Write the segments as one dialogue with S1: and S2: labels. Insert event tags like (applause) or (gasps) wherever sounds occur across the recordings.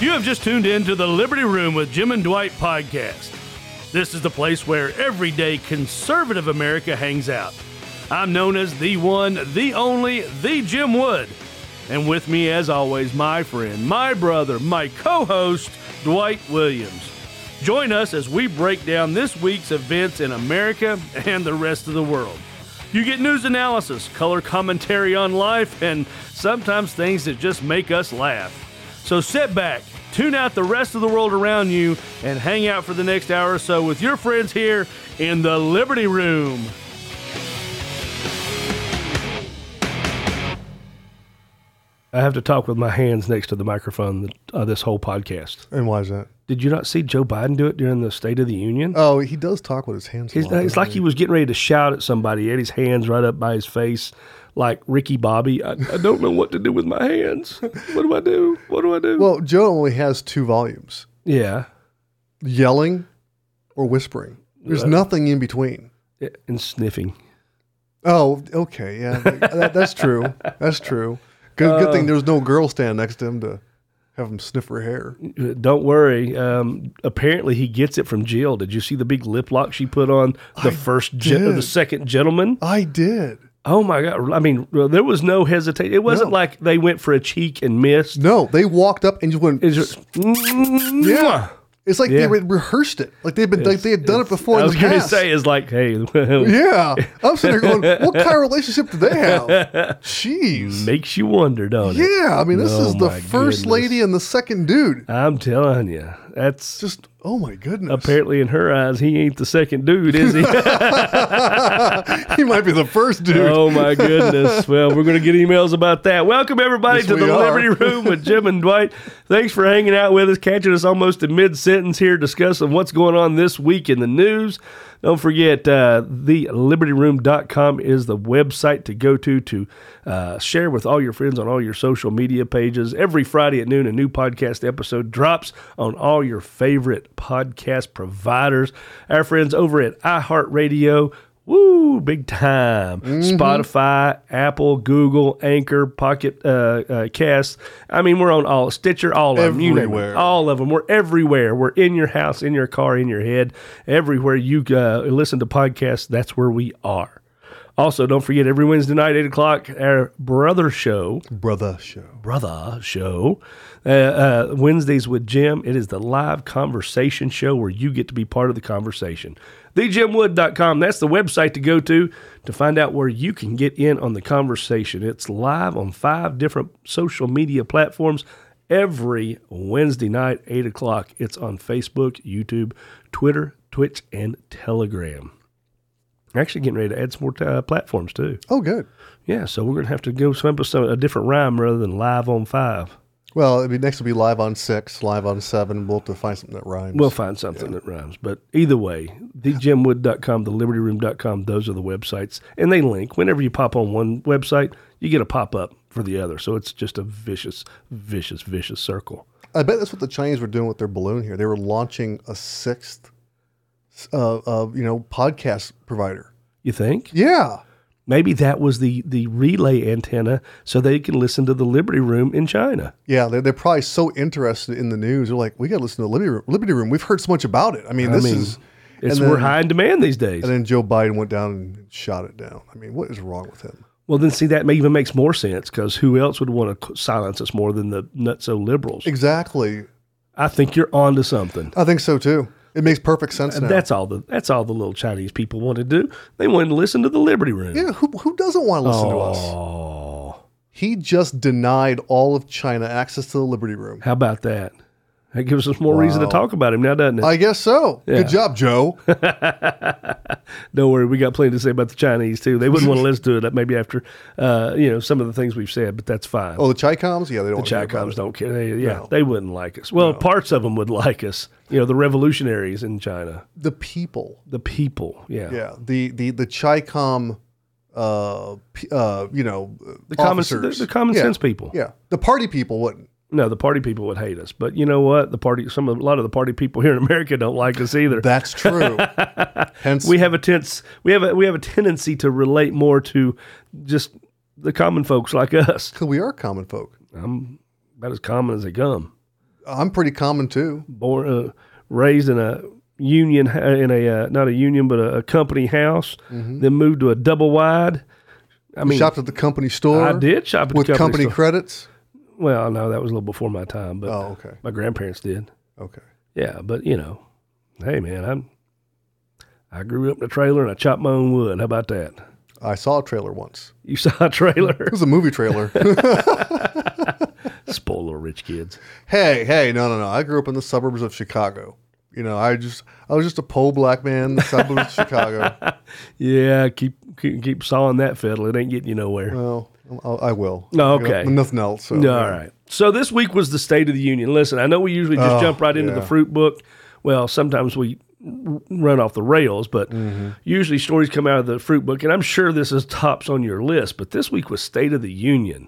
S1: You have just tuned in to the Liberty Room with Jim and Dwight podcast. This is the place where everyday conservative America hangs out. I'm known as the one, the only, the Jim Wood. And with me, as always, my friend, my brother, my co host, Dwight Williams. Join us as we break down this week's events in America and the rest of the world. You get news analysis, color commentary on life, and sometimes things that just make us laugh. So sit back, tune out the rest of the world around you, and hang out for the next hour or so with your friends here in the Liberty Room. I have to talk with my hands next to the microphone uh, this whole podcast.
S2: And why is that?
S1: Did you not see Joe Biden do it during the State of the Union?
S2: Oh, he does talk with his hands. a
S1: It's,
S2: lot,
S1: it's
S2: doesn't
S1: like
S2: he?
S1: he was getting ready to shout at somebody. He had his hands right up by his face, like Ricky Bobby. I, I don't know what to do with my hands. What do I do? What do I do?
S2: Well, Joe only has two volumes:
S1: yeah.
S2: yelling or whispering. There's
S1: Uh,
S2: nothing in between.
S1: Yeah, And sniffing.
S2: Oh, okay, yeah, that, that's true. That's true. Good, good
S1: Uh.
S2: thing there's no girl standing next to him to have him sniff her hair.
S1: Don't worry. Um, apparently, he gets it from Jill. Did you see the big lip lock she put on the first, gen- or the
S2: did.
S1: second gentleman?
S2: I did.
S1: Oh my God! I mean, there was no hesitation. It wasn't
S2: No.
S1: like they went for a cheek and missed.
S2: No, they walked up and just went.
S1: It's just
S2: yeah. It's like
S1: Yeah.
S2: they re- rehearsed it. Like they've been, like they had done it before.
S1: I
S2: in
S1: was
S2: the
S1: going to
S2: past.
S1: say is like, hey, (laughs)
S2: Yeah, I'm sitting there going, "What kind of relationship do they have?"
S1: (laughs)
S2: Jeez.
S1: makes you wonder, don't it?
S2: Yeah, I mean, this
S1: Oh
S2: is the
S1: my
S2: first
S1: goodness.
S2: lady and the second dude.
S1: I'm telling you, that's
S2: Just oh my goodness,
S1: apparently in her eyes, he ain't the second dude, is
S2: (laughs)
S1: he?
S2: he might be the first dude.
S1: oh my
S2: (laughs)
S1: goodness. Well, we're going to get emails about that. Welcome everybody
S2: Yes,
S1: to the
S2: we are.
S1: Liberty Room with Jim and Dwight. Thanks for hanging out with us, catching us almost in mid sentence here, discussing what's going on this week in the news. Don't forget, uh, the libertyroom.com is the website to go to to uh, share with all your friends on all your social media pages. Every Friday at noon, a new podcast episode drops on all your favorite podcast providers. Our friends over at iHeartRadio, Woo, big time. Spotify, Apple, Google, Anchor, Pocket uh, uh, Cast. I mean, we're on all Stitcher, all of them. You name it.
S2: Everywhere.
S1: all of them. We're everywhere. We're in your house, in your car, in your head. Everywhere you uh, listen to podcasts, that's where we are. Also, don't forget every Wednesday night, 8 o'clock, our brother show
S2: Brother show.
S1: brother show uh, uh, wednesdays with jim it is the live conversation show where you get to be part of the conversation thejimwood.com that's the website to go to to find out where you can get in on the conversation it's live on five different social media platforms every wednesday night 8 o'clock it's on facebook youtube twitter twitch and telegram actually getting ready to add some more uh, platforms too
S2: Oh, good.
S1: yeah, so we're gonna have to go some some a different rhyme rather than live on five.
S2: Well, I mean, next will be live on six, live on seven. We'll have to find something that rhymes.
S1: We'll find something that rhymes. But either way, thejimwood.com, thelibertyroom.com, those are the websites. And they link. Whenever you pop on one website, you get a pop up for the other. So it's just a vicious, vicious, vicious circle.
S2: I bet that's what the Chinese were doing with their balloon here. They were launching a sixth, uh, uh, you know, podcast provider.
S1: You think?
S2: Yeah.
S1: Maybe that was the the relay antenna so they can listen to the Liberty Room in China.
S2: Yeah, they're, they're probably so interested in the news. They're like, we got to listen to Liberty Room. Liberty Room. We've heard so much about it. I mean, this
S1: mean,
S2: is.
S1: It's
S2: and
S1: we're
S2: then-
S1: high in demand these days.
S2: And then Joe Biden went down and shot it down. I mean, what is wrong with him?
S1: well, then see that may even makes more sense because who else would want to silence us more than the nutso liberals?
S2: Exactly.
S1: I think you're onto something.
S2: I think so too. It makes perfect sense now.
S1: That's all the that's all the little Chinese people want to do. They want to listen to the Liberty Room.
S2: yeah, who, who doesn't want to listen to us?
S1: Oh,
S2: He just denied all of China access to the Liberty Room.
S1: how about that? That gives us more reason to talk about him now, doesn't it?
S2: I guess so. Good job, Joe.
S1: Don't worry, we got plenty to say about the Chinese too. They wouldn't
S2: (laughs)
S1: want to listen to it maybe after uh, you know some of the things we've said, but that's fine.
S2: Oh, the Chi Coms? Yeah, they don't.
S1: Chi
S2: want to hear about
S1: coms don't care. They, yeah, they wouldn't like us. Well, parts of them would like us. You know, the revolutionaries in China,
S2: it. The people.
S1: the people. Yeah,
S2: Yeah, the the the Chi Com, uh, p- uh, you know,
S1: the common the,
S2: officers.
S1: the common
S2: Yeah.
S1: sense people.
S2: Yeah, the party people wouldn't.
S1: No, the party people would hate us, but you know what? The party, some of, a lot of the party people here in America don't like us either. (laughs)
S2: That's true. Hence,
S1: we have a tense, we have a, we have a tendency to relate more to just the common folks like us.
S2: we are common folk.
S1: I'm about as common as they come.
S2: I'm pretty common too.
S1: born uh, raised in a union in a uh, not a union but a, a company house
S2: Mm-hmm.
S1: then moved to a double wide i mean
S2: Shopped at the company store.
S1: i did shop at
S2: with
S1: the company,
S2: company
S1: store.
S2: credits.
S1: well no that was a little before my time but
S2: Oh, okay,
S1: my grandparents did
S2: okay.
S1: yeah but you know hey man i'm i grew up in a trailer and i chopped my own wood how about that
S2: I saw a trailer once.
S1: you saw a trailer (laughs)
S2: It was a movie trailer. (laughs)
S1: spoiler rich kids
S2: hey, hey, no, no, no. I grew up in the suburbs of Chicago. You know, I just I was just a poor black man in the suburbs
S1: (laughs)
S2: of Chicago.
S1: yeah keep keep, keep sawing that fiddle it ain't getting you nowhere
S2: Well, I'll, I will.
S1: Oh,
S2: You know,
S1: okay.
S2: nothing else. So,
S1: All right. So this week was the State of the Union. Listen, I know we usually just
S2: Oh,
S1: jump right into the
S2: yeah.
S1: fruit book. Well, sometimes we r- run off the rails, but
S2: Mm-hmm.
S1: usually stories come out of the fruit book, and I'm sure this is tops on your list. But this week was State of the Union.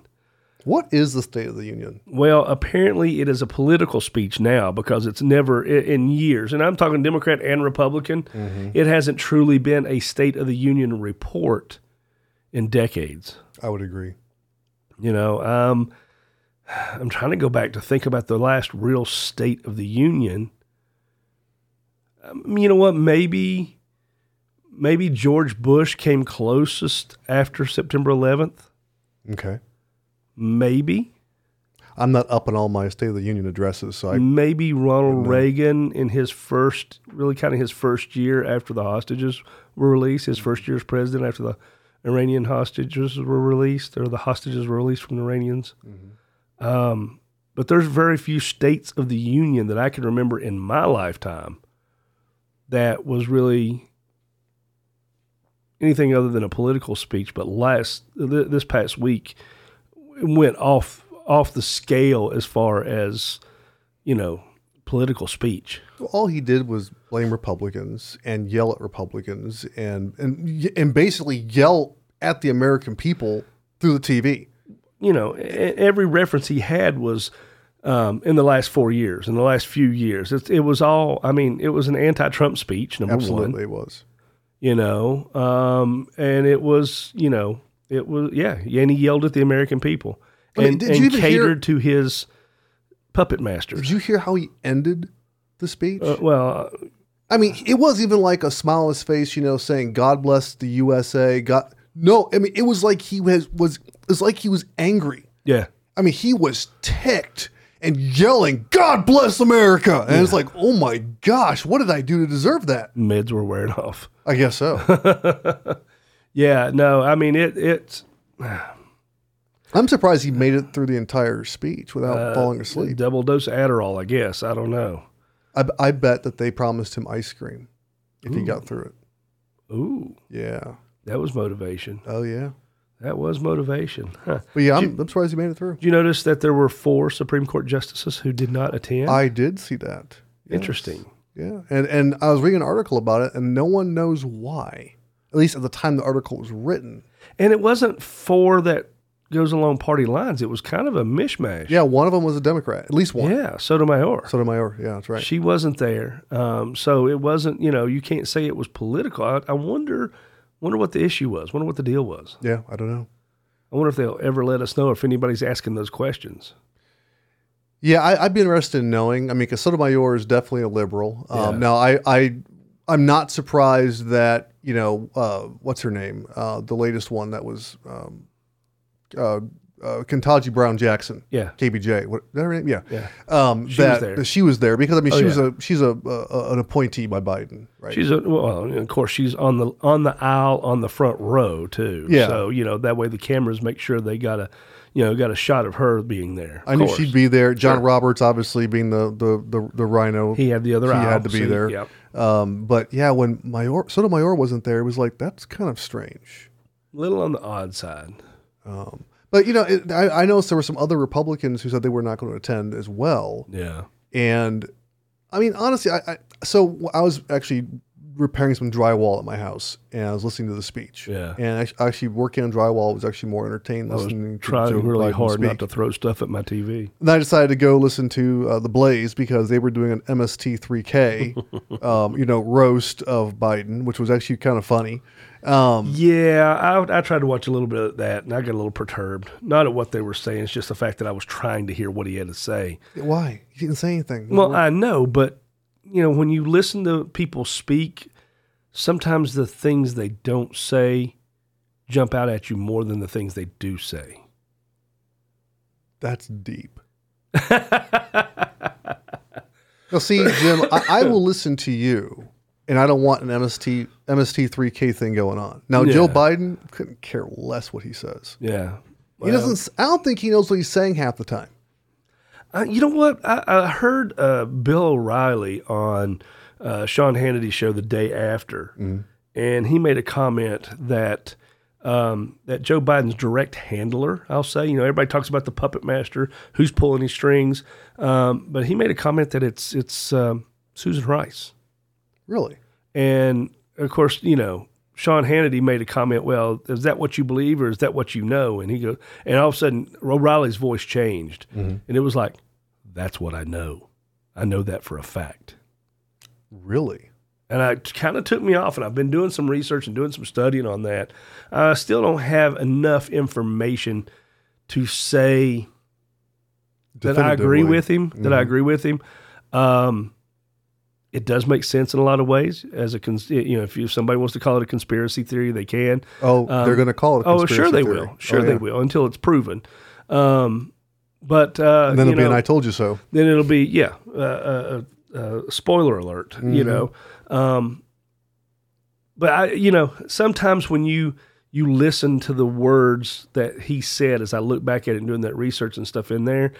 S2: What is the State of the Union?
S1: Well, apparently it is a political speech now because it's never i- in years, and I'm talking Democrat and Republican.
S2: Mm-hmm.
S1: It hasn't truly been a State of the Union report in decades.
S2: I would agree.
S1: You know, um, I'm trying to go back to think about the last real State of the Union. Um, you know what? Maybe, maybe George Bush came closest after September 11th.
S2: Okay.
S1: Maybe,
S2: I'm not up on all my State of the Union addresses, so I
S1: Mm. maybe Ronald Reagan in his first, really kind of his first year after the hostages were released, his first year as president after the Iranian hostages were released or the hostages were released from the Iranians.
S2: Mm-hmm.
S1: Um, but there's very few states of the union that I can remember in my lifetime that was really anything other than a political speech. But last th- this past week it went off off the scale as far as you know political speech.
S2: all he did was blame Republicans and yell at Republicans and and and basically yell at the American people through the TV.
S1: you know, e- every reference he had was um, in the last four years, in the last few years. It, it was all, I mean, it was an anti-Trump speech, number one,
S2: Absolutely, it was.
S1: you know, um, and it was, you know, it was, yeah, and he yelled at the American people
S2: I mean,
S1: and,
S2: did
S1: and
S2: you even hear-
S1: catered to his puppet masters.
S2: Did you hear how he ended the speech?
S1: Uh, well,
S2: I mean, it wasn't even like a smile on his face, you know, saying "God bless the USA." God, no, I mean, it was like he was was it was like he was angry.
S1: yeah,
S2: I mean, he was ticked and yelling, "God bless America!" And it's like, oh my gosh, what did I do to deserve that?
S1: meds were wearing (laughs) off.
S2: I
S1: (laughs)
S2: guess so.
S1: Yeah, no, I mean, it, it's,
S2: I'm surprised he made it through the entire speech without
S1: Uh,
S2: falling asleep.
S1: double dose of Adderall, I guess. I don't know.
S2: I, I bet that they promised him ice cream if he got through it.
S1: Ooh,
S2: Yeah.
S1: that was motivation.
S2: Oh yeah.
S1: That was motivation. Huh.
S2: But yeah, I'm, I'm surprised he made it through.
S1: Did you notice that there were four Supreme Court justices who did not attend?
S2: I did see that. Yes.
S1: Interesting.
S2: Yeah, and and I was reading an article about it, and no one knows why. At least at the time the article was written.
S1: And it wasn't four that goes along party lines. It was kind of a mishmash.
S2: Yeah, one of them was a Democrat. At least one.
S1: Yeah, Sotomayor.
S2: Sotomayor. Yeah, that's right.
S1: She wasn't there. Um, so it wasn't, you know, you can't say it was political. I, I wonder wonder what the issue was. Wonder what the deal was.
S2: Yeah, I don't know.
S1: I wonder if they'll ever let us know if anybody's asking those questions.
S2: Yeah, I, I'd be interested in knowing. I mean, because Sotomayor is definitely a liberal. Um, Now, I, I, I'm not surprised that you know uh, what's her name, uh, the latest one that was um, uh, uh, Kentaji Brown Jackson,
S1: Yeah.
S2: KBJ. What, is that her name? Yeah,
S1: Yeah.
S2: Um,
S1: She was
S2: that,
S1: there.
S2: that she was there because I mean
S1: Oh,
S2: she was
S1: yeah.
S2: a she's a, a an appointee by Biden, right?
S1: She's a, well, and of course, she's on the on the aisle on the front row too.
S2: Yeah.
S1: So you know that way the cameras make sure they got a, you know, got a shot of her being there.
S2: I
S1: Of
S2: knew
S1: course.
S2: she'd be there. John Roberts, obviously, being the the the, the Rhino.
S1: He had the other
S2: He
S1: aisle.
S2: had to be
S1: so,
S2: there.
S1: Yep.
S2: um, but yeah, when Mayor Sotomayor wasn't there, it was like that's kind of strange.
S1: Little on the odd side.
S2: Um, but you know, it, I, I noticed there were some other Republicans who said they were not going to attend as well.
S1: Yeah.
S2: And I mean, honestly, I, I so I was actually repairing some drywall at my house, and I was listening to the speech.
S1: Yeah.
S2: and act- actually working on drywall was actually more entertaining.
S1: I was
S2: listening to Joe
S1: trying really
S2: Biden
S1: hard
S2: speak.
S1: not to throw stuff at my TV.
S2: And I decided to go listen to uh, the Blaze because they were doing an
S1: (laughs)
S2: MST3K, um, you know, roast of Biden, which was actually kind of funny. Um,
S1: Yeah, I, I tried to watch a little bit of that, and I got a little perturbed. Not at what they were saying; it's just the fact that I was trying to hear what he had to say.
S2: why he didn't say anything?
S1: Well, I know, but you know, when you listen to people speak, sometimes the things they don't say jump out at you more than the things they do say.
S2: That's deep. now, see, Jim, I, I will listen to you, and I don't want an MST MST3K thing going on. Now, Joe
S1: Yeah.
S2: Biden couldn't care less what he says.
S1: Yeah,
S2: he doesn't. s- I don't think he knows what he's saying half the time.
S1: Uh, you know what? I, I heard uh, Bill O'Reilly on uh, Sean Hannity's show the day after, and he made a comment that um, that Joe Biden's direct handler, I'll say, you know, everybody talks about the puppet master who's pulling his strings, um, but he made a comment that it's it's um, Susan Rice,
S2: Really?
S1: and of course, you know. Sean Hannity made a comment. Well, is that what you believe, or is that what you know? And he goes, and all of a sudden, O'Reilly's voice changed, and it was like, that's what I know. I know that for a fact.
S2: Really?
S1: And it kind of took me off, and I've been doing some research and doing some studying on that. I still don't have enough information to say that I agree
S2: Definitively. Mm-hmm.
S1: with him. That I agree with him. Um, it does make sense in a lot of ways. As a cons- you know, if, you, if somebody wants to call it a conspiracy theory, they can.
S2: Oh, they're
S1: Um,
S2: going to call it. A
S1: Oh, sure
S2: conspiracy
S1: they
S2: theory.
S1: will. Sure
S2: Oh,
S1: they
S2: yeah.
S1: will until it's proven. Um, but uh,
S2: And then
S1: you
S2: it'll be an
S1: know-
S2: "I told you so."
S1: then it'll be yeah uh, uh, uh, spoiler alert you know um, but i you know sometimes when you you listen to the words that he said as i look back at it and doing that research and stuff in there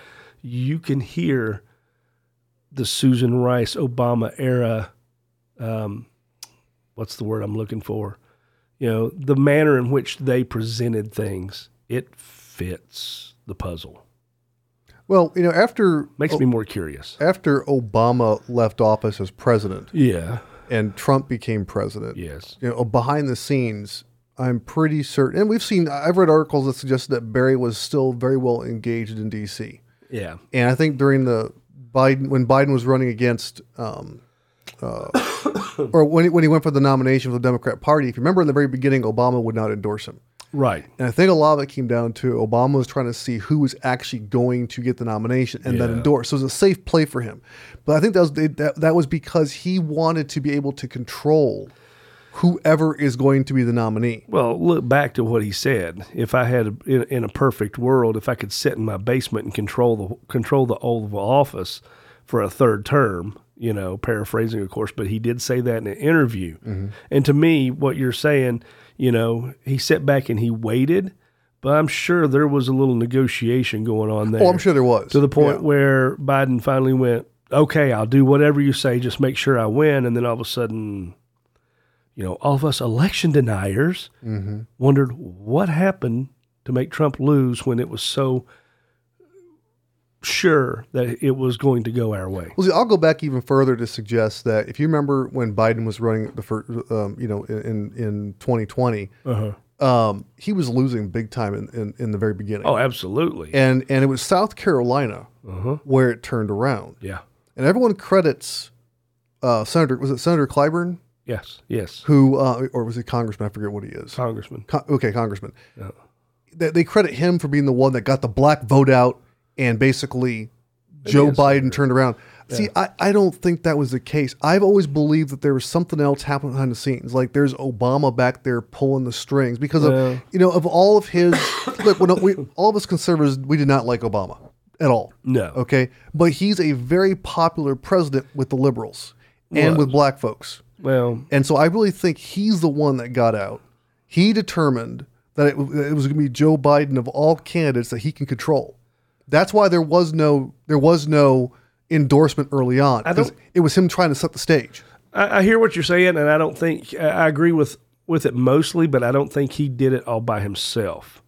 S1: you can hear the susan rice obama era um, what's the word i'm looking for you know the manner in which they presented things it fits the puzzle
S2: Well, you know, after
S1: makes me more curious
S2: after Obama left office as president
S1: yeah
S2: and Trump became president,
S1: Yes.
S2: you know, behind the scenes, I'm pretty certain, and we've seen. I've read articles that suggest that Barry was still very well engaged in D.C.
S1: Yeah.
S2: And I think during the Biden, when Biden was running against, um, uh, (coughs) or when he, when he went for the nomination for the Democrat Party, if you remember in the very beginning, Obama would not endorse him.
S1: Right.
S2: And I think a lot of it came down to Obama was trying to see who was actually going to get the nomination and then
S1: Yeah.
S2: endorse. So it was a safe play for him. But I think that was that, that was because he wanted to be able to control whoever is going to be the nominee.
S1: Well, look back to what he said. If I had, in, in a perfect world, if I could sit in my basement and control the control the Oval Office for a third term, you know, paraphrasing, of course, but he did say that in an interview. And to me, what you're saying, you know, he sat back and he waited, but I'm sure there was a little negotiation going on there.
S2: Oh, I'm sure there was.
S1: to the point where Biden finally went, "Okay, I'll do whatever you say, just make sure I win." And then all of a sudden, you know, all of us election deniers
S2: Mm-hmm.
S1: wondered what happened to make Trump lose when it was so sure that it was going to go our way.
S2: Well, see, I'll go back even further to suggest that if you remember when Biden was running the first, um, you know, in in 2020, um, he was losing big time in, in, in the very beginning,
S1: Oh, absolutely. Uh-huh.
S2: and and it was South Carolina where it turned around,
S1: Yeah.
S2: and everyone credits uh, Senator was it Senator Clyburn
S1: Yes. Yes.
S2: who uh, or was he Congressman? I forget what he is.
S1: Congressman.
S2: Con- okay, Congressman. They, they credit him for being the one that got the black vote out and basically Joe Biden turned around. See, I, I don't think that was the case. I've always believed that there was something else happening behind the scenes. Like there's Obama back there pulling the strings because
S1: Well-
S2: of you know of all of his (coughs) look. When we, all of us conservatives, we did not like Obama at all.
S1: No.
S2: okay, but he's a very popular president with the liberals and with black folks.
S1: Well,
S2: And so I really think he's the one that got out. He determined that it, that it was going to be Joe Biden of all candidates that he can control. That's why there was no there was no endorsement early on.
S1: don't-
S2: 'cause It was him trying to set the stage.
S1: I, I hear what you're saying, and I don't think I I agree with with it mostly, but I don't think he did it all by himself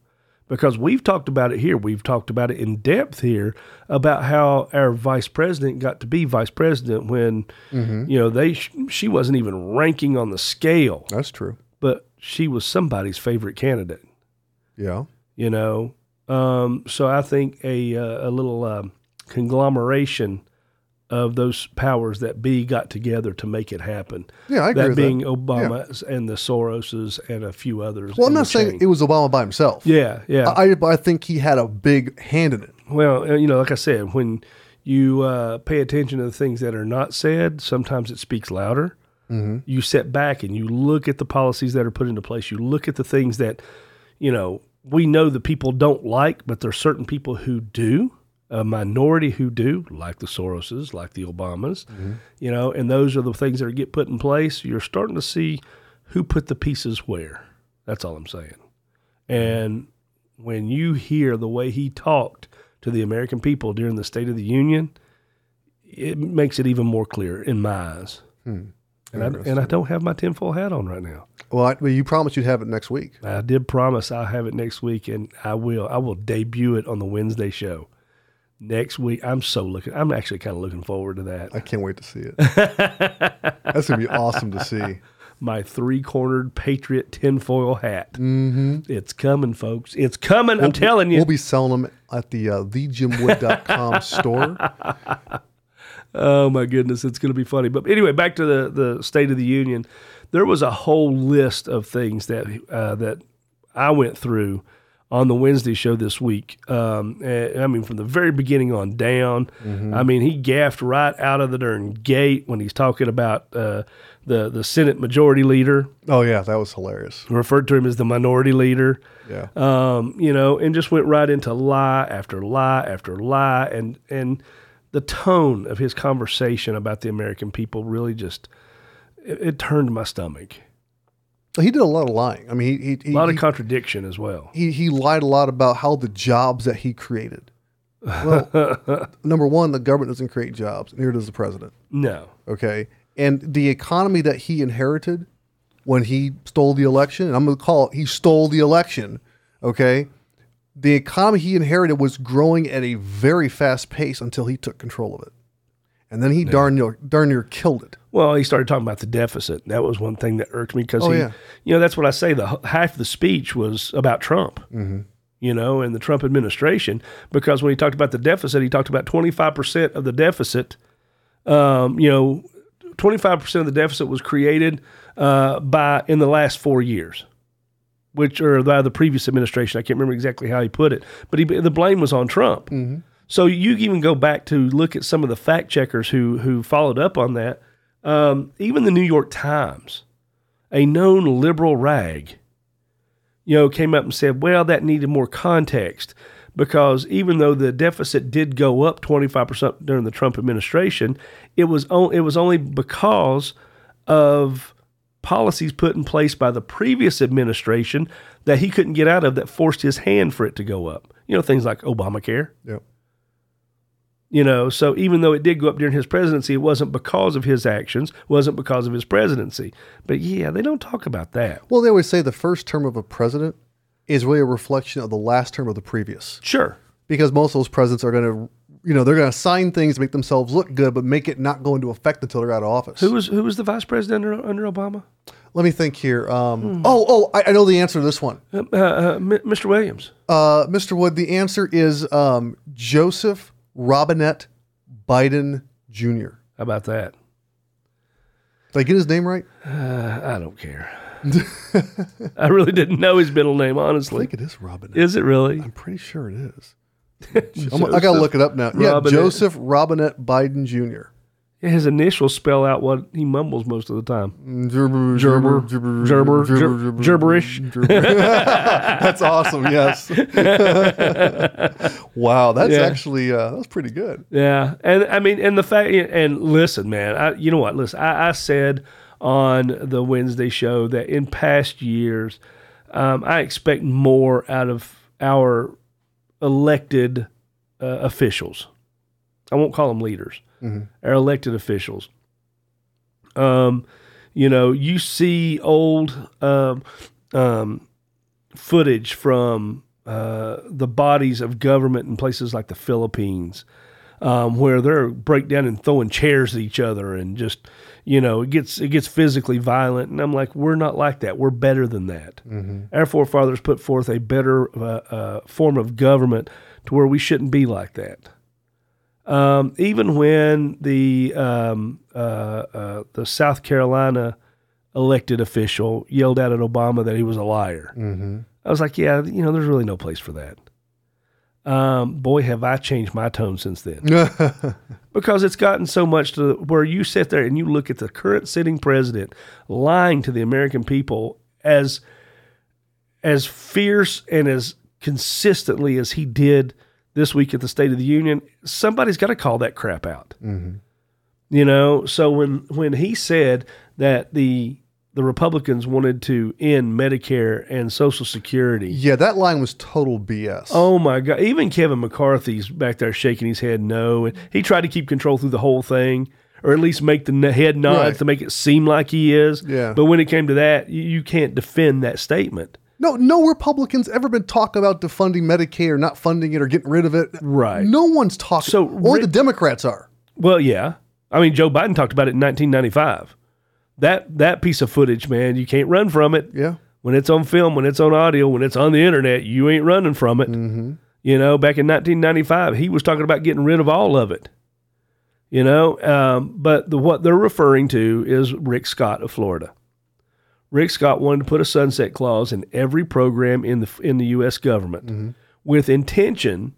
S1: because we've talked about it here. We've talked about it in depth here about how our vice president got to be vice president when you know they sh- she wasn't even ranking on the scale,
S2: That's true.
S1: but she was somebody's favorite candidate
S2: Yeah.
S1: you know. Um, so I think a uh, a little um, conglomeration of those powers that be got together to make it happen.
S2: Yeah, I agree
S1: That
S2: with
S1: being
S2: that.
S1: Obama's and the Soroses and a few others.
S2: Well, I'm
S1: in
S2: not
S1: the
S2: saying
S1: chain.
S2: it was Obama by himself.
S1: yeah, yeah.
S2: I, I think he had a big hand in it.
S1: well, uh, you know, like I said, when you uh, pay attention to the things that are not said, sometimes it speaks louder. You sit back and you look at the policies that are put into place. You look at the things that, you know, we know the people don't like, but there's certain people who do, a minority who do, like the Soroses, like the Obamas, you know, and those are the things that get put in place. You're starting to see who put the pieces where. That's all I'm saying. And when you hear the way he talked to the American people during the State of the Union, it makes it even more clear in my eyes.
S2: Hmm.
S1: And, I, and I don't have my tinfoil hat on right now.
S2: Well, I, well, you promised you'd have it next week.
S1: I did promise I'll have it next week, and I will. I will debut it on the Wednesday show next week. I'm so looking. I'm actually kind of looking forward to that.
S2: I can't wait to see
S1: (laughs)
S2: it. That's gonna be awesome to see.
S1: My three cornered Patriot tinfoil hat. Mm-hmm. It's coming, folks. It's coming. I'm telling you.
S2: We'll be selling them at the
S1: (laughs)
S2: uh, thejimwood.com store.
S1: Oh my goodness, it's going to be funny. But anyway, back to the the State of the Union. There was a whole list of things that uh, that I went through on the Wednesday show this week. Um, and, I mean, from the very beginning on down. I mean, he gaffed right out of the darn gate when he's talking about uh, the the Senate Majority Leader,
S2: Oh yeah, that was hilarious.
S1: referred to him as the Minority Leader
S2: Yeah.
S1: um, you know, and just went right into lie after lie after lie, and and the tone of his conversation about the American people really just it, it turned my stomach.
S2: He did a lot of lying. I mean, he he,
S1: A lot
S2: he,
S1: of contradiction as well.
S2: he he lied a lot about how the jobs that he created. Well,
S1: (laughs)
S2: number one, the government doesn't create jobs. Neither does the president.
S1: No,
S2: Okay, and the economy that he inherited when he stole the election. And I'm going to call it. He stole the election. Okay, the economy he inherited was growing at a very fast pace until he took control of it, and then he darn near darn near killed it.
S1: Well, he started talking about the deficit. That was one thing that irked me because
S2: Oh,
S1: he,
S2: yeah.
S1: you know, that's what I say. The h- half the speech was about Trump, mm-hmm. you know, and the Trump administration. Because when he talked about the deficit, he talked about twenty five percent of the deficit. Um, you know, twenty five percent of the deficit was created uh, by in the last four years, which or by the previous administration. I can't remember exactly how he put it, but he, the blame was on Trump.
S2: Mm-hmm.
S1: So you even go back to look at some of the fact checkers who who followed up on that. Um, even the New York Times, a known liberal rag, you know, came up and said, "Well, that needed more context because even though the deficit did go up 25% during the Trump administration, it was on, it was only because of policies put in place by the previous administration that he couldn't get out of that forced his hand for it to go up. You know, things like Obamacare."
S2: Yep.
S1: You know, so even though it did go up during his presidency, it wasn't because of his actions, wasn't because of his presidency. But yeah, they don't talk about that.
S2: Well, they always say the first term of a president is really a reflection of the last term of the previous,
S1: Sure.
S2: because most of those presidents are going to, you know, they're going to sign things to make themselves look good, but make it not go into effect until they're out of office.
S1: Who was who was the vice president under, under Obama?
S2: Let me think here. Um, Oh, oh, I, I know the answer to this one,
S1: Uh, uh, uh, M- Mr. Williams.
S2: uh, Mr. Wood. The answer is um, Joseph Robinette Biden Jr.
S1: How about that?
S2: Did I get his name right? I
S1: I, I don't care. I really didn't know his middle name, honestly.
S2: think it is Robinette.
S1: Is it really?
S2: I'm pretty sure it is. I'm- I gotta look it up now.
S1: Robinette.
S2: Yeah, Joseph Robinette Biden Jr.
S1: His initials spell out what he mumbles most of the time.
S2: Gerber,
S1: Gerber, gerber, ger- gerberish.
S2: (laughs) That's awesome. Yes. wow, that's
S1: Yeah.
S2: actually uh, that's pretty good. (laughs)
S1: Yeah, and I mean, and the fact, and listen, man, I, you know what? Listen, I, I said on the Wednesday show that in past years, um, I expect more out of our elected uh, officials. I won't call them leaders. Our elected officials. Um, you know, you see old um, um, footage from uh, the bodies of government in places like the Philippines, um, where they're break down and throwing chairs at each other and just you know it gets it gets physically violent. And I'm like, we're not like that. We're better than that. Our forefathers put forth a better uh, uh, form of government to where we shouldn't be like that. Um, even when the um, uh, uh, the South Carolina elected official yelled out at Obama that he was a liar. I was like, yeah, you know, there's really no place for that. Um, boy, have I changed my tone since then because it's gotten so much to where you sit there and you look at the current sitting president lying to the American people as as fierce and as consistently as he did this week at the State of the Union. Somebody's got to call that crap out. You know, so when when he said that the the Republicans wanted to end Medicare and Social Security.
S2: yeah, that line was total BS.
S1: Oh my God! Even Kevin McCarthy's back there shaking his head no, and he tried to keep control through the whole thing, or at least make the n- head nods
S2: Right.
S1: to make it seem like he is.
S2: Yeah.
S1: But when it came to that, you, you can't defend that statement.
S2: No, no Republicans ever been talking about defunding Medicare, not funding it, or getting rid of it.
S1: Right.
S2: No one's talking.
S1: So,
S2: only
S1: Rick-
S2: the Democrats are.
S1: Well, yeah. I mean, Joe Biden talked about it in 1995. That that piece of footage, man, you can't run from it.
S2: Yeah.
S1: When it's on film, when it's on audio, when it's on the internet, you ain't running from it. You know, back in 1995, he was talking about getting rid of all of it. You know, um, but the, what they're referring to is Rick Scott of Florida. Rick Scott wanted to put a sunset clause in every program in the in the U.S. government, with intention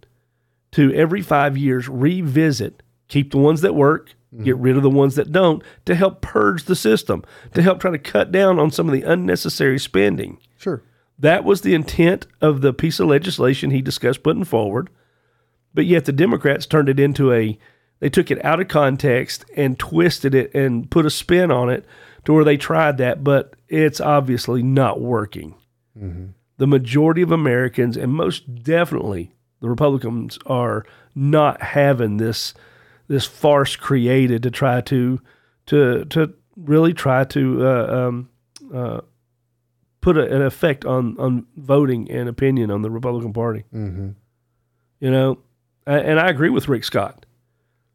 S1: to every five years revisit, keep the ones that work, get rid of the ones that don't, to help purge the system, to help try to cut down on some of the unnecessary spending.
S2: Sure.
S1: That was the intent of the piece of legislation he discussed putting forward. But yet the Democrats turned it into a, they took it out of context and twisted it and put a spin on it to where they tried that, but it's obviously not working. The majority of Americans, and most definitely the Republicans, are not having this this farce created to try to to to really try to uh, um, put a, an effect on on voting and opinion on the Republican Party. Mm-hmm. You know, A- and I agree with Rick Scott.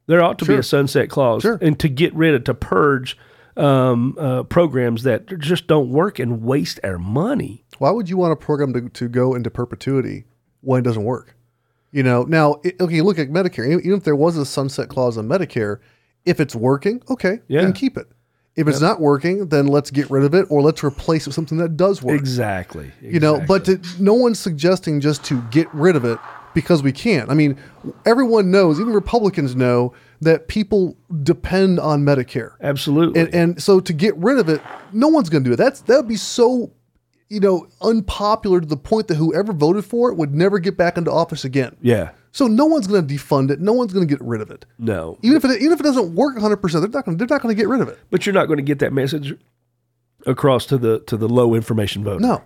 S1: There ought to be a sunset clause,
S2: Sure.
S1: and to get rid of to purge um, uh, programs that just don't work and waste our money.
S2: Why would you want a program to, to go into perpetuity when it doesn't work? You know, now, i okay, you look at Medicare. Even even if there was a sunset clause on Medicare, if it's working, okay,
S1: Yeah.
S2: then keep it. If it's not working, then let's get rid of it or let's replace it with something that does work.
S1: Exactly.
S2: you know but to, no one's suggesting just to get rid of it because we can't i mean everyone knows even republicans know that people depend on medicare
S1: absolutely.
S2: and, and so to get rid of it no one's going to do it that's that would be so you know unpopular to the point that whoever voted for it would never get back into office again
S1: yeah.
S2: so no one's going to defund it no one's going to get rid of it
S1: No.
S2: even if it even if it doesn't work 100% they're not going they're not going to get rid of it
S1: But you're not going to get that message across to the to the low information voter.
S2: no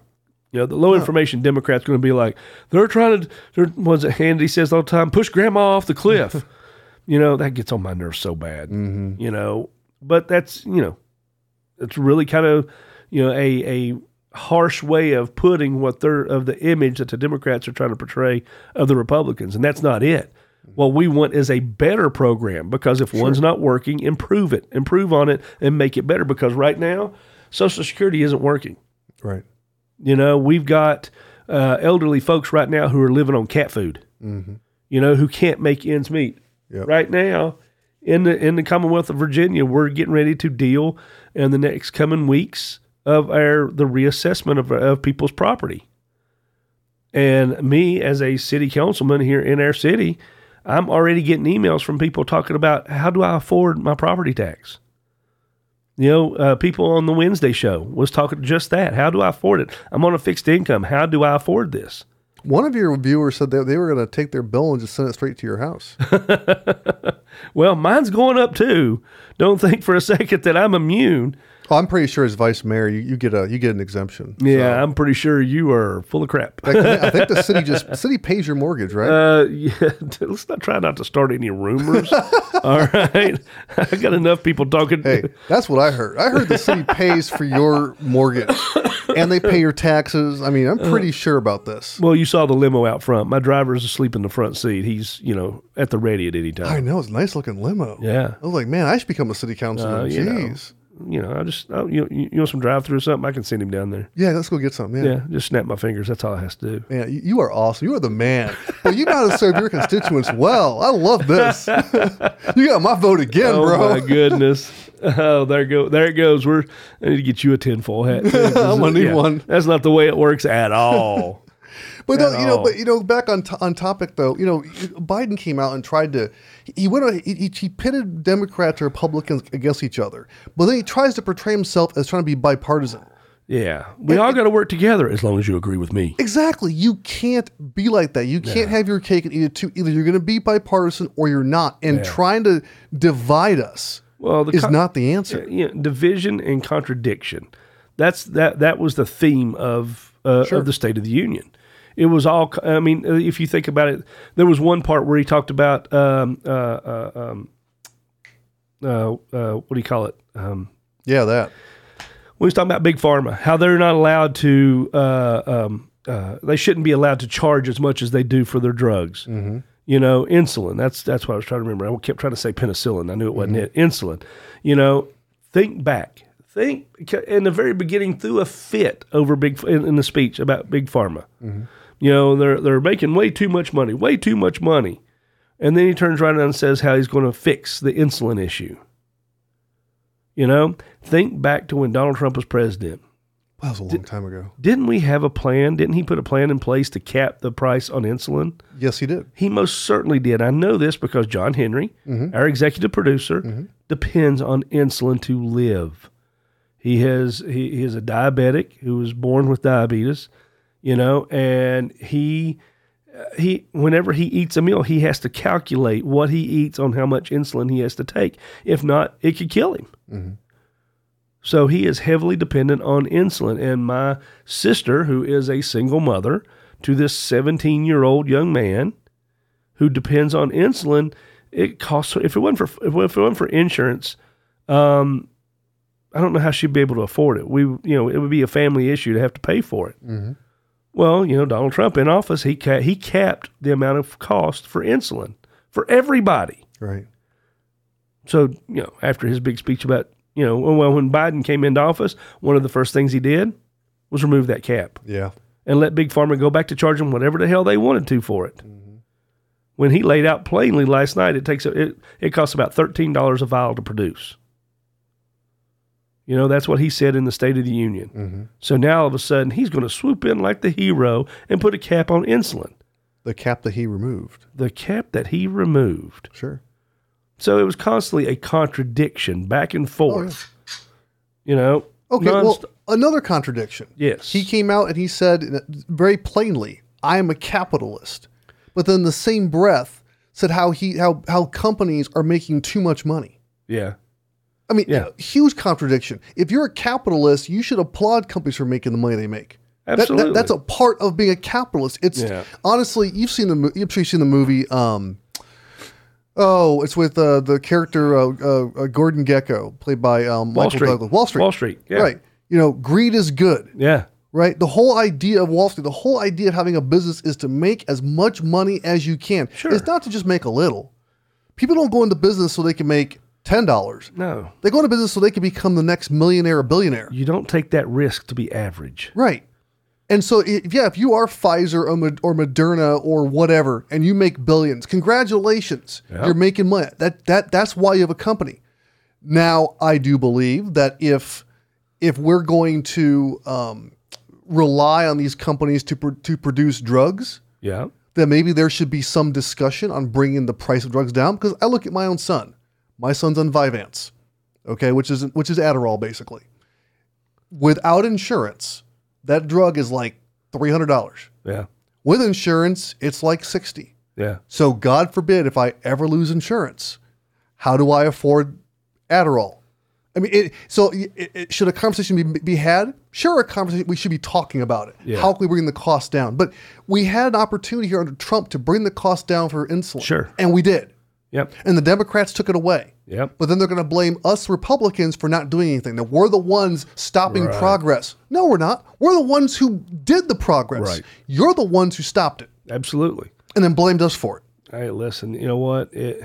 S1: You know, the low information Democrats going to be like, they're trying to, they're ones that Hannity says all the time, push grandma off the cliff. you know, that gets on my nerves so bad. You know, but that's, you know, it's really kind of, you know, a, a harsh way of putting what they're, of the image that the Democrats are trying to portray of the Republicans. And that's not it. What we want is a better program because if one's not working, improve it, improve on it, and make it better because right now, Social Security isn't working.
S2: right
S1: You know, we've got uh, elderly folks right now who are living on cat food. You know, who can't make ends meet.
S2: Yep.
S1: Right now, in the in the Commonwealth of Virginia, we're getting ready to deal in the next coming weeks of our the reassessment of, of people's property. And me as a city councilman here in our city, I'm already getting emails from people talking about how do I afford my property tax. You know, uh, people on the Wednesday show was talking just that. How do I afford it? I'm on a fixed income. How do I afford this?
S2: one of your viewers said that they were going to take their bill and just send it straight to your house
S1: (laughs) Well, mine's going up too. Don't think for a second that I'm immune
S2: Oh, I'm pretty sure as vice mayor, you, you get a you get an exemption.
S1: Yeah, I'm pretty sure you are full of crap.
S2: I think- I think the
S1: (laughs)
S2: city just city pays your mortgage, right?
S1: Uh, (laughs) yeah, let's not try not to start any
S2: (laughs)
S1: rumors. All right, (laughs) I got enough people talking.
S2: Hey, that's what I heard. I heard the city pays for your mortgage and they pay your taxes. I mean, I'm
S1: Uh,
S2: pretty sure about this.
S1: Well, you saw the limo out front. My driver's asleep in the front seat. He's you know at the ready at any
S2: I
S1: time.
S2: know it's a nice looking limo.
S1: Yeah.
S2: I was like, man, I should become a city councilor.
S1: Uh, you know.
S2: Jeez.
S1: You know, I just I, you you want some drive through or something? I can send him down there.
S2: Yeah, let's go get some. Yeah.
S1: Yeah, just snap my fingers. That's all I has to do.
S2: Man, you- you are awesome. You are the man. Well, you know how to serve your constituents well. I love this. (laughs) you got my vote again,
S1: Oh
S2: (laughs) bro.
S1: my goodness! Oh, there go there it goes. We're I need to get you a tinfoil hat. too, 'cause,
S2: (laughs) I'm gonna need
S1: yeah,
S2: one.
S1: That's not the way it works at all. (laughs)
S2: But no, you know,
S1: all.
S2: but you know, back on to on topic though, you know, Biden came out and tried to he went on, he, he pitted Democrats and Republicans against each other, but then he tries to portray himself as trying to be bipartisan.
S1: yeah, we all got to work together as long as you agree with me.
S2: Exactly, you can't be like that. You can't have your cake and eat it too. Either you're going to be bipartisan or you're not, and trying to divide us
S1: Well, the
S2: is
S1: co-
S2: not the answer.
S1: you know, division and contradiction. That's that that was the theme of uh, of the State of the Union. It was all. co- I mean, uh, if you think about it, there was one part where he talked about um, uh, uh, um, uh, uh, what do you call it? Um,
S2: Yeah, that.
S1: we was talking about big pharma, how they're not allowed to, uh, um, uh, they shouldn't be allowed to charge as much as they do for their drugs. Mm-hmm. You know, insulin. That's that's what I was trying to remember. I kept trying to say penicillin. I knew it wasn't it. Insulin. You know, think back. Think in the very beginning, threw a fit over big in, in the speech about big pharma. You know, they're they're making way too much money, way too much money, and then he turns right around and says how he's going to fix the insulin issue. You know, think back to when Donald Trump was president.
S2: That was a long time ago.
S1: Didn't we have a plan? Didn't he put a plan in place to cap the price on insulin?
S2: Yes, he did.
S1: He most certainly did. I know this because John Henry, our executive producer, depends on insulin to live. He has he, he is a diabetic who was born with diabetes, you know, and he uh, he whenever he eats a meal, he has to calculate what he eats on how much insulin he has to take. If not, it could kill him. So he is heavily dependent on insulin. And my sister, who is a single mother to this 17 year old young man who depends on insulin, it costs her, if it wasn't for, if it wasn't for insurance, um, I don't know how she'd be able to afford it. We, you know, it would be a family issue to have to pay for it. Well, you know, Donald Trump in office, he ca- he capped the amount of cost for insulin for everybody.
S2: Right.
S1: So, you know, after his big speech about, you know, well, when Biden came into office, one of the first things he did was remove that cap
S2: Yeah.
S1: and let Big Pharma go back to charging whatever the hell they wanted to for it.
S2: Mm-hmm.
S1: When he laid out plainly last night, it takes it, it costs about thirteen dollars a vial to produce. You know that's what he said in the State of the Union.
S2: Mm-hmm.
S1: So now all of a sudden he's going to swoop in like the hero and put a cap on insulin,
S2: The cap that he removed.
S1: the cap that he removed.
S2: Sure.
S1: So it was constantly a contradiction back and forth. You know.
S2: Oh, Okay, well,
S1: nonst-
S2: another contradiction.
S1: Yes.
S2: He came out and he said very plainly, I am a capitalist. But then the same breath said how he how how companies are making too much money.
S1: yeah.
S2: I mean,
S1: Yeah.
S2: huge contradiction. If you're a capitalist, you should applaud companies for making the money they make. That- that-
S1: Absolutely.
S2: that's a part of being a capitalist. It's
S1: Yeah.
S2: honestly, you've seen the mo- you've sure seen the movie. Um, oh, it's with uh, the character uh, uh, uh, Gordon Gecko, played by um,
S1: Wall
S2: Michael
S1: Street.
S2: Douglas. Wall Street.
S1: Wall Street. Yeah.
S2: Right. You know, greed is good
S1: Yeah.
S2: right? The whole idea of Wall Street, the whole idea of having a business is to make as much money as you can.
S1: Sure.
S2: It's not to just make a little. People don't go into business so they can make $10.
S1: No.
S2: They go into business so they can become the next millionaire or billionaire.
S1: You don't take that risk to be average.
S2: Right. And so, if, yeah, if you are Pfizer or, Mo- or Moderna or whatever, and you make billions, congratulations, you're making money. That that that's why you have a company. Now, I do believe that if if we're going to um, rely on these companies to pro- to produce drugs,
S1: Yeah.
S2: that maybe there should be some discussion on bringing the price of drugs down. Because I look at my own son. My son's on Vyvanse, okay, which is which is Adderall basically. Without insurance, that drug is like three hundred dollars.
S1: Yeah.
S2: With insurance, it's like sixty.
S1: Yeah.
S2: So God forbid if I ever lose insurance, how do I afford Adderall? I mean, it, so it, it- should a conversation be, be had? Sure, a conversation. We should be talking about it.
S1: Yeah.
S2: How can we bring the cost down? But we had an opportunity here under Trump to bring the cost down for insulin.
S1: Sure.
S2: and we did.
S1: Yep.
S2: And the Democrats took it away.
S1: Yep.
S2: But then they're going to blame us Republicans for not doing anything. That we're the ones stopping progress. No, we're not. We're the ones who did the progress.
S1: Right.
S2: You're the ones who stopped it
S1: Absolutely.
S2: and then blamed us for it.
S1: Hey, listen, you know what? It,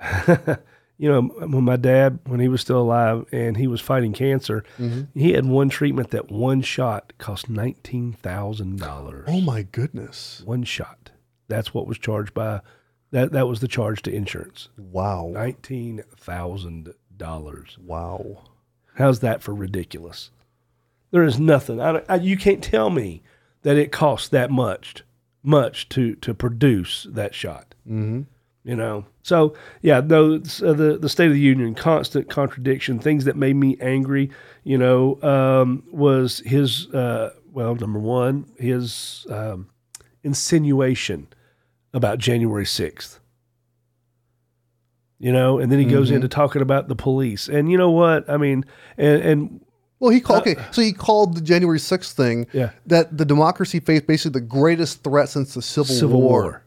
S1: (laughs) you know, when my dad, when he was still alive and he was fighting cancer, he had one treatment that one shot cost $19,000.
S2: Oh my goodness!
S1: One shot. That's what was charged by, that, that was the charge to insurance.
S2: Wow!
S1: $19,000.
S2: Wow!
S1: How's that for ridiculous? There is nothing. I, don't- I, you can't tell me that it costs that much, much to to produce that shot. Mm-hmm. You know. So yeah, no. it's, uh, the the State of the Union, constant contradiction, things that made me angry. You know, um, was his uh, well, number one, his um, insinuation about January sixth you know and then he
S2: Mm-hmm.
S1: goes into talking about the police and you know what i mean and and
S2: Well, he called. Okay, so he called the January sixth thing.
S1: Yeah.
S2: That the democracy faced basically the greatest threat since the Civil,
S1: civil
S2: War. Uh,
S1: war,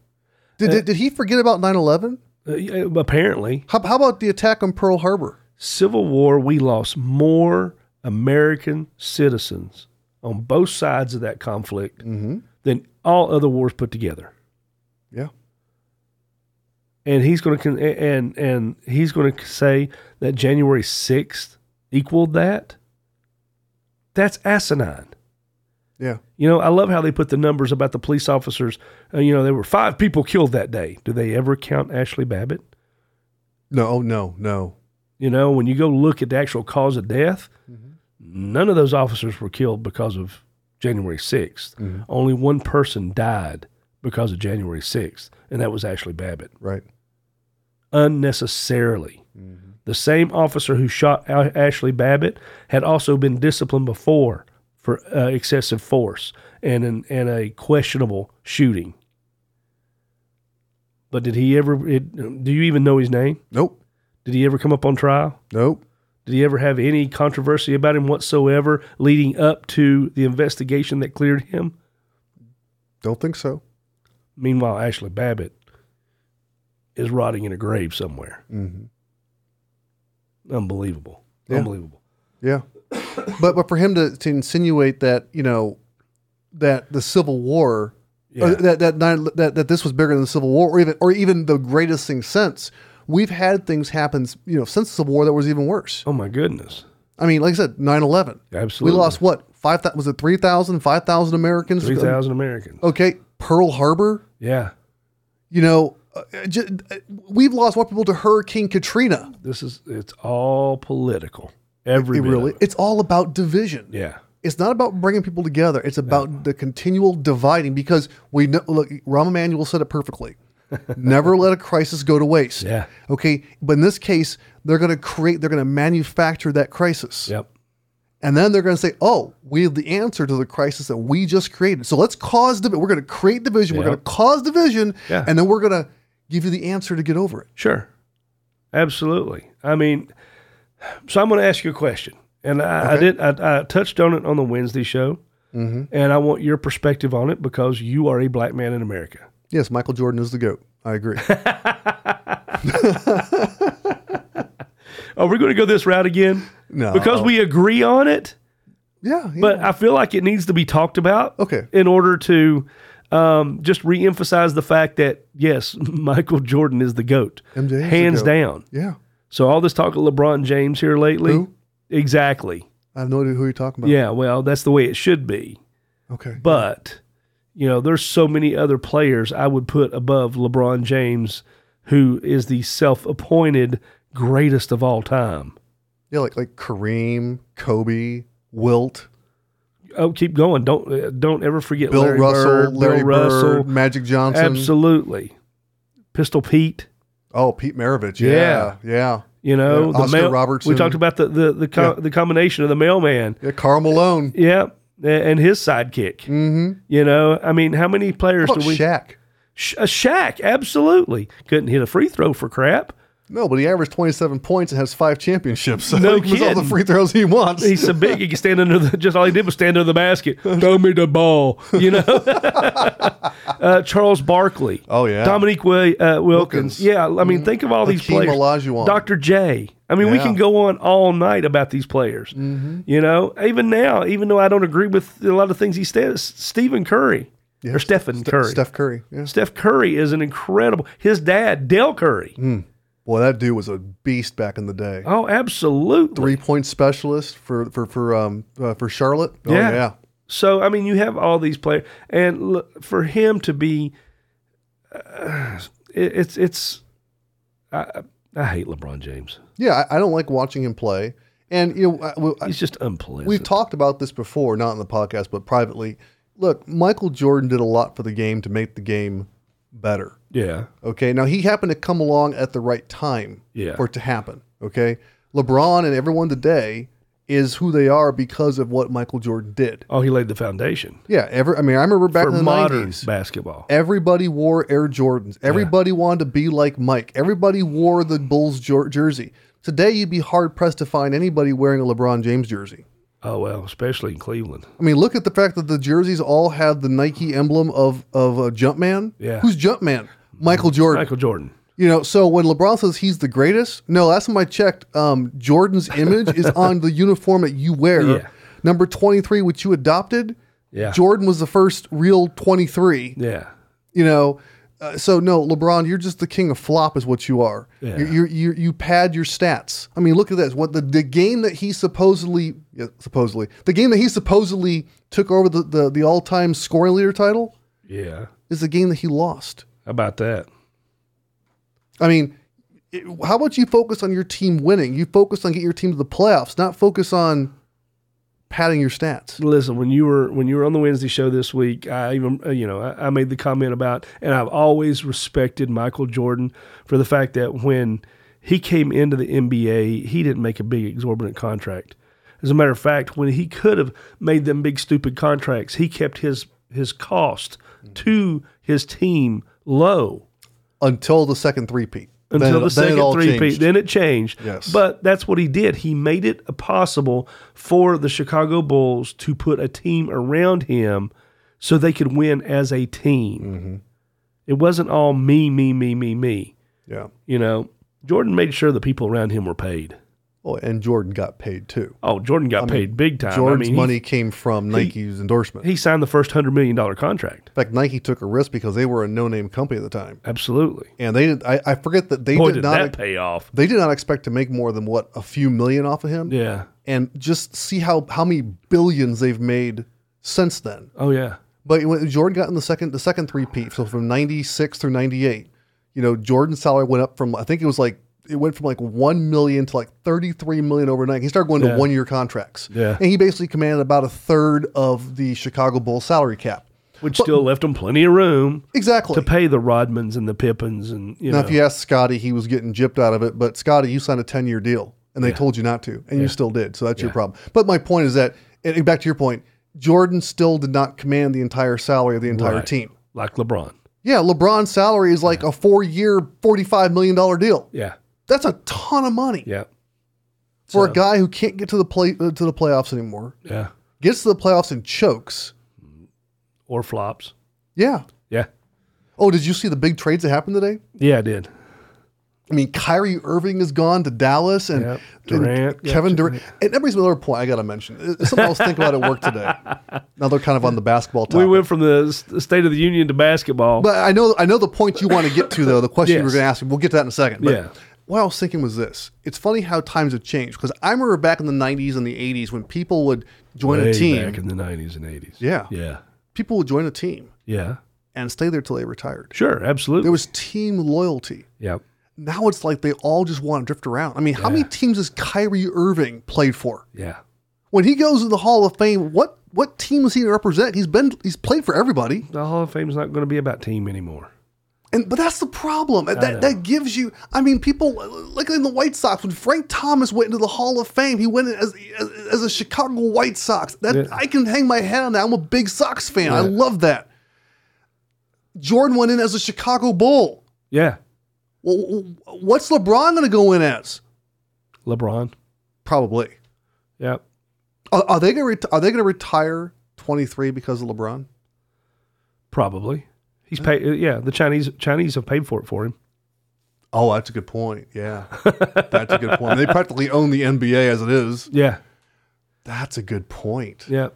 S2: Did, did, did he forget about 9-11?
S1: Uh, yeah, apparently
S2: How, how about the attack on Pearl Harbor?
S1: civil war we lost more american citizens on both sides of that conflict than all other wars put together
S2: Mm-hmm. Yeah.
S1: and he's going to con- and and he's going to say that January 6th equaled that that's asinine
S2: Yeah.
S1: You know, I love how they put the numbers about the police officers. Uh, you know, there were five people killed that day. Do they ever count Ashley Babbitt?
S2: No, oh, no, no.
S1: You know, when you go look at the actual cause of death, none of those officers were killed because of January 6th. Only one person died because of January 6th, and that was Ashley Babbitt
S2: Right.
S1: unnecessarily. The same officer who shot A- Ashley Babbitt had also been disciplined before for uh, excessive force and an, and a questionable shooting. But did he ever? It, do you even know his name?
S2: Nope.
S1: Did he ever come up on trial?
S2: Nope.
S1: Did he ever have any controversy about him whatsoever leading up to the investigation that cleared him?
S2: Don't think so.
S1: Meanwhile, Ashley Babbitt is rotting in a grave somewhere.
S2: Mhm.
S1: Unbelievable.
S2: Yeah.
S1: Unbelievable.
S2: (coughs) Yeah. but but for him to, to insinuate that, you know, that the Civil War
S1: Yeah.
S2: or Uh, that, that, nine, that that this was bigger than the Civil War or even or even the greatest thing since. We've had things happen, you know, since the Civil War that was even worse.
S1: Oh my goodness.
S2: I mean, like I said, 9-11.
S1: Absolutely.
S2: We lost what? 5 thou- was it 3,000, 5,000 Americans? Uh,
S1: 3,000 Americans.
S2: Okay, Pearl Harbor.
S1: Yeah.
S2: You know, uh, ju- uh, we've lost more people to Hurricane Katrina.
S1: This is, it's all political. Every
S2: It
S1: bit
S2: really,
S1: of it.
S2: it's all about division.
S1: Yeah.
S2: It's not about bringing people together. It's about the continual dividing because we know, look, Rahm Emanuel said
S1: (laughs)
S2: it perfectly. Never let a crisis go to waste.
S1: Yeah.
S2: Okay. But in this case, they're going to create, they're going to manufacture that crisis.
S1: Yep.
S2: And then they're going to say, oh, we have the answer to the crisis that we just created. So let's cause division. We're going to create division. We're
S1: Yeah.
S2: going to cause division.
S1: Yeah.
S2: And then we're going to give you the answer to get over it.
S1: Sure. Absolutely. I mean, so I'm going to ask you a question. And I, I did, I, I touched on it on the Wednesday show. Mm-hmm. And I want your perspective on it because you are a black man in America.
S2: Yes, Michael Jordan is the GOAT. I
S1: (laughs)
S2: agree.
S1: Are we going to go this route again?
S2: No.
S1: Because we agree on it,
S2: yeah. yeah.
S1: but I feel like it needs to be talked about.
S2: okay.
S1: in order to um, just reemphasize the fact that yes, (laughs) Michael Jordan is the goat,
S2: MJ is the
S1: hands
S2: GOAT.
S1: down.
S2: Yeah.
S1: So all this talk of LeBron James here lately,
S2: Who?
S1: exactly.
S2: I have no idea who you're talking about.
S1: Yeah, well, that's the way it should be.
S2: Okay.
S1: But you know, there's so many other players I would put above LeBron James, who is the self-appointed greatest of all time.
S2: Yeah, like like Kareem, Kobe, Wilt,
S1: Oh, keep going. Don't uh, don't ever forget
S2: Bill
S1: Larry
S2: Russell,
S1: Bird,
S2: Larry
S1: Bill Russell.
S2: Bird, Magic Johnson.
S1: Absolutely. Pistol Pete.
S2: Oh, Pete Maravich. Yeah, yeah. Yeah.
S1: You know,
S2: Yeah,
S1: the
S2: Oscar
S1: mail-
S2: Robertson.
S1: We talked about the the the, co- the combination of the mailman.
S2: Carl Malone.
S1: Yeah, a- and his sidekick.
S2: Mm-hmm.
S1: You know, I mean, how many players
S2: How about
S1: do we?
S2: Shaq?
S1: Sh- a Shaq, absolutely couldn't hit a free throw for crap.
S2: No, but he averaged 27 points and has five championships. So
S1: No
S2: (laughs) he gets all the
S1: kidding.
S2: free throws he wants.
S1: He's so big he can stand under the just all he did was stand under the basket. Throw me the ball, you know. (laughs) uh, Charles Barkley.
S2: Oh, yeah.
S1: Dominique Wil- uh, Wilkins.
S2: Wilkins.
S1: Yeah, I mean think of all these
S2: Hakeem
S1: players.
S2: Olajuwon.
S1: Dr. J. I mean we
S2: Yeah. Mm-hmm.
S1: can go on all night about these players. You know, even now, even though I don't agree with a lot of things he says, Stephen Curry or Stephen Curry.
S2: Steph Curry. Yeah.
S1: Steph Curry is an incredible. His dad, Dale Curry.
S2: Mm. Boy, that dude was a beast back in the day.
S1: Oh, absolutely.
S2: Three point specialist for for for um uh, for Charlotte. Oh,
S1: Yeah.
S2: yeah.
S1: So I mean, you have all these players, and look, for him to be, uh, it, it's it's, I, I hate LeBron James.
S2: Yeah, I, I don't like watching him play. And you know, I- well, I,
S1: He's just unpleasant.
S2: we've talked about this before, not in the podcast, but privately. Look, Michael Jordan did a lot for the game to make the game better.
S1: yeah,
S2: Okay. Now he happened to come along at the right time
S1: Yeah.
S2: for it to happen. Okay. LeBron and everyone today is who they are because of what Michael Jordan did.
S1: oh, he laid the foundation
S2: Yeah. Every, I mean, I remember back
S1: for
S2: in the
S1: modern
S2: 90s,
S1: basketball.
S2: everybody wore Air Jordans. Everybody wanted to be like Mike. Everybody wore the Bulls jer- jersey. Today, you'd be hard pressed to find anybody wearing a LeBron James jersey.
S1: Oh well, especially in Cleveland.
S2: I mean, look at the fact that the jerseys all have the Nike emblem of of uh, Jumpman.
S1: Yeah.
S2: Who's Jumpman? Michael Jordan.
S1: Michael Jordan.
S2: You know, so when LeBron says he's the greatest, no, last time I checked, um, Jordan's image
S1: (laughs)
S2: is on the uniform that you wear.
S1: Yeah.
S2: Number 23, which you adopted.
S1: Yeah.
S2: Jordan was the first real 23.
S1: Yeah,
S2: You know, uh, so no, LeBron, you're just the king of flop, is what you are.
S1: Yeah.
S2: You, you, you, you pad your stats. I mean, look at this. What the, the game that he supposedly, yeah, supposedly, the game that he supposedly took over the, the, the all time scoring leader title
S1: yeah.
S2: is the game that he lost.
S1: How about that?
S2: I mean, it, how about you focus on your team winning? You focus on getting your team to the playoffs, not focus on padding your stats.
S1: Listen, when you were when you were on the Wednesday show this week, I even uh, you know I, I made the comment about, and I've always respected Michael Jordan for the fact that when he came into the NBA, he didn't make a big exorbitant contract. As a matter of fact, when he could have made them big stupid contracts, he kept his his cost to his team low
S2: Until the second three-peat.
S1: until
S2: Then it-
S1: the
S2: then it
S1: second
S2: all
S1: three
S2: changed.
S1: Then it changed.
S2: Yes.
S1: But that's what he did. He made it possible for the Chicago Bulls to put a team around him so they could win as a team.
S2: Mm-hmm.
S1: It wasn't all me, me, me, me, me.
S2: Yeah.
S1: You know, Jordan made sure the people around him were paid.
S2: Oh, and Jordan got paid too.
S1: Oh, Jordan got paid big time.
S2: Jordan's
S1: I mean, he-
S2: money came from Nike's endorsement.
S1: He, signed the first $100 million contract.
S2: in fact, Nike took a risk because they were a no-name company at the time,
S1: Absolutely.
S2: and they did. I, I forget that they
S1: Boy,
S2: did
S1: did
S2: not.
S1: that pay off.
S2: They did not expect to make more than what a few million off of him,
S1: Yeah.
S2: and just see how how many billions they've made since then.
S1: Oh, yeah.
S2: But when Jordan got in the second the second three peat, so from ninety six through ninety eight, you know, Jordan's salary went up from I think it was like it went from like one million to like thirty three million overnight. He started going
S1: Yeah.
S2: to one year contracts.
S1: Yeah.
S2: And he basically commanded about a third of the Chicago Bulls salary cap.
S1: Which still left him plenty of room
S2: Exactly.
S1: to pay the Rodmans and the Pippins and, you
S2: now
S1: know.
S2: if you asked Scotty, he was getting gypped out of it, but Scotty, you signed a ten year deal and they told you not to, and you still did. So that's your problem. But my point is that and back to your point, Jordan still did not command the entire salary of the entire
S1: Right.
S2: team.
S1: like LeBron.
S2: Yeah, LeBron's salary is like a four year, $45 million deal.
S1: Yeah,
S2: That's a ton of money
S1: yeah,
S2: for a guy who can't get to the play uh, to the playoffs anymore.
S1: yeah.
S2: Gets to the playoffs and chokes.
S1: Or flops.
S2: Yeah.
S1: Yeah,
S2: Oh, did you see the big trades that happened today?
S1: yeah, I did.
S2: I mean, Kyrie Irving has gone to Dallas and,
S1: Yep.
S2: and
S1: Durant.
S2: Kevin Durant. And that brings me to another point I got to mention. It's something I was thinking about at work
S1: (laughs)
S2: today. Now they're kind of on the basketball topic.
S1: We went from the s- State of the Union to basketball.
S2: But I know I know the point you want to get to though. The question you were
S1: Yes.
S2: going to ask. We'll get to that in a second. But
S1: Yeah.
S2: What I was thinking was this. It's funny how times have changed because I remember back in the '90s and the '80s when people would join
S1: Way
S2: a team.
S1: back in the nineties and eighties.
S2: yeah,
S1: yeah,
S2: People would join a team
S1: yeah.
S2: and stay there till they retired.
S1: Sure, absolutely.
S2: There was team loyalty.
S1: yeah,
S2: Now it's like they all just want to drift around. I mean, how many teams has Kyrie Irving played for?
S1: yeah,
S2: When he goes to the Hall of Fame, what what team was he to represent? He's been he's played for everybody.
S1: the Hall of Fame's not going to be about team anymore.
S2: And but that's the problem. That that gives you. I mean, people like in the White Sox when Frank Thomas went into the Hall of Fame, he went in as as, as a Chicago White Sox. That
S1: Yeah.
S2: I can hang my head on that. I'm a big Sox fan. I love that. Jordan went in as a Chicago Bull.
S1: Yeah,
S2: Well, what's LeBron going to go in as?
S1: LeBron.
S2: Probably.
S1: Yep.
S2: Are, are they going to are they going to retire 23 because of LeBron?
S1: Probably. He's paid. Yeah, the Chinese Chinese have paid for it for him.
S2: Oh, that's a good point. Yeah, (laughs) that's a good point. They practically own the NBA as it is.
S1: Yeah.
S2: That's a good point.
S1: Yeah.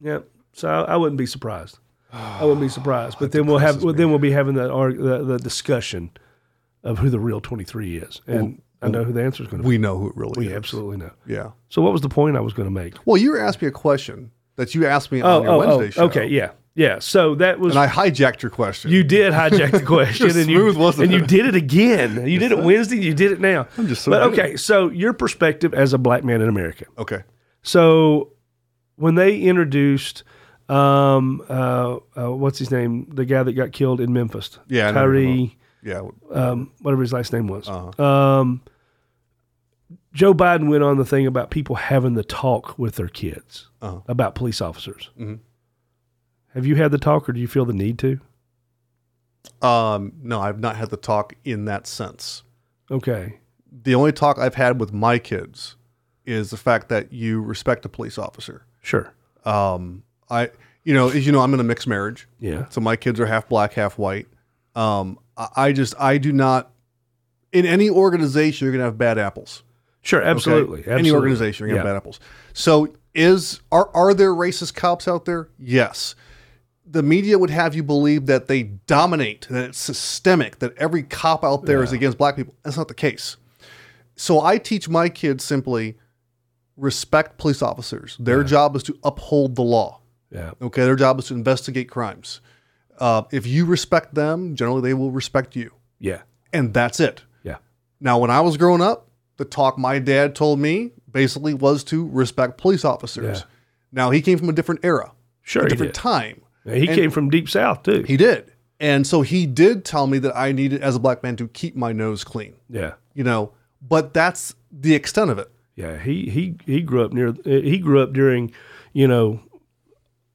S1: Yeah. So I, I wouldn't be surprised. I wouldn't be
S2: (sighs)
S1: surprised. But then we'll have well, then we'll be having that arg- the, the discussion of who the real 23 is, and I know who the answer is going to be.
S2: We know who it really
S1: We
S2: is.
S1: absolutely know.
S2: Yeah.
S1: So what was the point I was going to make?
S2: Well, you were asking me a question that you asked me
S1: Oh,
S2: on your
S1: oh,
S2: Wednesday
S1: oh,
S2: show.
S1: okay, yeah, yeah. So that was
S2: And I hijacked your question.
S1: you did hijack
S2: (laughs)
S1: the question,
S2: was
S1: and
S2: smooth,
S1: you
S2: wasn't
S1: and you
S2: it?
S1: did it again. You did it Wednesday. You did it now.
S2: I'm just so
S1: but
S2: good.
S1: okay. So your perspective as a black man in America.
S2: okay.
S1: So when they introduced um uh, uh what's his name the guy that got killed in Memphis
S2: Yeah, I know who you're
S1: Tyree
S2: talking Yeah. uh-huh.
S1: um whatever his last name was um Joe Biden went on the thing about people having the talk with their kids
S2: Uh-huh.
S1: about police officers.
S2: Mhm.
S1: Have you had the talk, or do you feel the need to?
S2: Um, no, I've not had the talk in that sense.
S1: Okay,
S2: The only talk I've had with my kids is the fact that you respect a police officer.
S1: sure.
S2: Um, I, you know, as you know, I'm in a mixed marriage.
S1: Yeah,
S2: So my kids are half black, half white. Um, I, I just, I do not, in any organization, you're going to have bad apples.
S1: sure,
S2: okay?
S1: absolutely.
S2: Any
S1: absolutely.
S2: organization, you're going to
S1: Yeah.
S2: have bad apples. So is, are, are there racist cops out there? Yes. The media would have you believe that they dominate, that it's systemic, that every cop out there is against black people. That's not the case. So I teach my kids simply respect police officers. Their job is to uphold the law.
S1: Yeah,
S2: Okay, their job is to investigate crimes. Uh, if you respect them, generally they will respect you,
S1: yeah,
S2: and that's it.
S1: yeah,
S2: Now, when I was growing up, the talk my dad told me basically was to respect police officers.
S1: Yeah.
S2: Now he came from a different era,
S1: sure. He,
S2: a different
S1: did.
S2: time.
S1: he came from deep south too.
S2: He did, and so he did tell me that I needed, as a black man, to keep my nose clean.
S1: yeah,
S2: You know, but that's the extent of it.
S1: Yeah, he he he grew up near he grew up during, you know,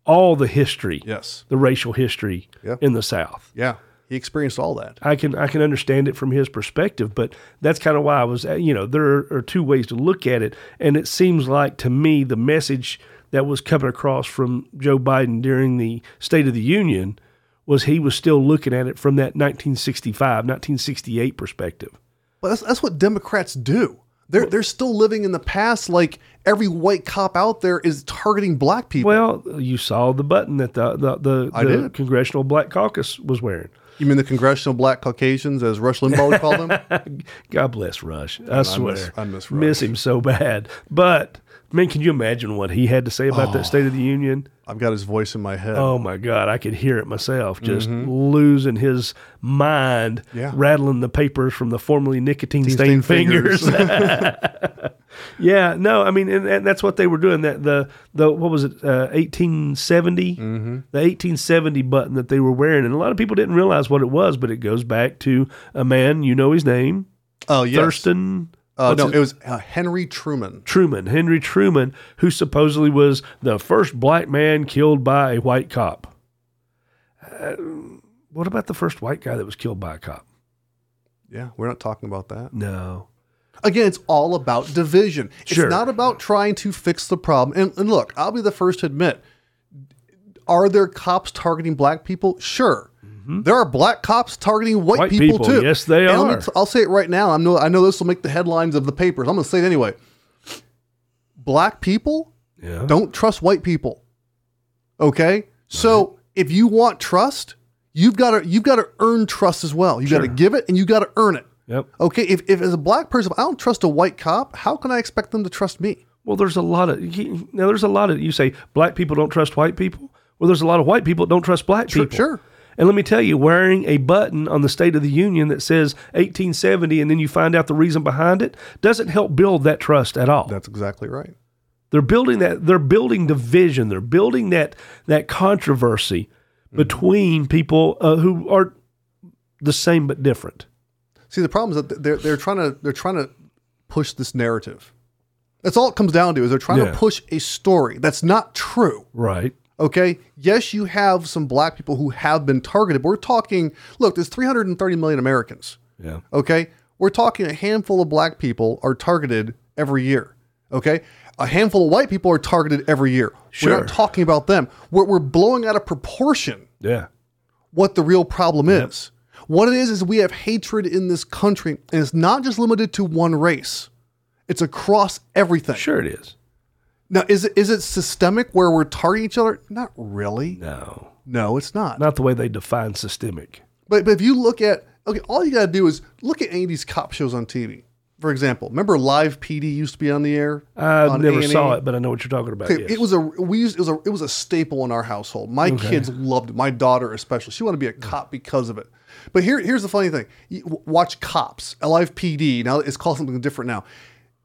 S1: all the history,
S2: Yes.
S1: the racial history
S2: Yeah.
S1: in the South.
S2: Yeah. He experienced all that.
S1: I can I can understand it from his perspective, but that's kind of why I was you know there are two ways to look at it, and it seems like to me the message that was coming across from Joe Biden during the State of the Union was he was still looking at it from that 1965 1968 perspective.
S2: But that's, that's what Democrats do. They're, they're still living in the past like every white cop out there is targeting black people.
S1: Well, you saw the button that the the, the,
S2: I
S1: the
S2: did.
S1: Congressional Black Caucus was wearing.
S2: you mean the congressional black Caucasians, as Rush Limbaugh
S1: (laughs)
S2: would call them?
S1: God bless Rush. I swear.
S2: miss- I miss
S1: him so bad. But, man, can you imagine what he had to say about
S2: Oh.
S1: that State of the Union?
S2: I've got his voice in my head. (laughs)
S1: Oh, my God. I could hear it myself just losing his mind,
S2: Mm-hmm. Yeah.
S1: rattling the papers from the formerly nicotine stained
S2: stained
S1: fingers. (laughs) yeah, no, I mean, and, and that's what they were doing. That the, the what was it, uh, 1870? The 1870 button that they were wearing. And a lot of people didn't realize what it was, but it goes back to a man, you know his name,
S2: (laughs) Oh, yes.
S1: Thurston.
S2: Uh,
S1: what's
S2: no,
S1: his-
S2: it was uh, Henry Truman.
S1: Truman, Henry Truman, who supposedly was the first black man killed by a white cop. Uh, what about the first white guy that was killed by a cop?
S2: Yeah, we're not talking about that.
S1: No.
S2: Again, it's all about division. It's
S1: Sure.
S2: not about trying to fix the problem. And, and look, I'll be the first to admit are there cops targeting black people? Sure. There are black cops targeting
S1: Mm-hmm.
S2: white,
S1: White
S2: people,
S1: people,
S2: too.
S1: yes, they
S2: And let me
S1: are.
S2: t- I'll say it right now. I'm no, I know this will make the headlines of the papers. I'm going to say it anyway. Black people
S1: Yeah.
S2: don't trust white people. Okay? So if you want trust, you've got to you've got to earn trust as well. You got to give it and you got to earn it.
S1: Yep.
S2: Okay, if, if as a black person, I don't trust a white cop, how can I expect them to trust me?
S1: Well, there's a lot of you- now. There's a lot of you say black people don't trust white people. Well, there's a lot of white people that don't trust black
S2: Sure,
S1: people.
S2: sure.
S1: And let me tell you, wearing a button on the State of the Union that says 1870, and then you find out the reason behind it, doesn't help build that trust at all.
S2: That's exactly right.
S1: They're building that. They're building division. They're building that that controversy between people uh, who are the same but different.
S2: See, the problem is that they're they're trying to they're trying to push this narrative. That's all it comes down to is they're trying
S1: Yeah.
S2: to push a story that's not true.
S1: Right.
S2: Okay. Yes, you have some black people who have been targeted. But we're talking. Look, there's 330 million Americans.
S1: Yeah.
S2: Okay. We're talking a handful of black people are targeted every year. Okay. A handful of white people are targeted every year. We're
S1: Sure.
S2: not talking about them. We're, we're blowing out of proportion
S1: Yeah.
S2: what the real problem is. What it is is we have hatred in this country, and it's not just limited to one race. It's across everything.
S1: Sure it is.
S2: Now, is it is it systemic where we're targeting each other? Not really.
S1: No.
S2: No, it's not.
S1: Not the way they define systemic.
S2: But but if you look at okay, all you got to do is look at any of these cop shows on TV. For example, remember Live PD used to be on the air.
S1: I
S2: on
S1: never
S2: A&E?
S1: saw it, but I know what you're talking about.
S2: Okay,
S1: yes.
S2: It was a we used it was a it was a staple in our household. My kids loved it. My daughter especially. She wanted to be a cop because of it. But here here's the funny thing. You w- watch Cops, Live PD. Now it's called something different now.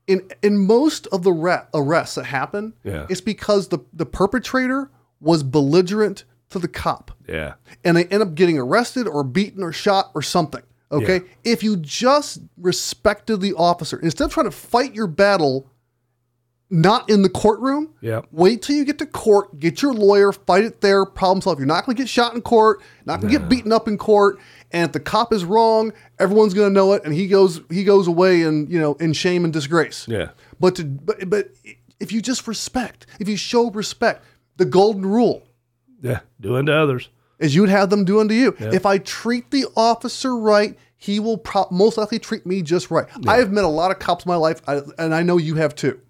S2: In in most of the ra- arrests that happen,
S1: Yeah.
S2: it's because the the perpetrator was belligerent to the cop
S1: yeah.
S2: and they end up getting arrested or beaten or shot or something. Okay. If you just respected the officer, instead of trying to fight your battle not in the courtroom,
S1: Yeah.
S2: wait till you get to court, get your lawyer, fight it there, problem solved. You're not going to get shot in court, not going to get beaten up in court. And if the cop is wrong, everyone's going to know it, and he goes he goes away in you know in shame and disgrace.
S1: Yeah.
S2: But to but, but if you just respect, if you show respect, the golden rule,
S1: Yeah. Doing to others.
S2: as you would have them do unto you. If I treat the officer right, he will pro- most likely treat me just right. I have met a lot of cops in my life, I, and I know you have too.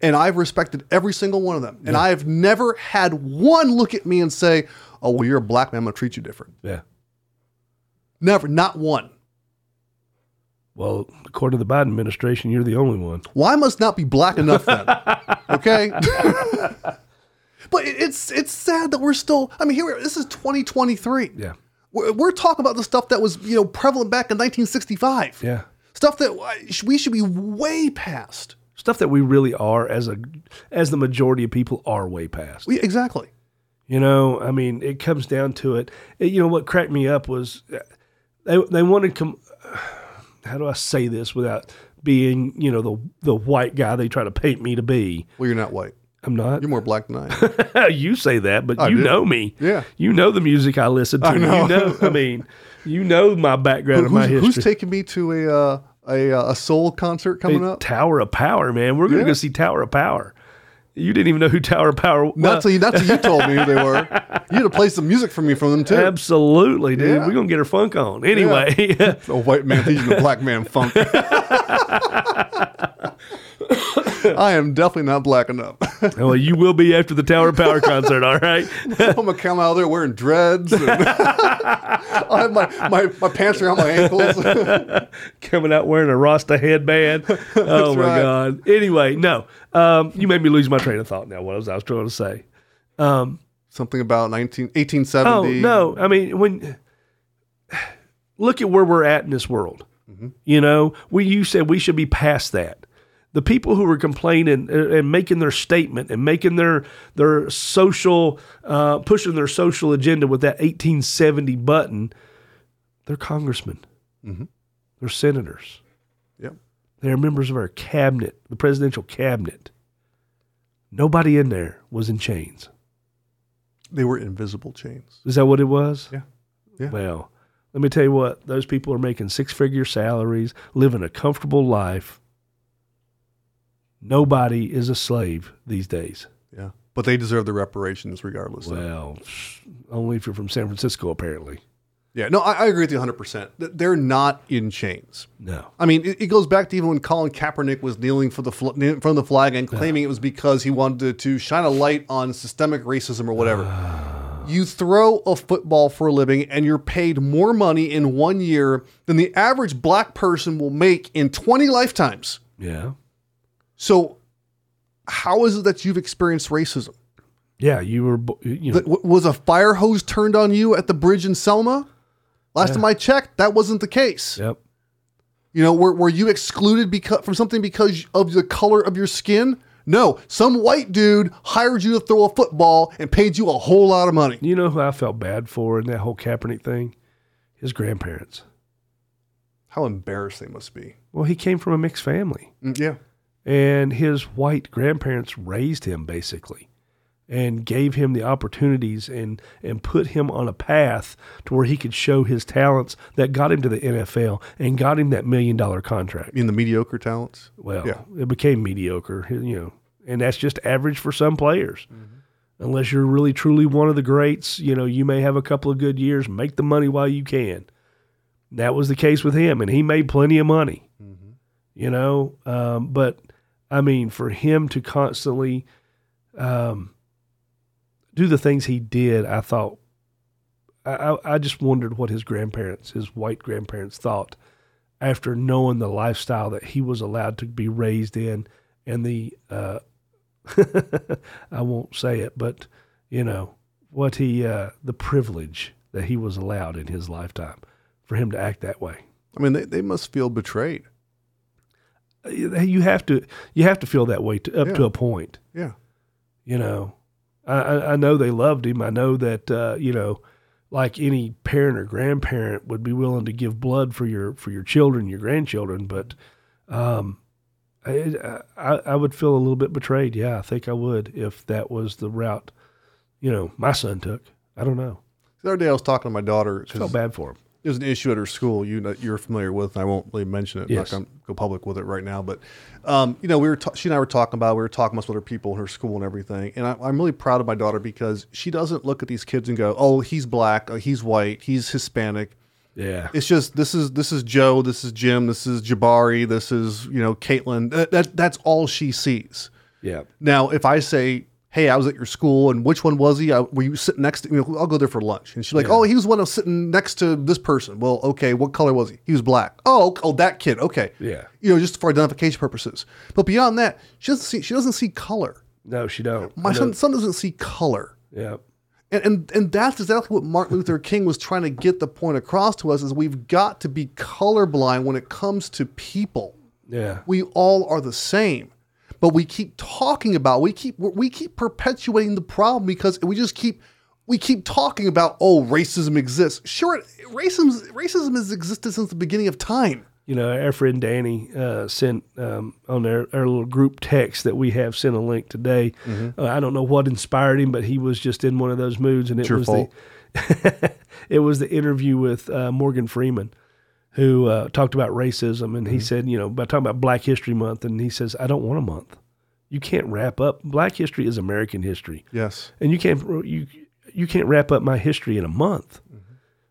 S2: And I've respected every single one of them. And I have never had one look at me and say, "Oh, well, you're a black man. I'm gonna treat you different."
S1: Yeah.
S2: Never, not one.
S1: Well, according to the Biden administration, you're the only one.
S2: Why must not be black enough then? okay. (laughs) but it, it's it's sad that we're still. I mean, here we are. This is 2023.
S1: Yeah.
S2: We're, we're talking about the stuff that was you know prevalent back in 1965.
S1: Yeah.
S2: stuff that I- sh- we should be way past.
S1: Stuff that we really are as a as the majority of people are way past.
S2: We, exactly.
S1: You know, I mean, it comes down to it. It- You know what cracked me up was uh, they they wanted com- (sighs) how do I say this without being you know the the white guy they try to paint me to be.
S2: Well, you're not white.
S1: I'm not.
S2: You're more black than I.
S1: (laughs)
S2: Am.
S1: you say that, but you
S2: do.
S1: know me.
S2: Yeah.
S1: You know the music I listen to.
S2: know.
S1: You know. I mean, you know my background and my
S2: who's, who's
S1: history.
S2: taking me to a uh, a uh, a soul concert coming up?
S1: Tower of Power, man. We're gonna
S2: Yeah.
S1: go see Tower of Power. You didn't even know who Tower of Power was.
S2: Not till you, not till you told me who they were.
S1: (laughs)
S2: You had to play some music for me from them too.
S1: Absolutely, dude.
S2: Yeah.
S1: We're gonna get her funk on anyway.
S2: a white man teaching a black man funk. I am definitely not black enough.
S1: (laughs)
S2: (laughs)
S1: well, you will be after the Tower of Power concert, all right?
S2: I'm gonna come out there wearing dreads. And (laughs) I'll have my, my, my pants around my ankles.
S1: (laughs) Coming out wearing a Rasta
S2: (laughs)
S1: headband. Oh my
S2: right.
S1: God. Anyway, no. Um, you made me lose my train of thought now. What was I was trying to say?
S2: Something about 19,
S1: Oh
S2: 1870.
S1: no! I mean, when look at where we're at in this world, you know, we you said we should be past that. The people who were complaining uh, and making their statement and making their their social uh, pushing their social agenda with that 1870 button, they're congressmen, they're senators,
S2: Yep.
S1: they're members of our cabinet, the presidential cabinet. Nobody in there was in chains.
S2: They were invisible chains.
S1: Is that what it was?
S2: Yeah. Yeah.
S1: Well, let me tell you what, those people are making six figure salaries, living a comfortable life. Nobody is a slave these days.
S2: Yeah. But they deserve the reparations regardless. though.
S1: Well, only if you're from San Francisco, apparently.
S2: Yeah. No, I, I agree with you 100%. Th- They're not in chains.
S1: No.
S2: I mean, it, it goes back to even when Colin Kaepernick was kneeling for the fl- kneeling from the flag and claiming it was because he wanted to, to shine a light on systemic racism or whatever. you throw a football for a living and you're paid more money in one year than the average black person will make in 20 lifetimes.
S1: Yeah.
S2: So, how is it that you've experienced racism?
S1: Yeah, you were, bo- you know,
S2: Th- w- was a fire hose turned on you at the bridge in Selma? Last time I checked, that wasn't the case.
S1: yep.
S2: You know, were, were you excluded because from something because of the color of your skin? No, some white dude hired you to throw a football and paid you a whole lot of money.
S1: You know who I felt bad for in that whole Kaepernick thing? His grandparents.
S2: How embarrassing must be.
S1: Well, he came from a mixed family.
S2: Mm, Yeah,
S1: and his white grandparents raised him basically and gave him the opportunities and and put him on a path to where he could show his talents that got him to the NFL and got him that million dollar contract.
S2: in the mediocre talents.
S1: Well,
S2: Yeah.
S1: it became mediocre, you know, and that's just average for some players. Unless you're really truly one of the greats, you know, you may have a couple of good years, make the money while you can. That was the case with him, and he made plenty of money, you know. Um, but I mean, for him to constantly um, do the things he did, I thought, I, I, I just wondered what his grandparents, his white grandparents, thought after knowing the lifestyle that he was allowed to be raised in and the uh (laughs) I won't say it, but you know, what he uh the privilege that he was allowed in his lifetime for him to act that way.
S2: I mean, they, they must feel betrayed.
S1: Uh, You have to you have to feel that way to, up
S2: Yeah.
S1: to a point.
S2: Yeah.
S1: you know I- I, I know they loved him i know that uh, you know like any parent or grandparent would be willing to give blood for your for your children your grandchildren but um I, I I would feel a little bit betrayed yeah i think i would if that was the route you know my son took i don't know
S2: The other day I was talking to my daughter
S1: i felt
S2: because
S1: bad for him
S2: there's an issue at her school you know, you're familiar with, and I won't really mention it.
S1: Yes.
S2: I'm not going to go public with it right now, but um, you know, we were ta- she and I were talking about we were talking about some other people in her school and everything, and I, I'm really proud of my daughter because she doesn't look at these kids and go, "Oh, he's black, oh, he's white, he's Hispanic."
S1: yeah
S2: It's just this is this is Joe, this is Jim, this is Jabari, this is you know Caitlin. That, that that's all she sees.
S1: yeah
S2: Now, if I say, "Hey, I was at your school, and which one was he? I, were you sitting next to? You know, I'll go there for lunch." And she's like, "Oh, he was one of sitting next to this person." Well, okay, what color was he? He was black. Oh, ok- oh, that kid. Okay,
S1: Yeah.
S2: you know, just for identification purposes. But beyond that, she doesn't see. She doesn't see color.
S1: no she don't
S2: My son, son doesn't see color.
S1: yeah
S2: And, and and that's exactly what Martin Luther King was trying to get the point across to us is we've got to be colorblind when it comes to people
S1: yeah
S2: we all are the same but we keep talking about we keep we keep perpetuating the problem because we just keep we keep talking about oh racism exists sure it- racism racism has existed since the beginning of time
S1: you know, our friend Danny uh, sent um, on our, our little group text that we have sent a link today.
S2: Mm-hmm.
S1: Uh, I don't know what inspired him, but he was just in one of those moods, and it
S2: your
S1: was
S2: fault.
S1: the (laughs) it was the interview with uh, Morgan Freeman, who uh, talked about racism, and
S2: Mm-hmm.
S1: he said, you know, by talking about Black History Month, and he says, I don't want a month. You can't wrap up Black History is American history
S2: yes
S1: and you can't you you can't wrap up my history in a month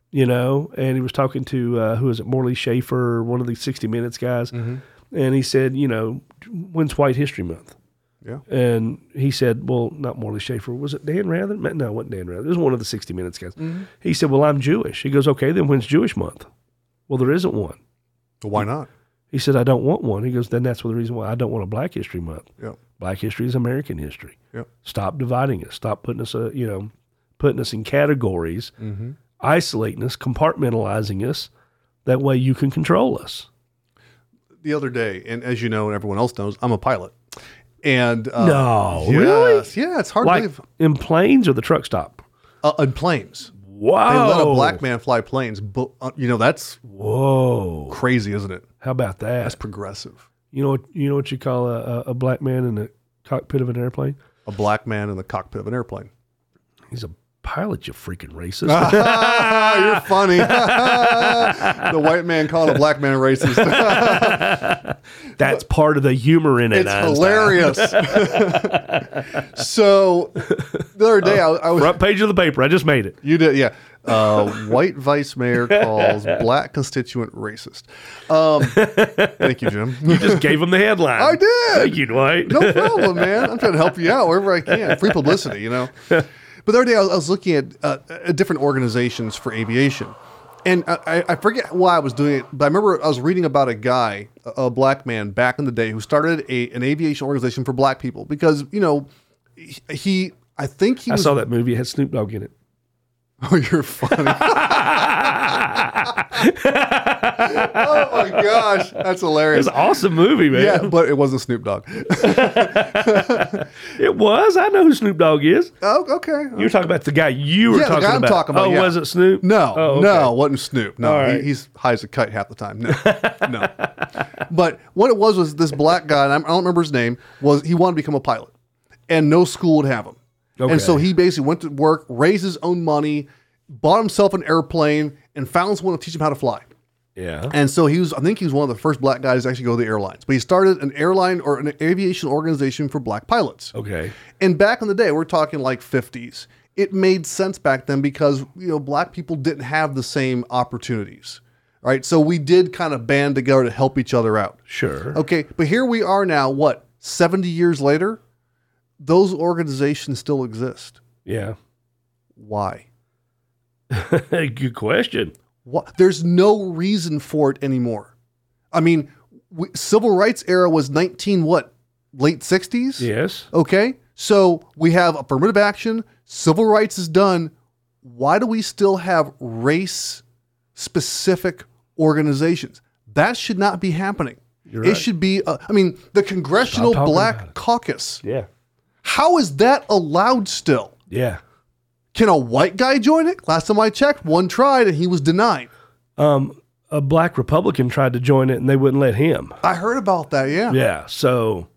S1: you know and he was talking to uh, who is it morley schaefer one of the 60 minutes guys and he said you know when's white history month
S2: Yeah.
S1: and he said well not morley schaefer was it dan rather no it wasn't dan rather it was one of the 60 minutes guys he said well i'm jewish he goes okay then when's jewish month well there isn't one
S2: well, why not
S1: he said i don't want one he goes then that's the reason why i don't want a black history month
S2: yeah
S1: Black history is American history.
S2: Yep.
S1: Stop dividing us. Stop putting us, uh, you know, putting us in categories,
S2: Mhm.
S1: isolating us, compartmentalizing us. That way you can control us.
S2: the other day and as you know and everyone else knows i'm a pilot and uh,
S1: No,
S2: yes,
S1: really?
S2: yeah it's hard
S1: Like
S2: to believe
S1: in planes or the truck stop.
S2: uh, on planes they
S1: Wow.
S2: let a black man fly planes but uh, you know that's
S1: Whoa.
S2: crazy isn't it
S1: How about that?
S2: that's progressive
S1: You know, what- you know what you call a, a, a black man in the cockpit of an airplane?
S2: a black man in the cockpit of an airplane
S1: He's a pilot. You freaking racist. (laughs)
S2: Ah, (laughs) you're funny. the white man calling a black man racist.
S1: (laughs) That's part of the humor in it.
S2: It's
S1: Einstein.
S2: hilarious. so the other day, I, I was.
S1: Front page of the paper. I just made it.
S2: You did, yeah. Uh, white vice mayor calls black constituent racist. Um, thank you, Jim.
S1: (laughs) Just gave him the headline.
S2: (laughs) I did.
S1: Thank you, Dwight.
S2: no problem, man. I'm trying to help you out wherever I can. Free publicity, you know. But the other day, I was, I was looking at uh, uh, different organizations for aviation, and I, I I forget why I was doing it, but I remember I was reading about a guy, a, a black man back in the day, who started a, an aviation organization for black people because you know he. he I think he
S1: I
S2: was.
S1: saw that movie. It had Snoop Dogg in it.
S2: (laughs)
S1: (laughs)
S2: Oh, you're funny. oh my gosh, that's hilarious.
S1: It's an awesome movie, man.
S2: Yeah, but it wasn't Snoop Dogg.
S1: It was. I know who Snoop Dogg is.
S2: Oh, okay.
S1: You were talking about the guy you were
S2: Yeah, the
S1: talking
S2: guy I'm
S1: about.
S2: talking about,
S1: Oh,
S2: yeah.
S1: was it Snoop?
S2: No,
S1: Oh, okay.
S2: no, wasn't Snoop. No,
S1: All right.
S2: he, he's high as a kite half the time.
S1: (laughs)
S2: No, no. But what it was was this black guy, and I'm- I don't remember his name, was he wanted to become a pilot, and no school would have him. And so he basically went to work, raised his own money, bought himself an airplane, and found someone to teach him how to fly.
S3: Yeah.
S2: And so he was, I think he was one of the first black guys to actually go to the airlines. But he started an airline or an aviation organization for black pilots.
S3: Okay.
S2: And back in the day, we're talking like 50s. It made sense back then because, you know, black people didn't have the same opportunities. Right? So we did kind of band together to help each other out.
S1: Sure.
S2: Okay, but here we are now, what, 70 years later? Those organizations still exist.
S1: (laughs)
S3: Yeah.
S2: Why?
S3: Good question.
S2: What? There's no reason for it anymore. I mean, w- civil rights era was 19 what? Late 60s?
S3: Yes.
S2: Okay? So we have affirmative action, civil rights is done. Why do we still have race specific organizations? That should not be happening. It should be, uh, I mean, the Congressional
S3: talking
S2: Black Caucus.
S3: Yeah.
S2: How is that allowed still?
S3: Yeah.
S2: Can a white guy join it? Last time I checked, one tried and he was denied.
S1: Um, a black Republican tried to join it and they wouldn't let him.
S2: I heard about that, yeah.
S1: (laughs) Yeah. So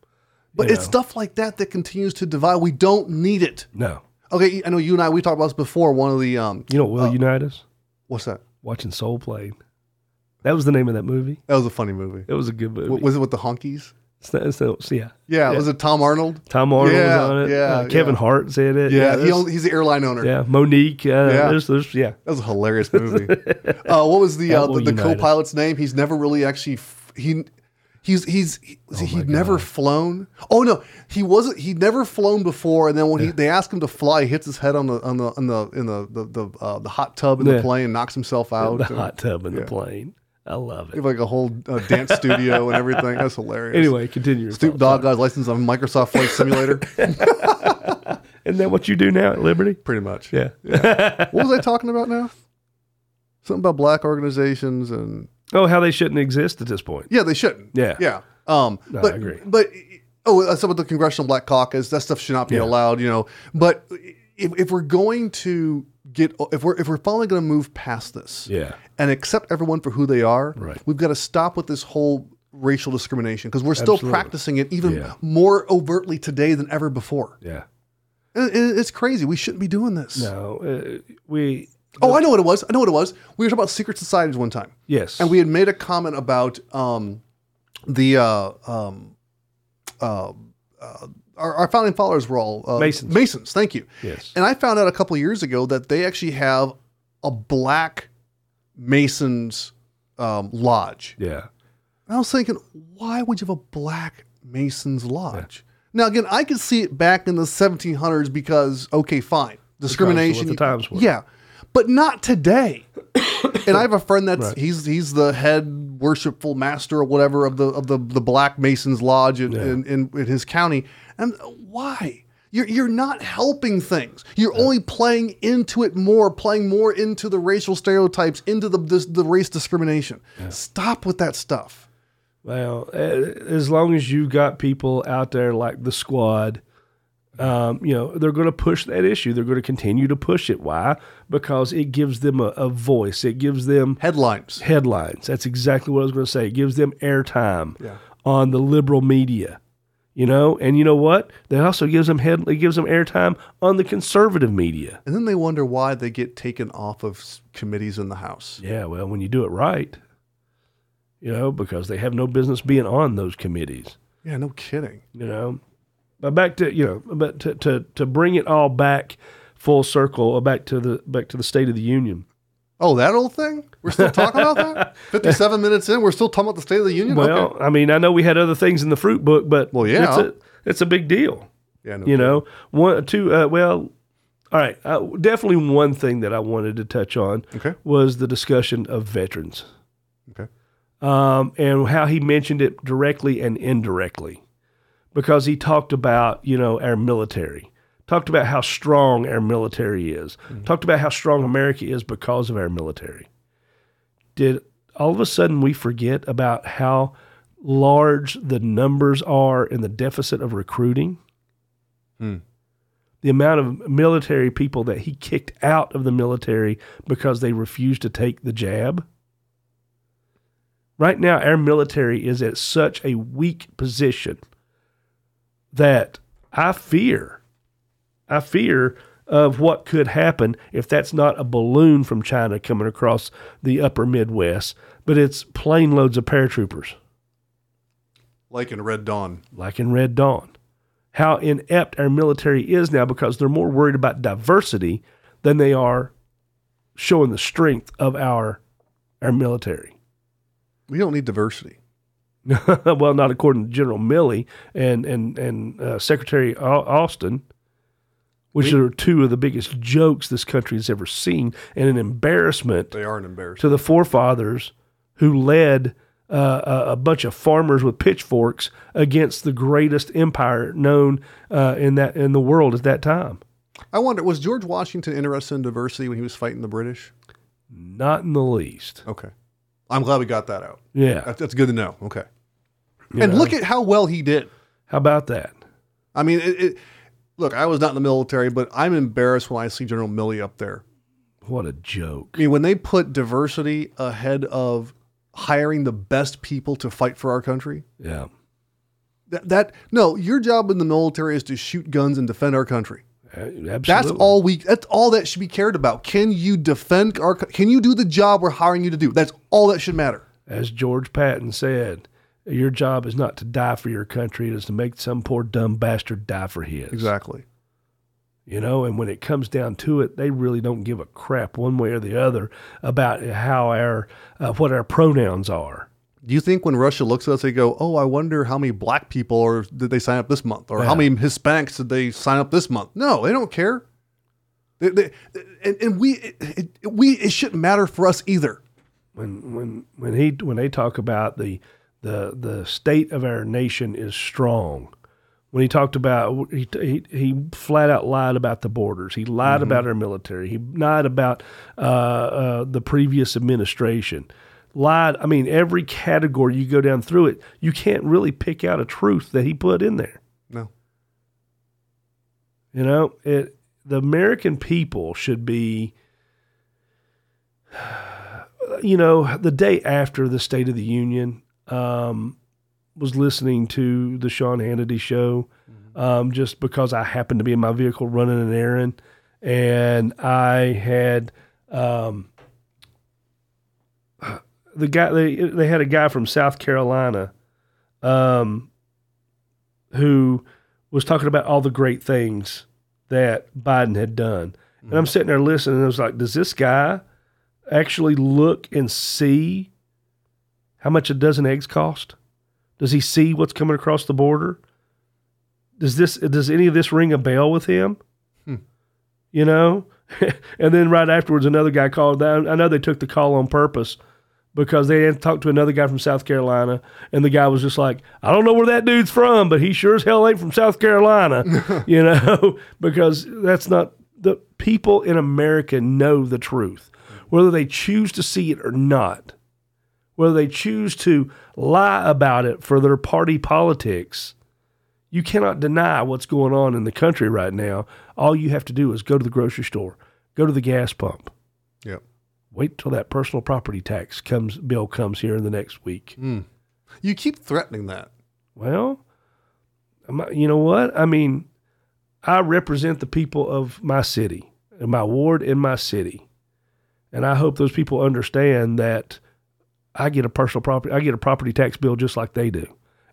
S2: but it's stuff like that that continues to divide. We don't need it.
S1: no.
S2: Okay, I know you and I, we talked about this before. One of the, um,
S1: You know what will unite us?
S2: what's that?
S1: Watching Soul Plane. That was the name of that movie.
S2: That was a funny movie.
S1: It was a good movie.
S2: W- was it with the honkies?
S1: It's not- it's not- so, yeah.
S2: Yeah, was it Tom Arnold?
S1: Tom Arnold
S2: Yeah,
S1: was on it.
S2: yeah,
S1: Uh, Kevin
S2: yeah.
S1: Hart's in it.
S2: Yeah, he
S1: there's-
S2: owned, he's the airline owner.
S1: yeah. Monique. Uh,
S2: Yeah.
S1: There's, there's, yeah.
S2: That was a
S1: (laughs)
S2: hilarious movie. uh, what was the
S1: That
S2: uh,
S1: will
S2: the, the
S1: unite us.
S2: co-pilot's name? He's never really actually f- he he's he's he,
S1: Oh
S2: he'd never flown. Oh no, he wasn't. He'd never flown before. And then when he, they ask him to fly, he hits his head on the on the on the in the the the, uh, the hot tub in
S1: Yeah.
S2: the plane and knocks himself out.
S1: The
S2: And
S1: hot tub in the plane. I love
S2: they
S1: it.
S2: have like a whole uh, dance studio and everything. That's hilarious.
S1: Anyway, continue. your
S2: Snoop
S1: thoughts.
S2: Dogg got his license on Microsoft
S1: (laughs)
S2: Flight Simulator.
S1: Isn't that what you do now at Liberty?
S2: Pretty much.
S1: Yeah.
S2: What was I talking about now? Something about black organizations and
S1: (laughs) Oh, how they shouldn't exist at this point.
S2: Yeah, they shouldn't.
S1: Yeah.
S2: yeah. Um,
S1: No,
S2: but
S1: I agree.
S2: but oh, that's about the Congressional Black Caucus. That stuff should not be allowed. You know, but if, if we're going to get if we're if we're finally going to move past this,
S3: Yeah.
S2: and accept everyone for who they are,
S3: Right.
S2: we've got to stop with this whole racial discrimination because we're still
S1: Absolutely.
S2: practicing it even
S3: Yeah.
S2: more overtly today than ever before.
S3: Yeah.
S2: It- it- it's crazy. We shouldn't be doing this.
S1: No. Uh, we,
S2: Oh, I know what it was. I know what it was. We were talking about secret societies one time.
S1: yes.
S2: And we had made a comment about um, the uh, um, uh, uh, our, our founding fathers were all uh,
S1: Masons.
S2: Masons, thank you.
S1: yes.
S2: And I found out a couple of years ago that they actually have a black Masons um, lodge.
S1: Yeah.
S2: And I was thinking, why would you have a black Masons lodge? Now, again, I could see it back in the 1700s because, okay, fine, discrimination.
S1: the times were.
S2: Yeah, but
S1: (coughs)
S2: not today. and I have a friend that's he's he's the head worshipful master or whatever of the of the, the Black Masons Lodge in, in, in, in his county. And why? You're, you're not helping things. You're only playing into it more, playing more into the racial stereotypes, into the this, the race discrimination. Stop with that stuff.
S1: Well, a- as long as you got people out there like the squad, um, you know they're going to push that issue. They're going to continue to push it. Why? Because it gives them a, a voice. It gives them
S2: Headlines.
S1: headlines. That's exactly what I was going to say. It gives them airtime on the liberal media. You know, and you know what? That also gives them head. It gives them airtime on the conservative media.
S2: And then they wonder why they get taken off of s- committees in the House.
S1: Yeah, well, when you do it right, you know, because they have no business being on those committees.
S2: Yeah, no kidding.
S1: you know. But back to you know, but to, to to bring it all back full circle, uh, back to the back to the State of the Union.
S2: Oh, that old thing? We're still talking about (laughs) that? 57 minutes in, we're still talking about the State of the Union?
S1: Well,
S2: Okay.
S1: I mean, I know we had other things in the fruit book, but
S2: Well, yeah.
S1: it's a, it's a big deal.
S2: yeah, no
S1: You know, one two. Uh, well, all right. Uh, definitely one thing that I wanted to touch on
S2: Okay.
S1: was the discussion of veterans.
S2: Okay.
S1: um, and how he mentioned it directly and indirectly, because he talked about you know our military, talked about how strong our military is,
S2: Mm-hmm.
S1: talked about how strong America is because of our military. Did all of a sudden we forget about how large the numbers are and the deficit of recruiting?
S2: Hmm.
S1: The amount of military people that he kicked out of the military because they refused to take the jab. Right now, our military is at such a weak position that I fear, I fear of what could happen if that's not a balloon from China coming across the upper Midwest, but it's plane loads of paratroopers,
S2: Like in Red Dawn.
S1: like in Red Dawn. How inept our military is now because they're more worried about diversity than they are showing the strength of our our military. (laughs)
S2: We don't need diversity.
S1: well, not according to General Milley and and and uh, Secretary Au- Austin, which are two of the biggest jokes this country has ever seen, and an embarrassment
S2: They are an embarrassment.
S1: to the forefathers who led uh, a- a bunch of farmers with pitchforks against the greatest empire known uh, in that in the world at that time.
S2: I wonder, was George Washington interested in diversity when he was fighting the British?
S1: Not in the least.
S2: Okay. I'm glad we got that out.
S1: Yeah.
S2: That- That's good to know. Okay.
S1: you
S2: And
S1: know.
S2: look at how well he did.
S1: how about that?
S2: I mean, it, it, look, I was not in the military, but I'm embarrassed when I see General Milley up there.
S1: What a joke.
S2: I mean, when they put diversity ahead of hiring the best people to fight for our country,
S1: Yeah.
S2: that, that no, your job in the military is to shoot guns and defend our country.
S1: A- Absolutely.
S2: That's all we. That's all that should be cared about. Can you defend our? co- Can you do the job we're hiring you to do? That's all that should matter.
S1: As George Patton said, your job is not to die for your country, it is to make some poor dumb bastard die for his.
S2: Exactly.
S1: You know, and when it comes down to it, they really don't give a crap one way or the other about how our uh, what our pronouns are.
S2: Do you think when Russia looks at us, they go, "Oh, I wonder how many black people or did they sign up this month, or how many Hispanics did they sign up this month?" No, they don't care. They, they, and, and we, it, it, we, it shouldn't matter for us either.
S1: When when when he when they talk about the the the state of our nation is strong. When he talked about he he, he flat out lied about the borders. He lied about our military. He lied about uh, uh, the previous administration. Lied. I mean, every category you go down through it, you can't really pick out a truth that he put in there.
S2: No,
S1: You know, it the American people should be you know, the day after the State of the Union, um, was listening to the Sean Hannity show, um, just because I happened to be in my vehicle running an errand, and I had um, the guy they they had a guy from South Carolina, um, who was talking about all the great things that Biden had done, and I'm sitting there listening, and I was like, does this guy? actually look and see how much a dozen eggs cost? Does he see what's coming across the border? Does this does any of this ring a bell with him? You know? (laughs) and then right afterwards another guy called I I know they took the call on purpose because they had talked to another guy from South Carolina and the guy was just like, I don't know where that dude's from, but he sure as hell ain't from South Carolina. you know, (laughs) because that's not the people in America know the truth, whether they choose to see it or not, whether they choose to lie about it for their party politics. You cannot deny what's going on in the country right now. All you have to do is go to the grocery store, go to the gas pump.
S2: yeah.
S1: Wait till that personal property tax comes bill comes here in the next week.
S2: You keep threatening that.
S1: Well, I'm not- you know what? I mean, I represent the people of my city, and my ward in my city. And I hope those people understand that I get a personal property, I get a property tax bill just like they do.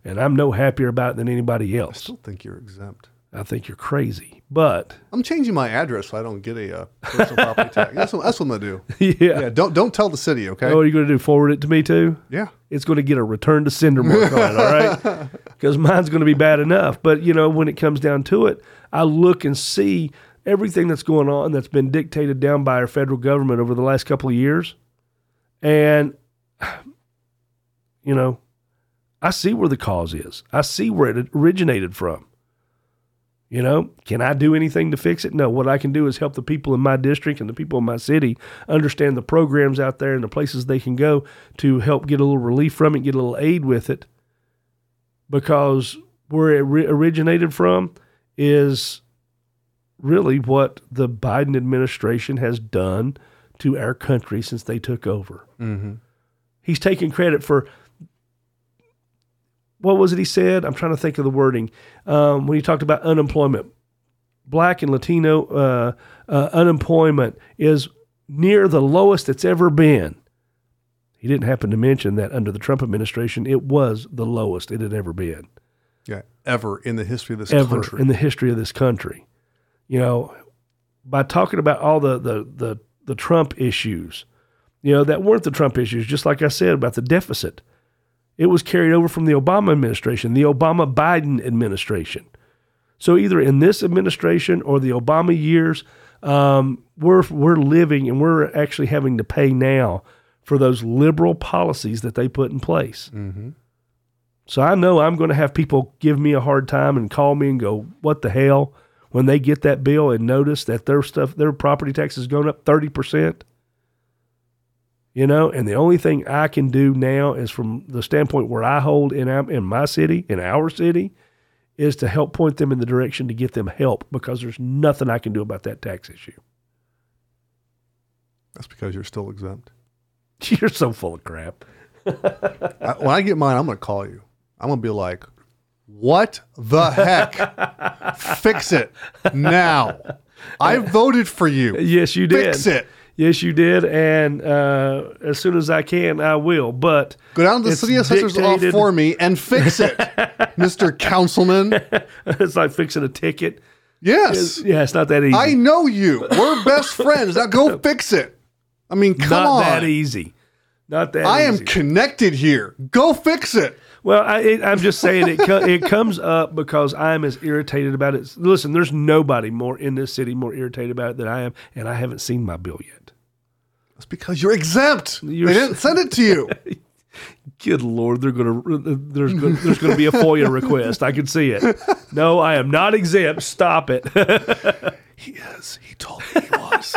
S1: And I'm no happier about it than anybody
S2: I
S1: else.
S2: still think you're exempt.
S1: I think you're crazy. But (laughs)
S2: I'm changing my address so I don't get a uh, personal property
S1: (laughs)
S2: tax. That's what, that's what I'm gonna do.
S1: yeah.
S2: Yeah, don't don't tell the city, okay?
S1: Oh, what are you going to do? Forward it to me too?
S2: yeah,
S1: it's going to get a return to sender mark on it, all right? Because mine's going to be bad enough. But, you know, when it comes down to it, I look and see everything that's going on that's been dictated down by our federal government over the last couple of years. And, (sighs) you know, I see where the cause is, I see where it originated from. You know, can I do anything to fix it? No. What I can do is help the people in my district and the people in my city understand the programs out there and the places they can go to help get a little relief from it, get a little aid with it. Because where it ri originated from is really what the Biden administration has done to our country since they took over. He's taking credit for what was it he said? I'm trying to think of the wording. Um, when he talked about unemployment black and Latino uh, uh, unemployment is near the lowest it's ever been. He didn't happen to mention that under the Trump administration, it was the lowest it had ever been
S2: Yeah, ever in the history of this
S1: ever
S2: country.
S1: in the history of this country. You know, by talking about all the the the, the Trump issues, you know, that weren't the Trump issues, just like I said about the deficit. It was carried over from the Obama administration, the Obama Biden administration. So either in this administration or the Obama years, um, we're we're living and we're actually having to pay now for those liberal policies that they put in place.
S2: Mm-hmm.
S1: So I know I'm going to have people give me a hard time and call me and go, "What the hell?" When they get that bill and notice that their stuff, their property tax has gone up thirty percent. You know, and the only thing I can do now is from the standpoint where I hold in our- in my city, in our city, is to help point them in the direction to get them help because there's nothing I can do about that tax issue. (laughs)
S2: That's because you're still exempt.
S1: You're so full of crap.
S2: I, when I get mine, I'm going to call you. I'm going to be like, what the heck? Fix it now. I voted for you.
S1: Yes, you did.
S2: Fix it.
S1: Yes, you did. And uh, as soon as I can, I will. But
S2: Go down to the
S1: It's
S2: city assessor's
S1: dictated.
S2: off for me and fix it, Mr.
S1: (laughs)
S2: Councilman.
S1: it's like fixing a ticket.
S2: Yes.
S1: Yeah, it's not that easy.
S2: I know you. We're best friends. Now go fix it. I mean, come
S1: not
S2: on.
S1: that easy. Not that
S2: I am
S1: easy.
S2: connected here. Go fix it.
S1: Well, I, it, I'm just saying it. Co- it comes up because I'm as irritated about it. Listen, there's nobody more in this city more irritated about it than I am, and I haven't seen my bill yet.
S2: That's because you're exempt.
S1: You're
S2: they
S1: s-
S2: didn't send it
S1: (laughs)
S2: to you.
S1: Good lord, they're gonna uh, there's gonna, there's gonna be a FOIA request. I can see it. No, I am not exempt. Stop it. (laughs)
S2: he is. He told me he was.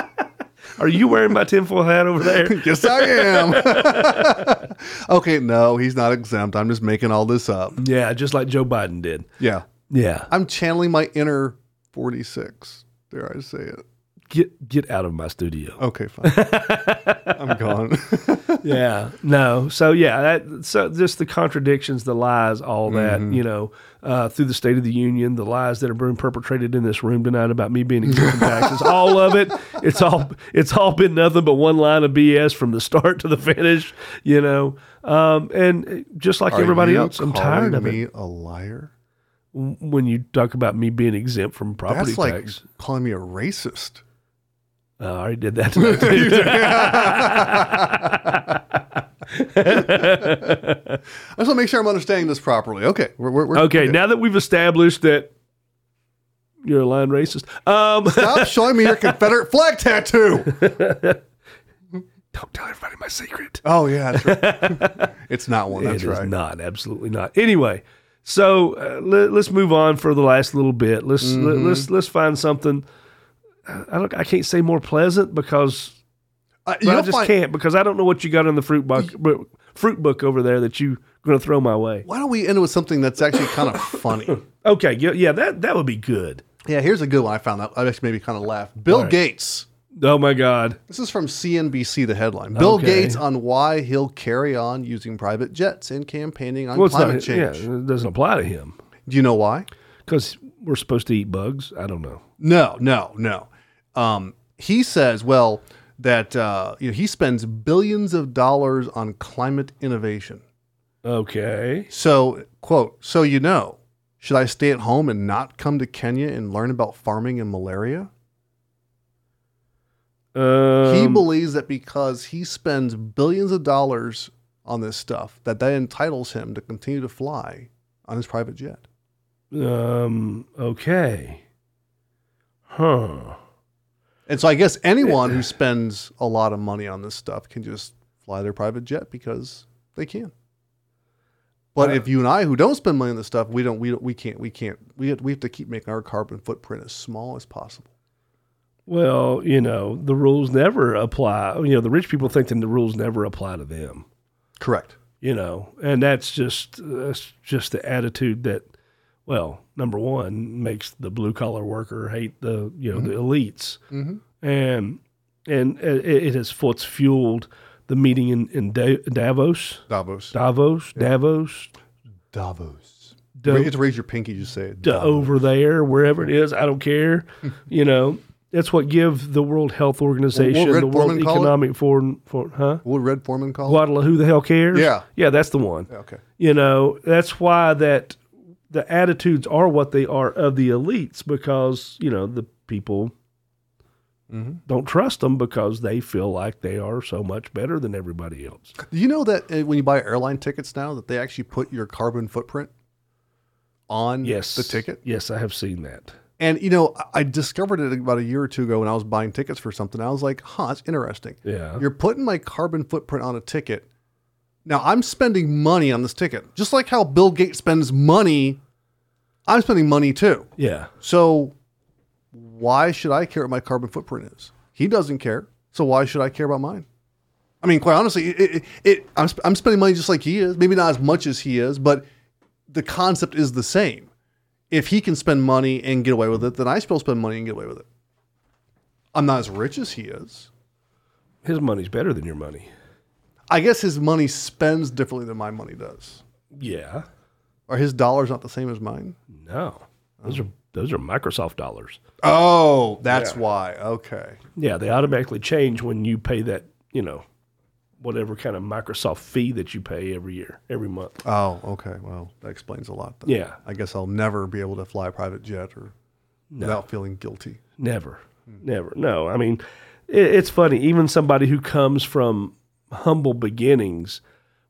S1: Are you wearing my tinfoil hat over there?
S2: (laughs) yes, I am. (laughs) okay, no, he's not exempt. I'm just making all this up.
S1: Yeah, just like Joe Biden did.
S2: Yeah.
S1: Yeah,
S2: I'm channeling my inner 46. Dare I say it?
S1: get get out of my studio. (laughs)
S2: Okay, fine. I'm gone.
S1: yeah no so yeah that so just the contradictions the lies all that
S2: Mm-hmm.
S1: you know uh, through the state of the union the lies that are being perpetrated in this room tonight about me being exempt from
S2: (laughs)
S1: taxes all of it it's all it's all been nothing but one line of bs from the start to the finish you know um, and just like
S2: Are
S1: everybody
S2: you
S1: else i'm tired
S2: calling
S1: of
S2: me
S1: it
S2: a liar.
S1: when you talk about me being exempt from property
S2: That's like
S1: tax
S2: calling me a racist.
S1: Uh, I already did
S2: (laughs)
S1: that. tonight, too.
S2: I just want to make sure I'm understanding this properly. Okay, we're, we're, we're
S1: (laughs) okay, now that we've established that you're a line racist, um,
S2: Stop showing me your Confederate flag tattoo.
S1: don't tell everybody my secret.
S2: Oh yeah, that's right.
S1: (laughs)
S2: it's not one. That's
S1: It is
S2: right.
S1: not, absolutely not. Anyway, so uh, let, us move on for the last little bit. Let's let,
S2: Mm-hmm.
S1: let's let's find something. Uh, I don't. I can't say more pleasant because
S2: Uh,
S1: but I
S2: you'll
S1: just
S2: find-
S1: can't because I don't know what you got in the fruit book bu- fruit book over there that you going to throw my way.
S2: Why don't we end with something that's actually
S1: (laughs)
S2: kind of funny?
S1: Okay, yeah, yeah, that that would be good.
S2: Yeah, here's a good one I found out. I actually made me kind of laugh. Bill Gates.
S1: Oh my God.
S2: This is from CNBC. The headline: Bill
S1: Okay.
S2: Gates on why he'll carry on using private jets in campaigning on
S1: Well, it's
S2: climate
S1: not,
S2: change.
S1: Yeah, it doesn't apply to him
S2: Do you know why?
S1: because we're supposed to eat bugs. I don't know.
S2: No, no, no. Um, he says, well, that uh, you know, he spends billions of dollars on climate innovation.
S1: Okay.
S2: So, quote, so you know, should I stay at home and not come to Kenya and learn about farming and malaria?
S1: Um,
S2: he believes that because he spends billions of dollars on this stuff, that that entitles him to continue to fly on his private jet.
S1: Um. Okay. Huh.
S2: And so I guess anyone who spends a lot of money on this stuff can just fly their private jet because they can. But
S1: Uh,
S2: if you and I who don't spend money on this stuff, we don't we don't, we can't we can't we have, we have to keep making our carbon footprint as small as possible.
S1: Well, you know, the rules never apply. You know, the rich people think that the rules never apply to them.
S2: Correct.
S1: You know, and that's just that's just the attitude that, well, number one makes the blue collar worker hate the you know the elites,
S2: Mhm.
S1: and and it, it has what's fueled the meeting in in da- Davos,
S2: Davos.
S1: Davos, Davos,
S2: Davos. You
S1: dope
S2: have to raise your pinky to say it.
S1: to over there, wherever it is. I don't
S2: (laughs)
S1: care. you know, that's what give the World Health Organization,
S2: Red
S1: the World
S2: Foreman call it?
S1: Economic Forum, for, huh?
S2: What would Red Foreman call it?
S1: Guadalajara, who the hell cares?
S2: Yeah.
S1: yeah, that's the one.
S2: Okay.
S1: You know, that's why that the attitudes are what they are of the elites because you know the people
S2: Mm-hmm.
S1: don't trust them because they feel like they are so much better than everybody
S2: (laughs)
S1: else.
S2: Do you know that uh, when you buy airline tickets now that they actually put your carbon footprint on
S1: Yes,
S2: the ticket?
S1: Yes, I have seen that.
S2: And you know, I- I discovered it about a year or two ago when I was buying tickets for something. I was like, "Huh, it's interesting.
S1: Yeah.
S2: You're putting my carbon footprint on a ticket. Now I'm spending money on this ticket, just like how Bill Gates spends money. I'm spending money too.
S1: Yeah,
S2: So why should I care what my carbon footprint is? He doesn't care. So why should I care about mine? I mean, quite honestly, it, it, it I'm, sp- I'm spending money just like he is. Maybe not as much as he is, but the concept is the same. If he can spend money and get away with it, then I still spend money and get away with it. I'm not as rich as he is.
S1: his money's better than your money.
S2: I guess his money spends differently than my money does.
S1: Yeah.
S2: Are his dollars not the same as mine?
S1: No, those are those are Microsoft dollars.
S2: Oh, that's why. Okay.
S1: Yeah, they automatically change when you pay that you know whatever kind of Microsoft fee that you pay every year, every month.
S2: Oh, okay. Well, that explains a lot. Then.
S1: Yeah,
S2: I guess I'll never be able to fly a private jet or without feeling guilty. (clears throat)
S1: never, never. No, I mean it, it's funny. Even somebody who comes from humble beginnings.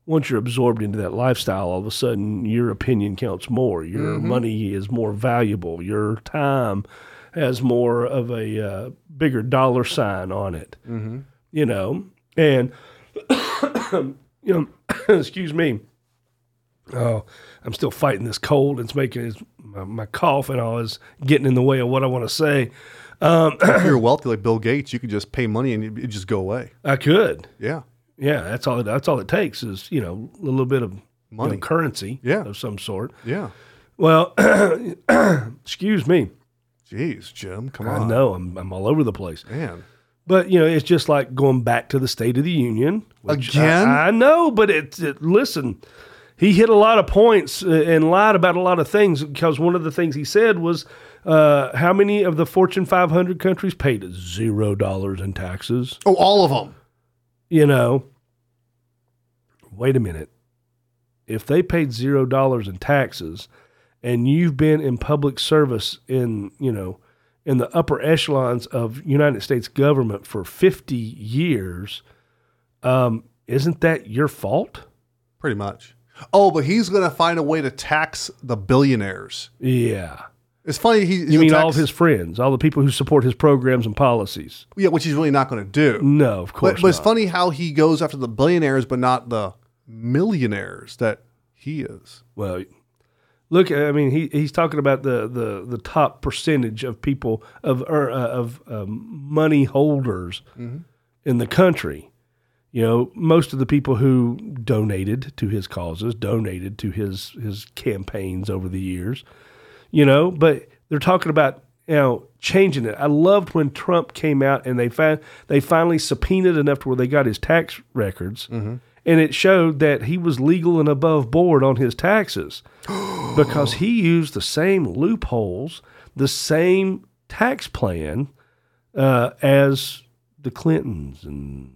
S1: Once you're absorbed into that lifestyle, all of a sudden your opinion counts more. Your money is more valuable. Your time has more of a uh, bigger dollar sign on it.
S2: Mm-hmm.
S1: you know, and (coughs) you know, (coughs) excuse me. Oh, I'm still fighting this cold. It's making it's, my, my cough and all is getting in the way of what I want to say.
S2: if you're wealthy like Bill Gates, you could just pay money and it just go away.
S1: I could,
S2: Yeah.
S1: yeah. That's all. That's all it takes is you know a little bit of you know,
S2: Money.
S1: currency,
S2: Yeah.
S1: of some sort.
S2: Yeah.
S1: Well, (clears throat) excuse me.
S2: Jeez, Jim, come
S1: I
S2: on.
S1: know I'm I'm all over the place,
S2: Man.
S1: but you know it's just like going back to the State of the Union which
S2: Again?
S1: I, I know, but it's it, listen. he hit a lot of points uh, and lied about a lot of things because one of the things he said was uh, how many of the Fortune 500 countries paid zero dollars in taxes?
S2: Oh, all of them.
S1: You know, wait a minute. If they paid zero dollars in taxes and you've been in public service in, you know, in the upper echelons of United States government for 50 years, um, isn't that your fault?
S2: Pretty much. Oh, but he's going to find a way to tax the billionaires.
S1: Yeah.
S2: It's funny. He,
S1: You mean all of his friends, all the people who support his programs and policies?
S2: Yeah, which he's really not going to do.
S1: No, of course
S2: But, but it's
S1: not.
S2: funny how he goes after the billionaires, but not the millionaires that he is.
S1: well, look, I mean, he, he's talking about the, the, the top percentage of people of er, uh, of um, money holders in the country. You know, most of the people who donated to his causes, donated to his his campaigns over the years. You know, but they're talking about you know changing it. I loved when Trump came out and they fin- they finally subpoenaed enough to where they got his tax records.
S2: Mm-hmm.
S1: And it showed that he was legal and above board on his
S2: (gasps)
S1: taxes because he used the same loopholes, the same tax plan uh, as the Clintons and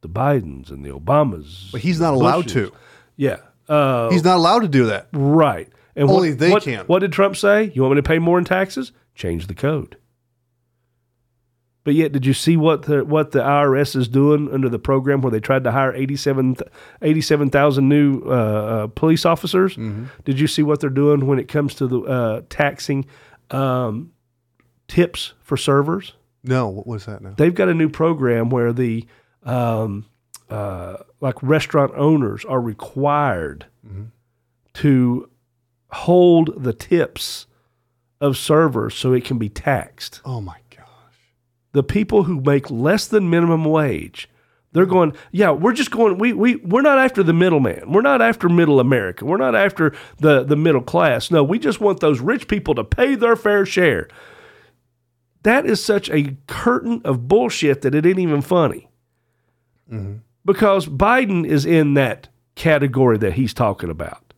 S1: the Bidens and the Obamas.
S2: But he's not allowed
S1: Bushes.
S2: to.
S1: Yeah. Uh,
S2: He's not allowed to do that.
S1: right. And
S2: Only they
S1: what,
S2: can.
S1: What did Trump say? You want me to pay more in taxes? Change the code. But yet, did you see what the what the IRS is doing under the program where they tried to hire 87 87,000 new uh, uh, police officers?
S2: Mm-hmm.
S1: Did you see what they're doing when it comes to the uh, taxing um, tips for servers?
S2: No, what was that now?
S1: they've got a new program where the um, uh, like restaurant owners are required to hold the tips of servers so it can be taxed.
S2: Oh, my God.
S1: The people who make less than minimum wage, they're going, yeah, we're just going, we, we, we're not after the middleman. We're not after middle America. We're not after the, the middle class. No, we just want those rich people to pay their fair share. That is such a curtain of bullshit that it ain't even funny because Biden is in that category that he's talking about.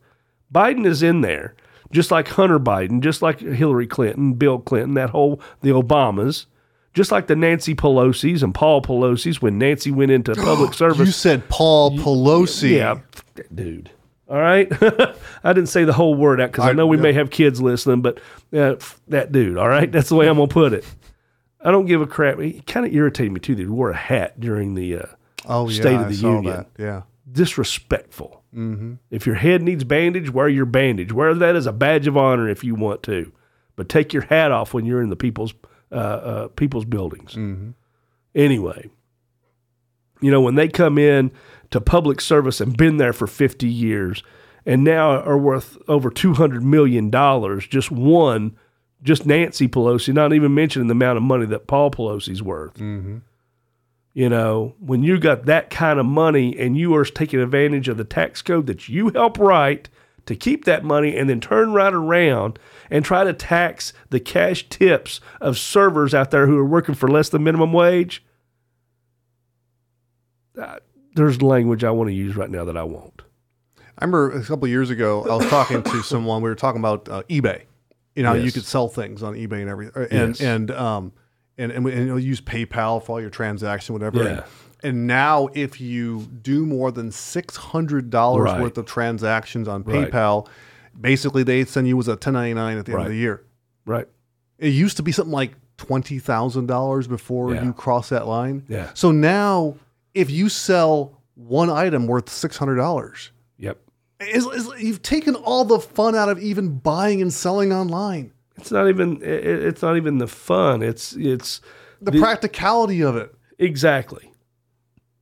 S1: Biden is in there just like Hunter Biden, just like Hillary Clinton, Bill Clinton, that whole the Obamas, just like the Nancy Pelosi's and Paul Pelosi's when Nancy went into public service.
S2: You said Paul Pelosi.
S1: Yeah, f- that dude. All right, (laughs) I didn't say the whole word out because I,
S2: I-
S1: know we
S2: yeah.
S1: may have kids listening, but uh, f- that dude. All right, that's the way I'm gonna put it. I don't give a crap. He kind of irritated me too. That he wore a hat during the uh,
S2: Oh, yeah.
S1: State of
S2: I
S1: the
S2: saw
S1: Union.
S2: that. Yeah.
S1: disrespectful. If your head needs bandage, wear your bandage. Wear that as a badge of honor if you want to, but take your hat off when you're in the people's uh, uh, people's buildings. Anyway, you know when they come in to public service and been there for 50 years and now are worth over 200 million dollars, just one, just Nancy Pelosi. Not even mentioning the amount of money that Paul Pelosi's worth. You know, when you got that kind of money and you are taking advantage of the tax code that you help write to keep that money and then turn right around and try to tax the cash tips of servers out there who are working for less than minimum wage, uh, there's language I want to use right now that I won't.
S2: I remember a couple of years ago, I was talking to someone. We were talking about uh, eBay. You know, you
S1: Yes.
S2: could sell things on eBay and everything, and
S1: Yes.
S2: and um, and and, and you'll use PayPal for all your transaction, whatever.
S1: Yeah.
S2: And now, if you do more than six hundred dollars
S1: Right.
S2: worth of transactions on
S1: Right.
S2: PayPal, basically they send you as a ten ninety nine at the end
S1: Right.
S2: of the year.
S1: Right.
S2: It used to be something like twenty thousand dollars before
S1: Yeah.
S2: you cross that line.
S1: Yeah.
S2: So now, if you sell one item worth six hundred dollars,
S1: Yep.
S2: is, is you've taken all the fun out of even buying and selling online.
S1: It's not even. It, it- it's not even the fun. It's it's
S2: The,
S1: The-
S2: practicality of it.
S1: Exactly.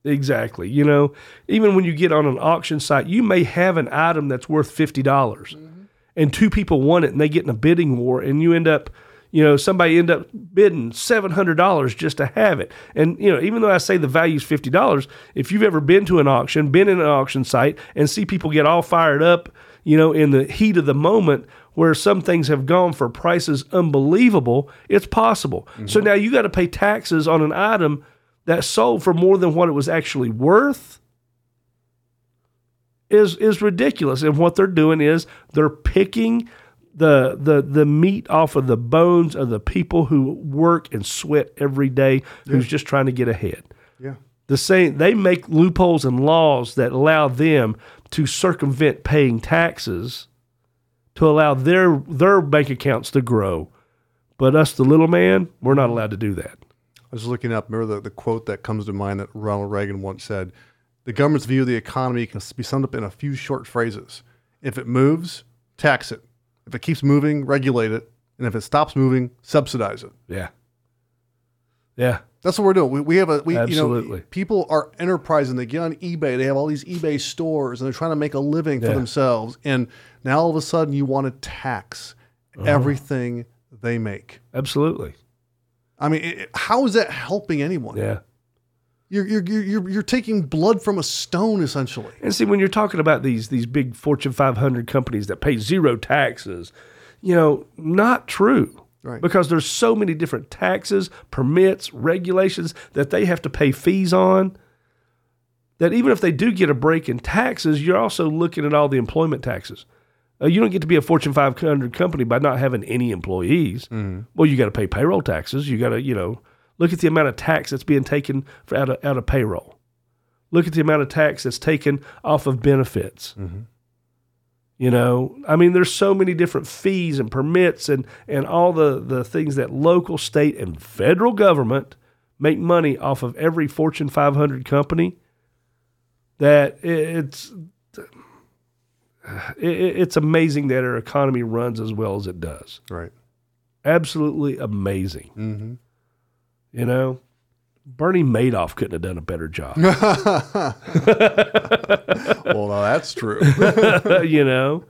S1: Exactly. You know, even when you get on an auction site, you may have an item that's worth $50 dollars and two people want it and they get in a bidding war and you end up, you know, somebody end up bidding $700 just to have it. And, you know, even though I say the value's $50, if you've ever been to an auction, been in an auction site and see people get all fired up, you know, in the heat of the moment where some things have gone for prices unbelievable, it's possible. So now you got to pay taxes on an item that sold for more than what it was actually worth is is ridiculous. And what they're doing is they're picking the the the meat off of the bones of the people who work and sweat every day who's just trying to get ahead.
S2: Yeah.
S1: The same they make loopholes and laws that allow them to circumvent paying taxes to allow their their bank accounts to grow. But us the little man, we're not allowed to do that.
S2: I was looking up, remember the, the quote that comes to mind that Ronald Reagan once said The government's view of the economy can be summed up in a few short phrases. If it moves, tax it. If it keeps moving, regulate it. And if it stops moving, subsidize it.
S1: Yeah. Yeah.
S2: That's what we're doing. We, we have a we you
S1: Absolutely.
S2: know people are enterprising. They get on eBay. They have all these eBay stores, and they're trying to make a living for
S1: Yeah.
S2: themselves. And now all of a sudden, you want to tax
S1: Uh-huh.
S2: everything they make.
S1: Absolutely.
S2: I mean, it, it- how is that helping anyone?
S1: Yeah.
S2: You're, you're you're you're you're taking blood from a stone essentially.
S1: And see, when you're talking about these these big Fortune 500 companies that pay zero taxes, you know, not true.
S2: Right.
S1: Because there's so many different taxes, permits, regulations that they have to pay fees on. That even if they do get a break in taxes, you're also looking at all the employment taxes. Uh, you don't get to be a Fortune 500 company by not having any employees. Well, you got to pay payroll taxes. You got to, you know, look at the amount of tax that's being taken for out of out of payroll. Look at the amount of tax that's taken off of benefits. You know, I mean, there's so many different fees and permits and and all the the things that local, state, and federal government make money off of every Fortune 500 company. That i- it's (sighs) i- i- it's amazing that our economy runs as well as it does.
S2: (laughs)
S1: (laughs)
S2: Right.
S1: Absolutely amazing.
S2: hmm
S1: You know, Bernie Madoff couldn't have done a better job.
S2: Well, now
S1: (laughs)
S2: that's true.
S1: you know,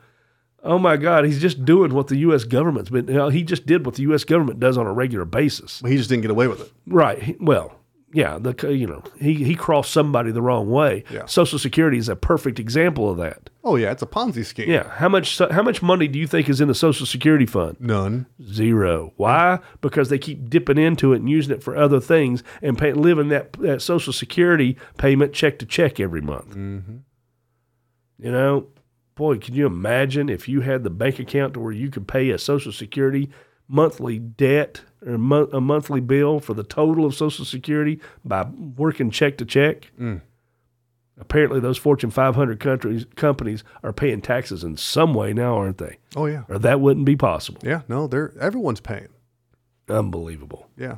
S1: oh my God, he's just doing what the U.S. government's been. you know, he just did what the U.S. government does on a regular basis.
S2: he just didn't get away with it.
S1: Right. He- Well, yeah. The c- you know he he crossed somebody the wrong way.
S2: Yeah.
S1: Social Security is a perfect example of that.
S2: Oh yeah, it's a Ponzi scheme.
S1: Yeah. How much so- how much money do you think is in the Social Security fund?
S2: None.
S1: Zero. Why? Because they keep dipping into it and using it for other things and pay, living that, that Social Security payment check to check every month. You know, boy, can you imagine if you had the bank account to where you could pay a Social Security monthly debt or mo- a monthly bill for the total of Social Security by working check to check? Apparently, those Fortune 500 countries, companies are paying taxes in some way now, aren't they?
S2: Oh yeah,
S1: Or that wouldn't be possible.
S2: yeah. No, they're everyone's paying.
S1: Unbelievable.
S2: Yeah,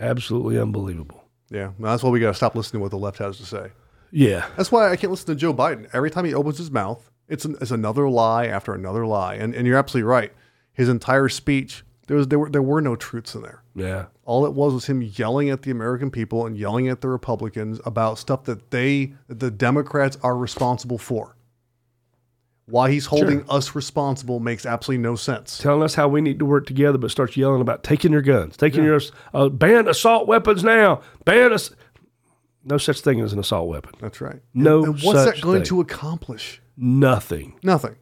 S1: Absolutely unbelievable.
S2: yeah. Well, that's why we got to stop listening to what the left has to say.
S1: Yeah.
S2: That's why I can't listen to Joe Biden. Every time he opens his mouth, it's, an, it's another lie after another lie. And, and you're absolutely right. His entire speech, there was there were, there were no truths in there.
S1: Yeah.
S2: All it was was him yelling at the American people and yelling at the Republicans about stuff that they, that the Democrats, are responsible for. Why he's holding us responsible makes absolutely no sense.
S1: telling us how we need to work together, but starts yelling about taking your guns, taking your uh, ban assault weapons now, ban us. No such thing as an assault weapon.
S2: That's right.
S1: No
S2: And what's
S1: such
S2: that going
S1: thing.
S2: to accomplish?
S1: Nothing,
S2: Nothing.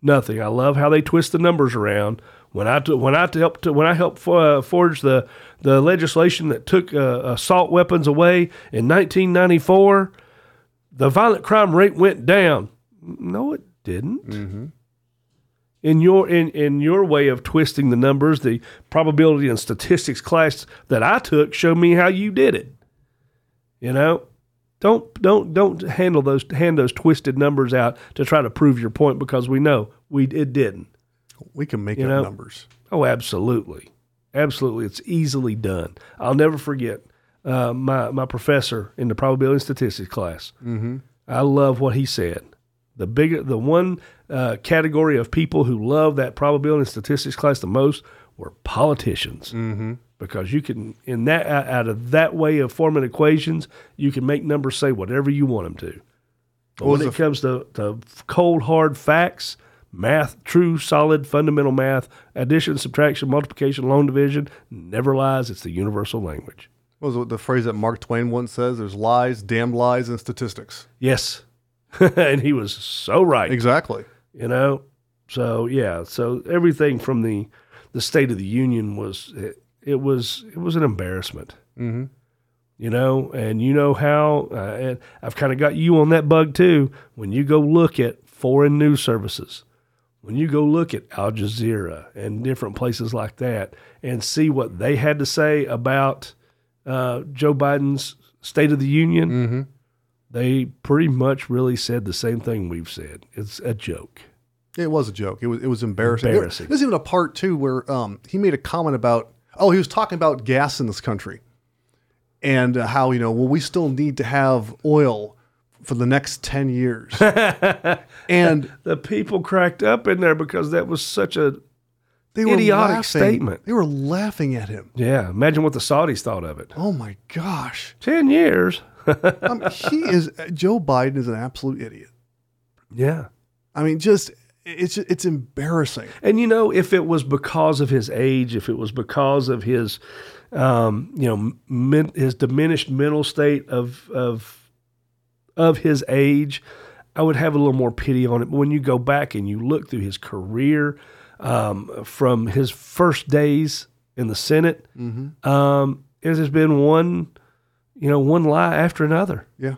S1: nothing. I love how they twist the numbers around. When I t- when I t- helped to, when I helped fo- uh, forge the the legislation that took uh, assault weapons away in 1994, the violent crime rate went down. No, it didn't. in your in, in your way of twisting the numbers, the probability and statistics class that I took showed me how you did it. You know, don't don't don't handle those hand those twisted numbers out to try to prove your point because we know we it didn't.
S2: We can make
S1: You
S2: up
S1: know-
S2: numbers.
S1: Oh, absolutely, absolutely. It's easily done. I'll never forget uh, my my professor in the probability and statistics class.
S2: Mm-hmm.
S1: I love what he said. The big, the one uh, category of people who love that probability and statistics class the most were politicians
S2: Mm-hmm.
S1: because you can in that out out of that way of forming equations, you can make numbers say whatever you want them to. But
S2: What was
S1: when
S2: the
S1: it
S2: f-
S1: comes to, to cold hard facts, math, true solid fundamental math, addition, subtraction, multiplication, long division, never lies. It's the universal language.
S2: What was the phrase that Mark Twain once says? There's lies, damn lies, and statistics.
S1: Yes, (laughs) and he was so right.
S2: Exactly.
S1: you know so yeah so everything from the the state of the union was it, it was it was an embarrassment
S2: Mm-hmm.
S1: you know and you know how uh, and i've kind of got you on that bug too when you go look at foreign news services when you go look at al jazeera and different places like that and see what they had to say about uh, joe biden's state of the union
S2: Mm-hmm.
S1: they pretty much really said the same thing we've said it's a joke
S2: It was a joke. It was it was embarrassing.
S1: Embarrassing.
S2: There- There's even a part too where um, he made a comment about oh he was talking about gas in this country, and uh, how you know well we still need to have oil for the next ten
S1: (laughs)
S2: years, and
S1: the people cracked up in there because that was such a
S2: they were
S1: Idiotic
S2: laughing.
S1: statement.
S2: They were laughing at him.
S1: yeah. Imagine what the Saudis thought of it.
S2: Oh my gosh,
S1: Ten years.
S2: um, he is Joe Biden is an absolute idiot.
S1: Yeah.
S2: I mean, just it's it's embarrassing.
S1: And you know, if it was because of his age, if it was because of his, um, you know, men, his diminished mental state of of of his age, I would have a little more pity on it. But when you go back and you look through his career, um, from his first days in the Senate,
S2: Mm-hmm.
S1: um, it has been one, you know, one lie after another.
S2: Yeah.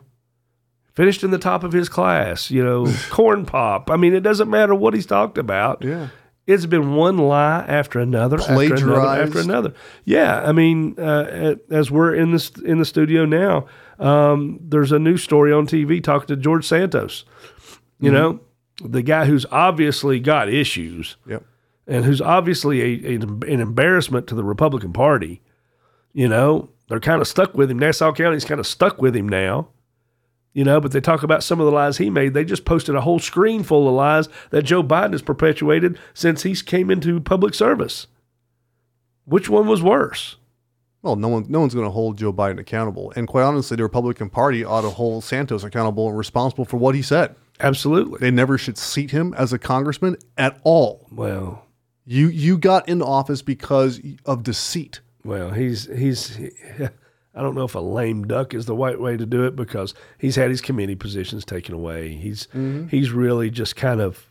S1: Finished in the top of his class, you
S2: (laughs)
S1: know, corn pop. I mean, it doesn't matter what he's talked about.
S2: Yeah.
S1: It's been one lie after another, after another,
S2: Plagiarized.
S1: after another. Yeah, I mean, uh, as we're in this in the studio now, um, there's a news story on TV talking to George Santos.
S2: Mm-hmm.
S1: You know, the guy who's obviously got issues
S2: Yep.
S1: and who's obviously a, a- an embarrassment to the Republican Party. You know, they're kind of stuck with him. Nassau County's kind of stuck with him now. You know, but they talk about some of the lies he made. They just posted a whole screen full of lies that Joe Biden has perpetuated since he's came into public service. Which one was worse?
S2: Well, no one, no one's going to hold Joe Biden accountable, and quite honestly, the Republican Party ought to hold Santos accountable and responsible for what he said.
S1: Absolutely.
S2: They never should seat him as a congressman at all.
S1: Well,
S2: You you got into office because of deceit.
S1: well, he's he's. (laughs) I don't know if a lame duck is the right way to do it because he's had his committee positions taken away. He's
S2: Mm-hmm.
S1: he's really just kind of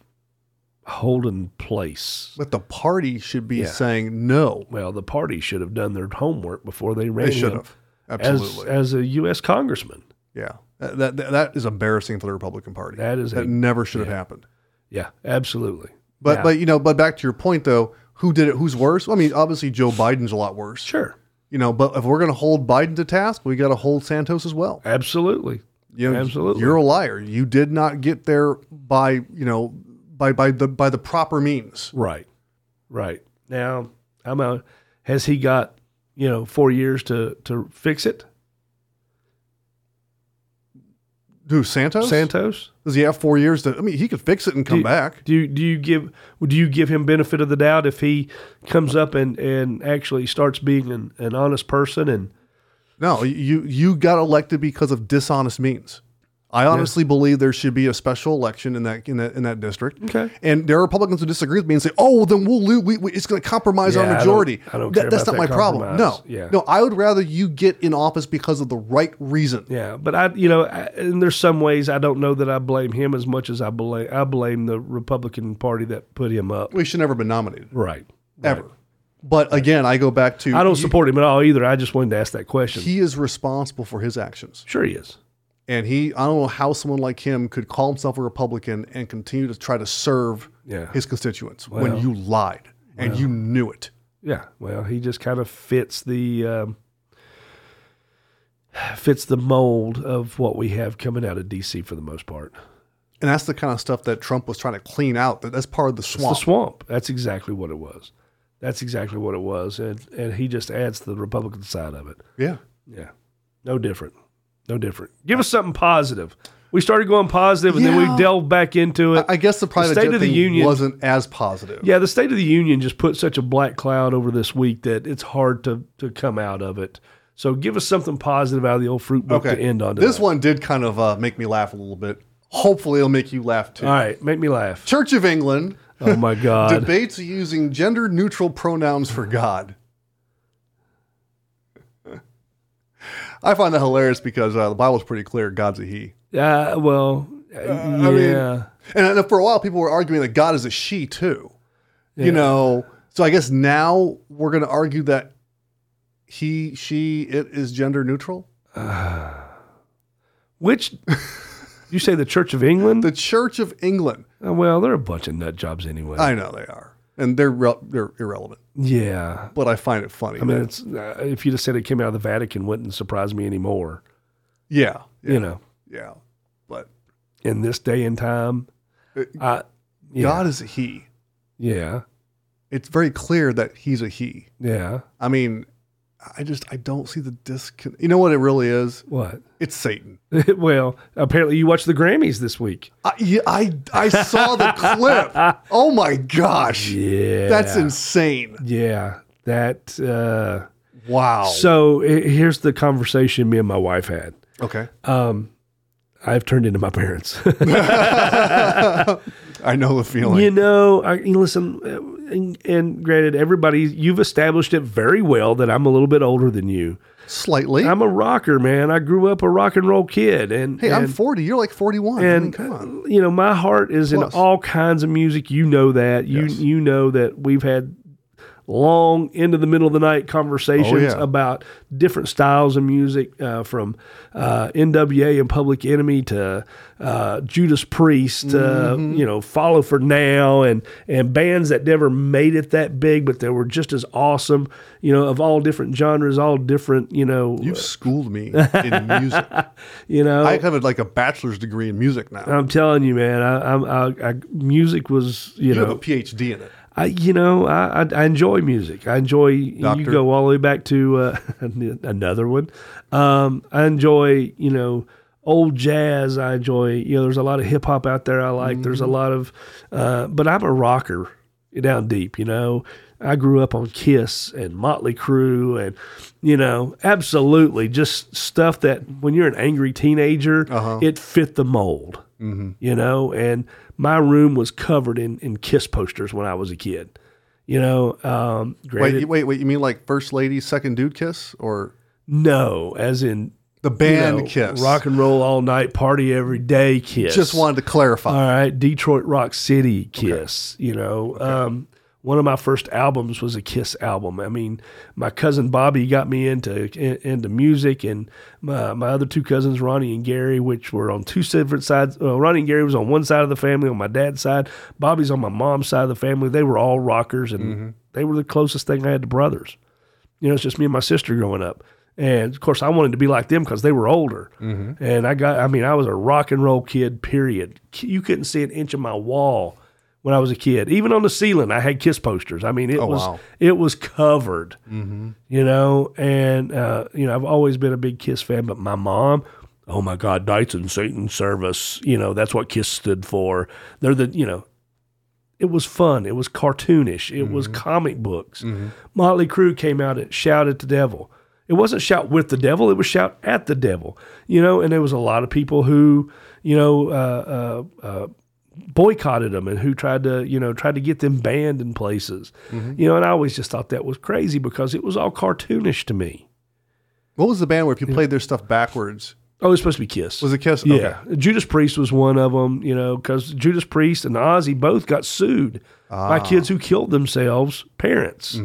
S1: holding place.
S2: But the party should be
S1: Yeah.
S2: saying no.
S1: Well, the party should have done their homework before they ran
S2: They should
S1: him
S2: have
S1: as
S2: absolutely.
S1: as a U.S. congressman.
S2: yeah, that, that that is embarrassing for the Republican Party.
S1: That is
S2: that
S1: a-
S2: never should have happened.
S1: Yeah, absolutely.
S2: But
S1: Yeah.
S2: but you know, but back to your point though, who did it? Who's worse? Well, I mean, obviously Joe Biden's a lot worse.
S1: Sure.
S2: You know, but if we're going to hold Biden to task, we got to hold Santos as well.
S1: Absolutely.
S2: You know,
S1: Absolutely.
S2: you're a liar. You did not get there by you know by by the by the proper means.
S1: Right. Right. Now, I'm out. Has he got, you know, four years to, to fix it?
S2: Who Santos?
S1: Santos?
S2: Does he have four years to? I mean, he could fix it and come
S1: Do-
S2: back.
S1: Do you, do you give do you give him benefit of the doubt if he comes up and, and actually starts being an, an honest person and
S2: No, you you got elected because of dishonest means. I honestly believe there should be a special election in that in that in that district.
S1: Okay.
S2: and there are Republicans who disagree with me and say, "Oh, well, then we'll lose. We, we, it's going to compromise
S1: Yeah, I
S2: our
S1: don't-
S2: majority."
S1: I don't
S2: That-
S1: care
S2: that's
S1: about
S2: not
S1: that
S2: my problem.
S1: compromise.
S2: No,
S1: Yeah.
S2: no, I would rather you get in office because of the right reason.
S1: Yeah, but I, you know, I, and there's some ways I don't know that I blame him as much as I blame I blame the Republican Party that put him up.
S2: We should never have been nominated
S1: Right.
S2: ever. But again, I go back to
S1: I don't support him at all either. I just wanted to ask that question.
S2: he is responsible for his actions,
S1: sure he is.
S2: and he I don't know how someone like him could call himself a Republican and continue to try to serve
S1: Yeah.
S2: his constituents when you lied and you knew it.
S1: Yeah. Well, he just kind of fits the um, fits the mold of what we have coming out of DC for the most part.
S2: And that's the kind of stuff that Trump was trying to clean out. That that's part of the
S1: It's the
S2: swamp.
S1: swamp. That's exactly what it was. That's exactly what it was, and and he just adds to the Republican side of it.
S2: yeah.
S1: Yeah. No different. No different. Give us something positive. We started going positive and then we
S2: Yeah.
S1: delved back into it.
S2: I guess the private
S1: State
S2: jet
S1: of the
S2: thing
S1: Union-
S2: wasn't as positive.
S1: yeah, the State of the Union just put such a black cloud over this week that it's hard to, to come out of it. So give us something positive out of the old fruit book
S2: Okay.
S1: to end on.
S2: this
S1: tonight.
S2: one did kind of uh, make me laugh a little bit. Hopefully, it'll make you laugh too.
S1: All right, make me laugh.
S2: Church of England
S1: Oh
S2: (laughs)
S1: my God.
S2: debates using gender neutral pronouns for God. I find that hilarious because uh, the Bible's pretty clear God's a he.
S1: Uh, well, uh, yeah.
S2: And I know for a while, people were arguing that God is a she too. You know, so I guess now we're going to argue that he, she, it is gender neutral.
S1: (sighs) Which, you say the Church of England?
S2: The Church of England.
S1: Uh, well, they're a bunch of nut jobs anyway.
S2: I know they are, and they're re- they're irrelevant,
S1: yeah.
S2: but I find it funny.
S1: I mean, it's uh, if you'd have said it came out of the Vatican, wouldn't surprise me anymore.
S2: yeah, yeah,
S1: You know,
S2: yeah. But
S1: in this day and time,
S2: Uh,
S1: I, yeah,
S2: God is a he.
S1: yeah,
S2: It's very clear that he's a he.
S1: yeah.
S2: I mean, I just I don't see the discon. You know what it really is?
S1: What? (laughs)
S2: It's Satan.
S1: well, apparently you watched the Grammys this week.
S2: I yeah, I, I
S1: (laughs)
S2: saw the clip. Oh my gosh,
S1: Yeah,
S2: that's insane!
S1: yeah. That uh,
S2: Wow.
S1: so i- here's the conversation me and my wife had.
S2: okay,
S1: (laughs)
S2: (laughs)
S1: Um, I've turned into my parents. (laughs)
S2: I know the feeling.
S1: You know, I, you listen, uh, and, and granted, everybody, you've established it very well that I'm a little bit older than you.
S2: Slightly.
S1: I'm a rocker, man. I grew up a rock and roll kid, and
S2: hey,
S1: and,
S2: I'm 40. You're like 41. I mean,
S1: and
S2: come
S1: (laughs)
S2: on.
S1: you know my heart is
S2: Plus.
S1: in all kinds of music. You know that. You
S2: Yes.
S1: you know that we've had long into the middle of the night conversations
S2: Oh, yeah.
S1: about different styles of music, uh, from uh, NWA and Public Enemy to uh, Judas Priest,
S2: Mm-hmm.
S1: uh, you know, Follow for Now, and and bands that never made it that big, but they were just as awesome. You know, of all different genres, all different. You know,
S2: You've schooled me in music.
S1: you know.
S2: I have a, like a bachelor's degree in music now.
S1: I'm telling Oh. you, man. I, I'm I, I, music was you,
S2: you
S1: know
S2: have a PhD in it.
S1: I you know I, I, I enjoy music. I enjoy you
S2: Doctor.
S1: go all the way back to uh, (laughs) another one. Um, I enjoy you know old jazz. I enjoy you know there's a lot of hip hop out there I like. There's a lot of uh, but I'm a rocker down deep. You know I grew up on Kiss and Motley Crue and you know absolutely just stuff that when you're an angry teenager it fit the mold you know, and my room was covered in, in kiss posters when I was a kid, you know, um,
S2: Wait,
S1: granted,
S2: you- wait, wait. You mean like first lady, second dude kiss, or
S1: no, as in
S2: the
S1: you
S2: band
S1: know,
S2: kiss?
S1: rock and roll all night, party every day kiss.
S2: Just wanted to clarify.
S1: All right, Detroit Rock City kiss, you know, um, one of my first albums was a Kiss album. I mean, my cousin Bobby got me into in- into music, and my, my other two cousins, Ronnie and Gary, which were on two different sides. Well, Ronnie and Gary was on one side of the family, on my dad's side. Bobby's on my mom's side of the family. They were all rockers, and they were the closest thing I had to brothers. You know, it's just me and my sister growing up. And of course, I wanted to be like them because they were older. And I got, I mean, I was a rock and roll kid, period. K- You couldn't see an inch of my wall when I was a kid. Even on the ceiling, I had kiss posters. I mean, it was,
S2: wow.
S1: it was covered, you know? And, uh, you know, I've always been a big Kiss fan, but my mom, oh my God, Knights and Satan service, you know, that's what Kiss stood for. They're the, you know, it was fun. It was cartoonish. It was comic books. Motley Crue came out and shouted the devil. It wasn't shout with the devil. It was shout at the devil. You know, and there was a lot of people who, you know, uh, uh, uh, boycotted them and who tried to, you know, tried to get them banned in places. You know, and I always just thought that was crazy because it was all cartoonish to me.
S2: What was the band where if you played their stuff backwards?
S1: Oh, it's supposed to be Kiss.
S2: Was it Kiss? Okay.
S1: Yeah, Judas Priest was one of them, you know, because Judas Priest and Ozzy both got sued by kids who killed themselves, parents,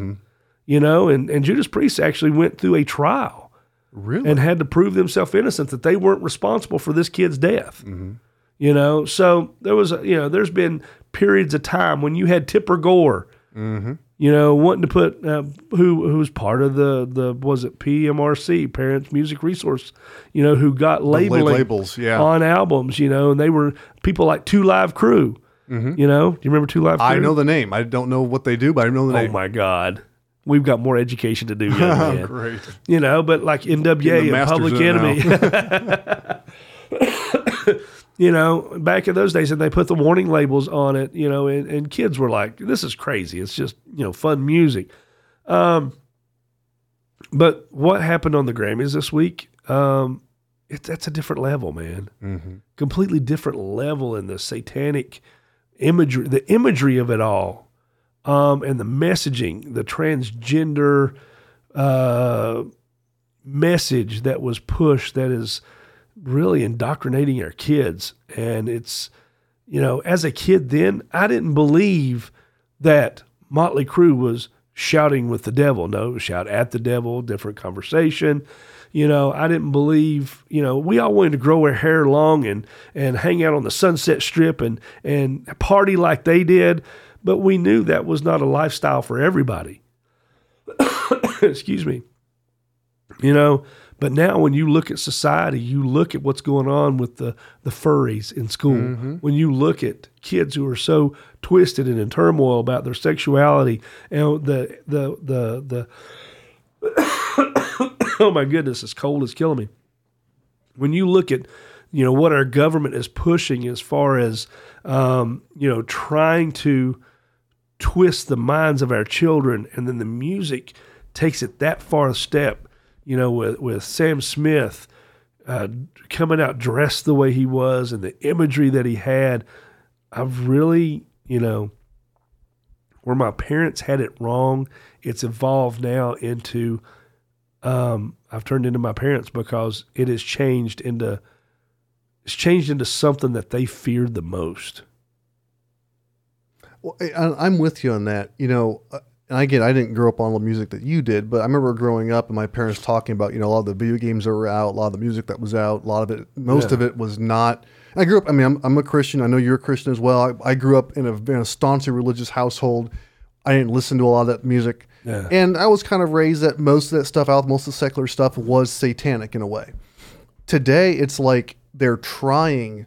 S1: you know, and, and Judas Priest actually went through a trial
S2: Really?
S1: and had to prove themselves innocent that they weren't responsible for this kid's death, you know. So there was, a- you know, there's been periods of time when you had Tipper Gore, you know, wanting to put uh, who who was part of the the was it PMRC Parents Music Resource, you know, who got
S2: Lab-
S1: labeling
S2: labels, yeah.
S1: on albums, you know, and they were people like Two Live Crew. You know, do you remember Two Live Crew?
S2: Mm-hmm. I know the name. I don't know what they do, but I know the
S1: Oh
S2: name. (laughs)
S1: my God, we've got more education to do. Young man.
S2: Great.
S1: You know, but like
S2: Getting
S1: NWA
S2: the
S1: and
S2: masters
S1: Public
S2: in it
S1: Enemy.
S2: (laughs)
S1: (coughs) you know, back in those days, and they put the warning labels on it. You know, and, and kids were like, "This is crazy. It's just you know fun music." Um, but what happened on the Grammys this week? Um, it, that's a different level, man
S2: Mhm.
S1: completely different level in the satanic imagery, the imagery of it all, um, and the messaging, the transgender uh, message that was pushed that is really indoctrinating our kids. And it's, you know, as a kid then, I didn't believe that Motley Crue was shouting with the devil. No, it was shout at the devil, different conversation. You know, I didn't believe, you know, we all wanted to grow our hair long and and hang out on the sunset strip and and party like they did, but we knew that was not a lifestyle for everybody. (coughs) Excuse me. You know, but now when you look at society, you look at what's going on with the the furries in school. When you look at kids who are so twisted and in turmoil about their sexuality and the the the the (laughs) oh my goodness, this cold is killing me. When you look at you know what our government is pushing as far as um, you know trying to twist the minds of our children, and then the music takes it that far a step. You know, with with Sam Smith uh, coming out dressed the way he was, and the imagery that he had, I've really you know where my parents had it wrong. It's evolved now into um, I've turned into my parents because it has changed into it's changed into something that they feared the most.
S2: Well, I- I, I'm with you on that. You know, uh, and again, I didn't grow up on the music that you did, but I remember growing up and my parents talking about, you know, a lot of the video games that were out, a lot of the music that was out, a lot of it, most of it was not. I grew up, I mean, I'm, I'm a Christian. I know you're a Christian as well. I, I grew up in a, in a staunchly religious household. I didn't listen to a lot of that music.
S1: Yeah.
S2: And I was kind of raised that most of that stuff out, most of the secular stuff was satanic in a way. Today, it's like they're trying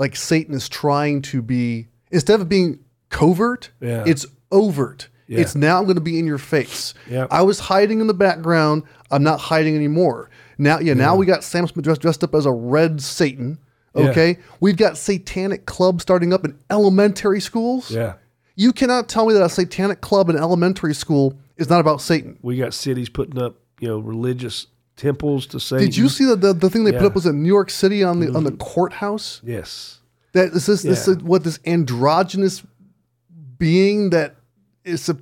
S2: like Satan is trying to be instead of being covert,
S1: Yeah.
S2: it's overt.
S1: Yeah.
S2: It's now I'm going to be in your face.
S1: Yep.
S2: I was hiding in the background. I'm not hiding anymore. Now, yeah, now we got Sam Smith dressed, dressed up as a red Satan. Okay, we've got satanic clubs starting up in elementary schools.
S1: Yeah.
S2: You cannot tell me that a satanic club in elementary school is not about Satan.
S1: We got cities putting up, you know, religious temples to Satan.
S2: Did you see the, the, the thing they
S1: Yeah.
S2: put
S1: Mm-hmm.
S2: up was in New York City on the on the courthouse?
S1: Yes.
S2: That is this, this
S1: Yeah.
S2: is what this androgynous being that is a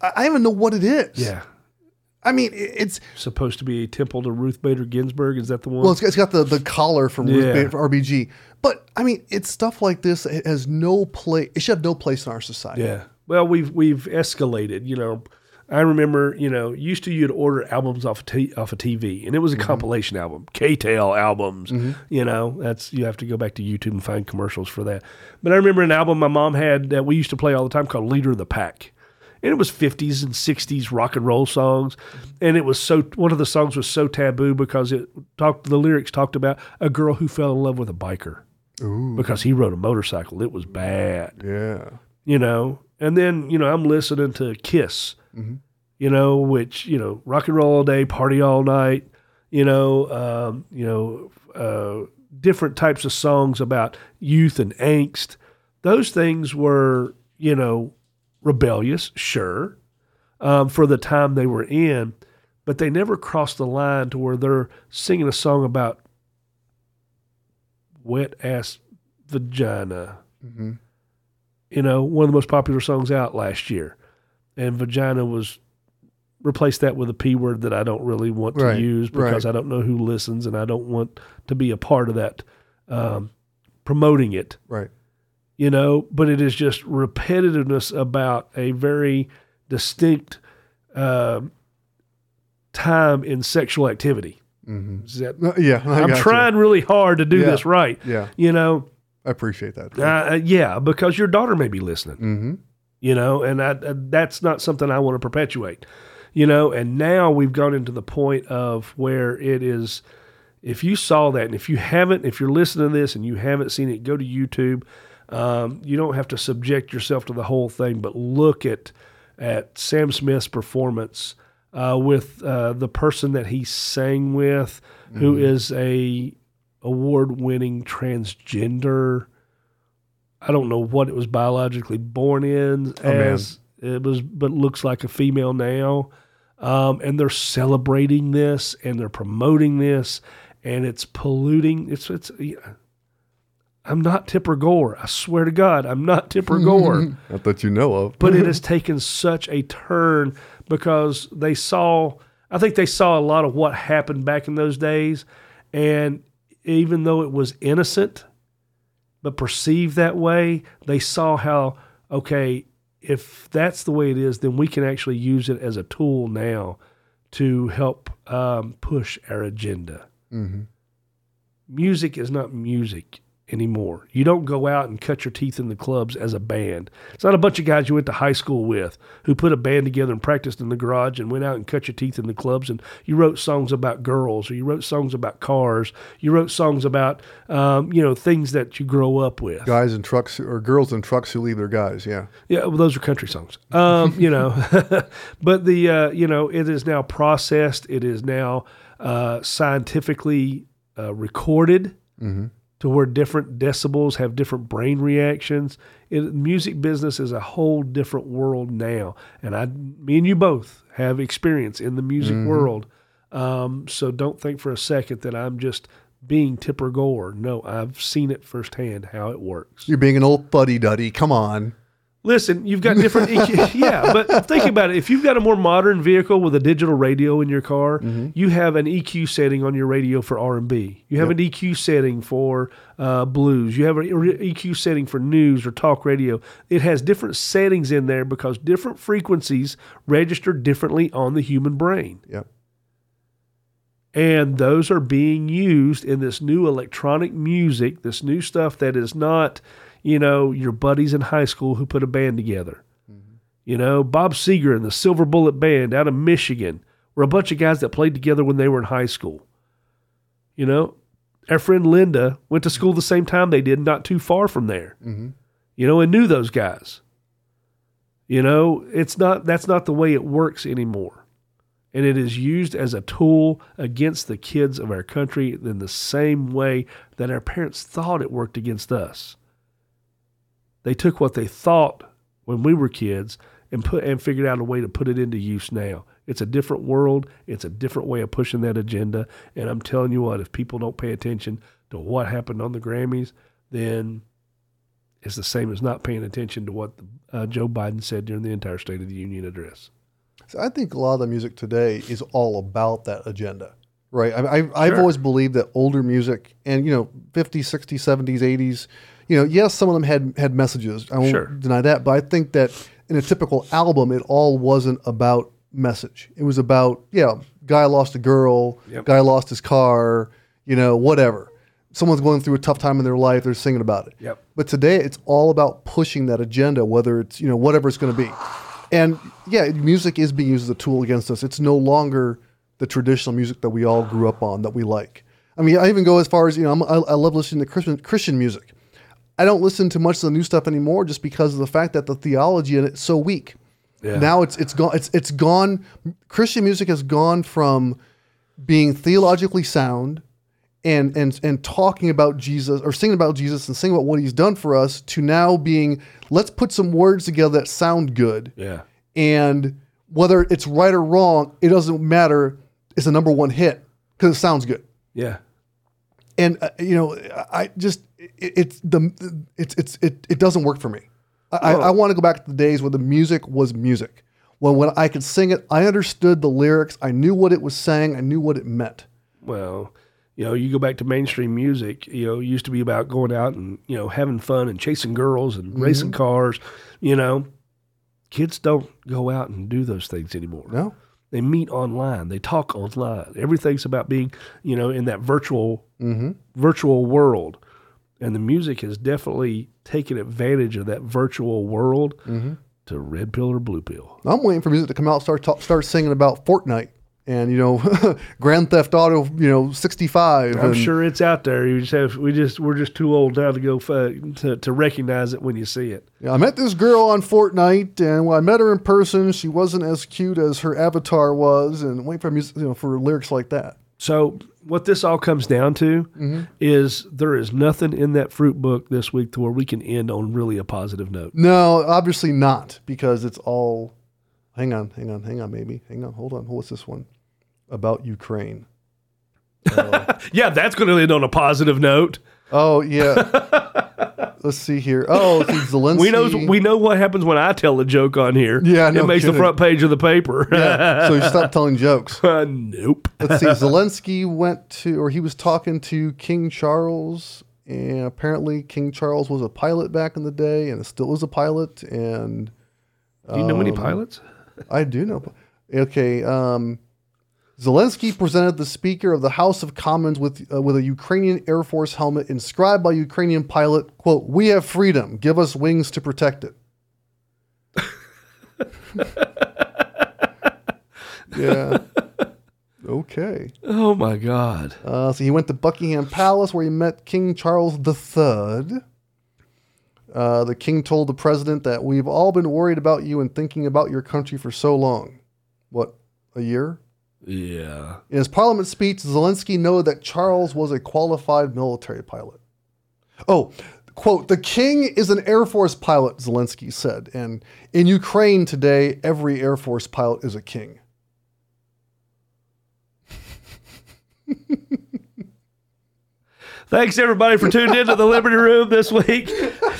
S2: I I don't even know what it is.
S1: Yeah.
S2: I mean i- it's
S1: Supposed to be a temple to Ruth Bader Ginsburg. Is that the one?
S2: well, it's got, it's got the the collar from Ruth
S1: Yeah.
S2: Bader- from RBG, but I mean it's stuff like this. It has no place. It should have no place in our society.
S1: yeah. well, we've we've escalated. You know, I remember, you know, used to you'd order albums off of t- off of TV, and it was a compilation album, K-Tail albums. You know, that's you have to go back to YouTube and find commercials for that. But I remember an album my mom had that we used to play all the time called Leader of the Pack. And it was 50s and 60s rock and roll songs. And it was so, one of the songs was so taboo because it talked, the lyrics talked about a girl who fell in love with a biker because he rode a motorcycle. It was bad
S2: Yeah.
S1: you know. And then, you know, I'm listening to Kiss, you know, which, you know, rock and roll all day, party all night, you know, um, you know, uh, different types of songs about youth and angst. Those things were, you know, rebellious, sure, um, for the time they were in, but they never crossed the line to where they're singing a song about wet ass vagina
S2: hmm
S1: you know, one of the most popular songs out last year. And vagina was replaced that with a P word that I don't really want to
S2: Right,
S1: use because I don't know who listens and I don't want to be a part of that um, promoting it,
S2: Right.
S1: you know. But it is just repetitiveness about a very distinct um time in sexual activity.
S2: hmm
S1: Is that,
S2: yeah.
S1: (laughs)
S2: I
S1: I'm
S2: got you.
S1: trying really hard to do
S2: Yeah.
S1: this right,
S2: Yeah.
S1: you know.
S2: I appreciate that.
S1: Uh, yeah, because your daughter may be listening
S2: hmm
S1: you know and I, uh, that's not something i want to perpetuate you know and now we've gone into the point of where it is if you saw that and if you haven't if you're listening to this and you haven't seen it go to youtube um, you don't have to subject yourself to the whole thing but look at at sam smith's performance uh, with uh, the person that he sang with who is a award-winning transgender I don't know what it was biologically born in
S2: man.
S1: as it was, but looks like a female now. Um, and they're celebrating this and they're promoting this, and it's polluting. It's it's. I'm not Tipper Gore. I swear to God, I'm not Tipper Gore.
S2: Not that you know of.
S1: but it has taken such a turn because they saw. I think they saw a lot of what happened back in those days, and even though it was innocent, but perceived that way, they saw how, okay, if that's the way it is, then we can actually use it as a tool now to help um, push our agenda.
S2: Mhm.
S1: Music is not music anymore. You don't go out and cut your teeth in the clubs as a band. It's not a bunch of guys you went to high school with who put a band together and practiced in the garage and went out and cut your teeth in the clubs and you wrote songs about girls or you wrote songs about cars. You wrote songs about, um, you know, things that you grow up with.
S2: (laughs) guys in trucks or girls in trucks who leave their guys. Yeah.
S1: Yeah, well, those are country songs. Um, you know, (laughs) but the uh, you know it is now processed. It is now uh, scientifically uh, recorded to where different decibels have different brain reactions. It, music business is a whole different world now, and I, me and you both have experience in the music world. Um, so don't think for a second that I'm just being Tipper Gore. No, I've seen it firsthand how it works.
S2: You're being an old buddy duddy. Come on.
S1: Listen, you've got different. E yeah, but think about it. If you've got a more modern vehicle with a digital radio in your car, you have an EQ setting on your radio for R and B. You have an EQ setting for uh, blues. You have an EQ setting for news or talk radio. It has different settings in there because different frequencies register differently on the human brain.
S2: Yep.
S1: And those are being used in this new electronic music, this new stuff that is not, you know, your buddies in high school who put a band together. You know, Bob Seger and the Silver Bullet Band out of Michigan were a bunch of guys that played together when they were in high school. You know, our friend Linda went to school the same time they did, not too far from there
S2: hmm
S1: you know, and knew those guys. You know, it's not that's not the way it works anymore. And it is used as a tool against the kids of our country in the same way that our parents thought it worked against us. They took what they thought when we were kids and put and figured out a way to put it into use now. It's a different world, it's a different way of pushing that agenda, and I'm telling you what, if people don't pay attention to what happened on the Grammys, then is the same as not paying attention to what uh, Joe Biden said during the entire State of the Union address.
S2: So I think a lot of the music today is all about that agenda, right? I, I, I've
S1: Sure.
S2: always believed that older music and, you know, 50s, 60s, 70s, 80s, you know, yes, some of them had, had messages. I won't
S1: Sure.
S2: deny that, but I think that in a typical album, it all wasn't about message. It was about yeah, guy lost a girl, guy lost his car, you know, whatever. Someone's going through a tough time in their life, they're singing about it.
S1: Yep.
S2: But today, it's all about pushing that agenda, whether it's you know whatever it's going to be. And yeah, music is being used as a tool against us. It's no longer the traditional music that we all grew up on that we like. I mean, I even go as far as you know, I'm, I, I love listening to Christian, Christian music. I don't listen to much of the new stuff anymore just because of the fact that the theology in it's so weak. Now it's it's gone it's it's gone Christian music has gone from being theologically sound and and and talking about Jesus or singing about Jesus and singing about what he's done for us to now being let's put some words together that sound good
S3: Yeah.
S2: and whether it's right or wrong it doesn't matter it's a number one hit because it sounds good
S1: Yeah.
S2: and uh, you know I I just it, it's the it's it's it, it doesn't work for me. I, I, I want to go back to the days where the music was music. When when I could sing it, I understood the lyrics. I knew what it was saying. I knew what it meant.
S1: Well, you know, you go back to mainstream music, you know, it used to be about going out and, you know, having fun and chasing girls and racing cars, you know. Kids don't go out and do those things anymore.
S2: No,
S1: They meet online, they talk online. Everything's about being, you know, in that virtual virtual world. And the music has definitely taken advantage of that virtual world to red pill or blue pill.
S2: I'm waiting for music to come out. Start talk, start singing about Fortnite and you know (laughs) Grand Theft Auto. You know, 65.
S1: I'm
S2: and-
S1: sure it's out there. You just have we just we're just too old now to go f- to to recognize it when you see it.
S2: I met this girl on Fortnite, and when I met her in person, she wasn't as cute as her avatar was. And waiting for music, you know, for lyrics like that.
S1: So what this all comes down to is there is nothing in that fruit book this week to where we can end on really a positive note.
S2: No, obviously not, because it's all. Hang on, hang on, hang on, maybe. Hang on, hold on. What's this one? About Ukraine.
S1: Yeah, that's going to end on a positive note.
S2: Oh, yeah.
S1: (laughs)
S2: Let's see here. Oh, it's Zelensky.
S1: We know we know what happens when I tell a joke on here.
S2: Yeah,
S1: it
S2: no
S1: makes the
S2: kidding.
S1: front page of the paper.
S2: (laughs) Yeah, so you stop telling jokes.
S1: (laughs) Uh, nope.
S2: Let's
S1: (laughs)
S2: see. Zelensky went to, or he was talking to King Charles, and apparently King Charles was a pilot back in the day, and still is a pilot. And
S1: Do you know
S2: Oh.
S1: any pilots?
S2: I do know. Okay. Um, Zelensky presented the Speaker of the House of Commons with uh, with a Ukrainian Air Force helmet inscribed by Ukrainian pilot. "Quote: We have freedom. Give us wings to protect it." yeah. Okay.
S1: Oh my god.
S2: Uh, so he went to Buckingham Palace where he met King Charles III. Uh, the king told the president that we've all been worried about you and thinking about your country for so long. What, a year?
S3: Yeah.
S2: In his parliament speech, Zelensky noted that Charles was a qualified military pilot. Oh, quote, the king is an Air Force pilot, Zelensky said. And in Ukraine today, every Air Force pilot is a king.
S1: Thanks everybody for tuning in to the Liberty Room this week.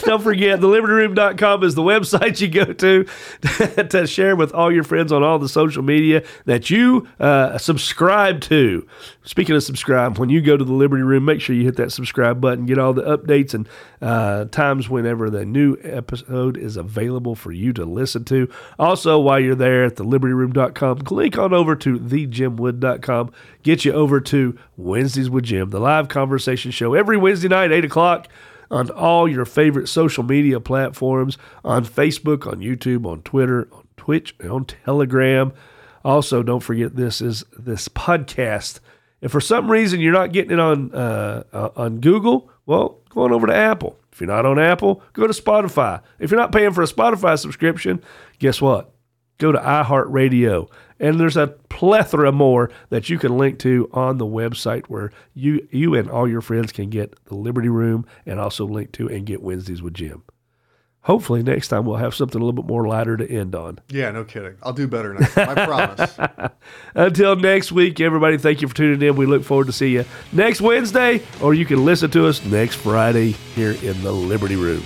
S1: Don't forget, thelibertyroom.com is the website you go to (laughs) to share with all your friends on all the social media that you uh, subscribe to. Speaking of subscribe, when you go to the Liberty Room, make sure you hit that subscribe button, get all the updates and uh, times whenever the new episode is available for you to listen to. Also, while you're there at thelibertyroom.com, click on over to thejimwood.com. Get you over to Wednesdays with Jim, the live conversation show every Wednesday night, 8 o'clock, on all your favorite social media platforms on Facebook, on YouTube, on Twitter, on Twitch, and on Telegram. Also, don't forget this is this podcast. If for some reason you're not getting it on uh, uh, on Google, well, go on over to Apple. If you're not on Apple, go to Spotify. If you're not paying for a Spotify subscription, guess what? Go to iHeartRadio, and there's a plethora more that you can link to on the website where you you and all your friends can get the Liberty Room and also link to and get Wednesdays with Jim. Hopefully, next time we'll have something a little bit more lighter to end on.
S2: Yeah, no kidding. I'll do better next time. I (laughs) promise.
S1: Until next week, everybody, thank you for tuning in. We look forward to see you next Wednesday, or you can listen to us next Friday here in the Liberty Room.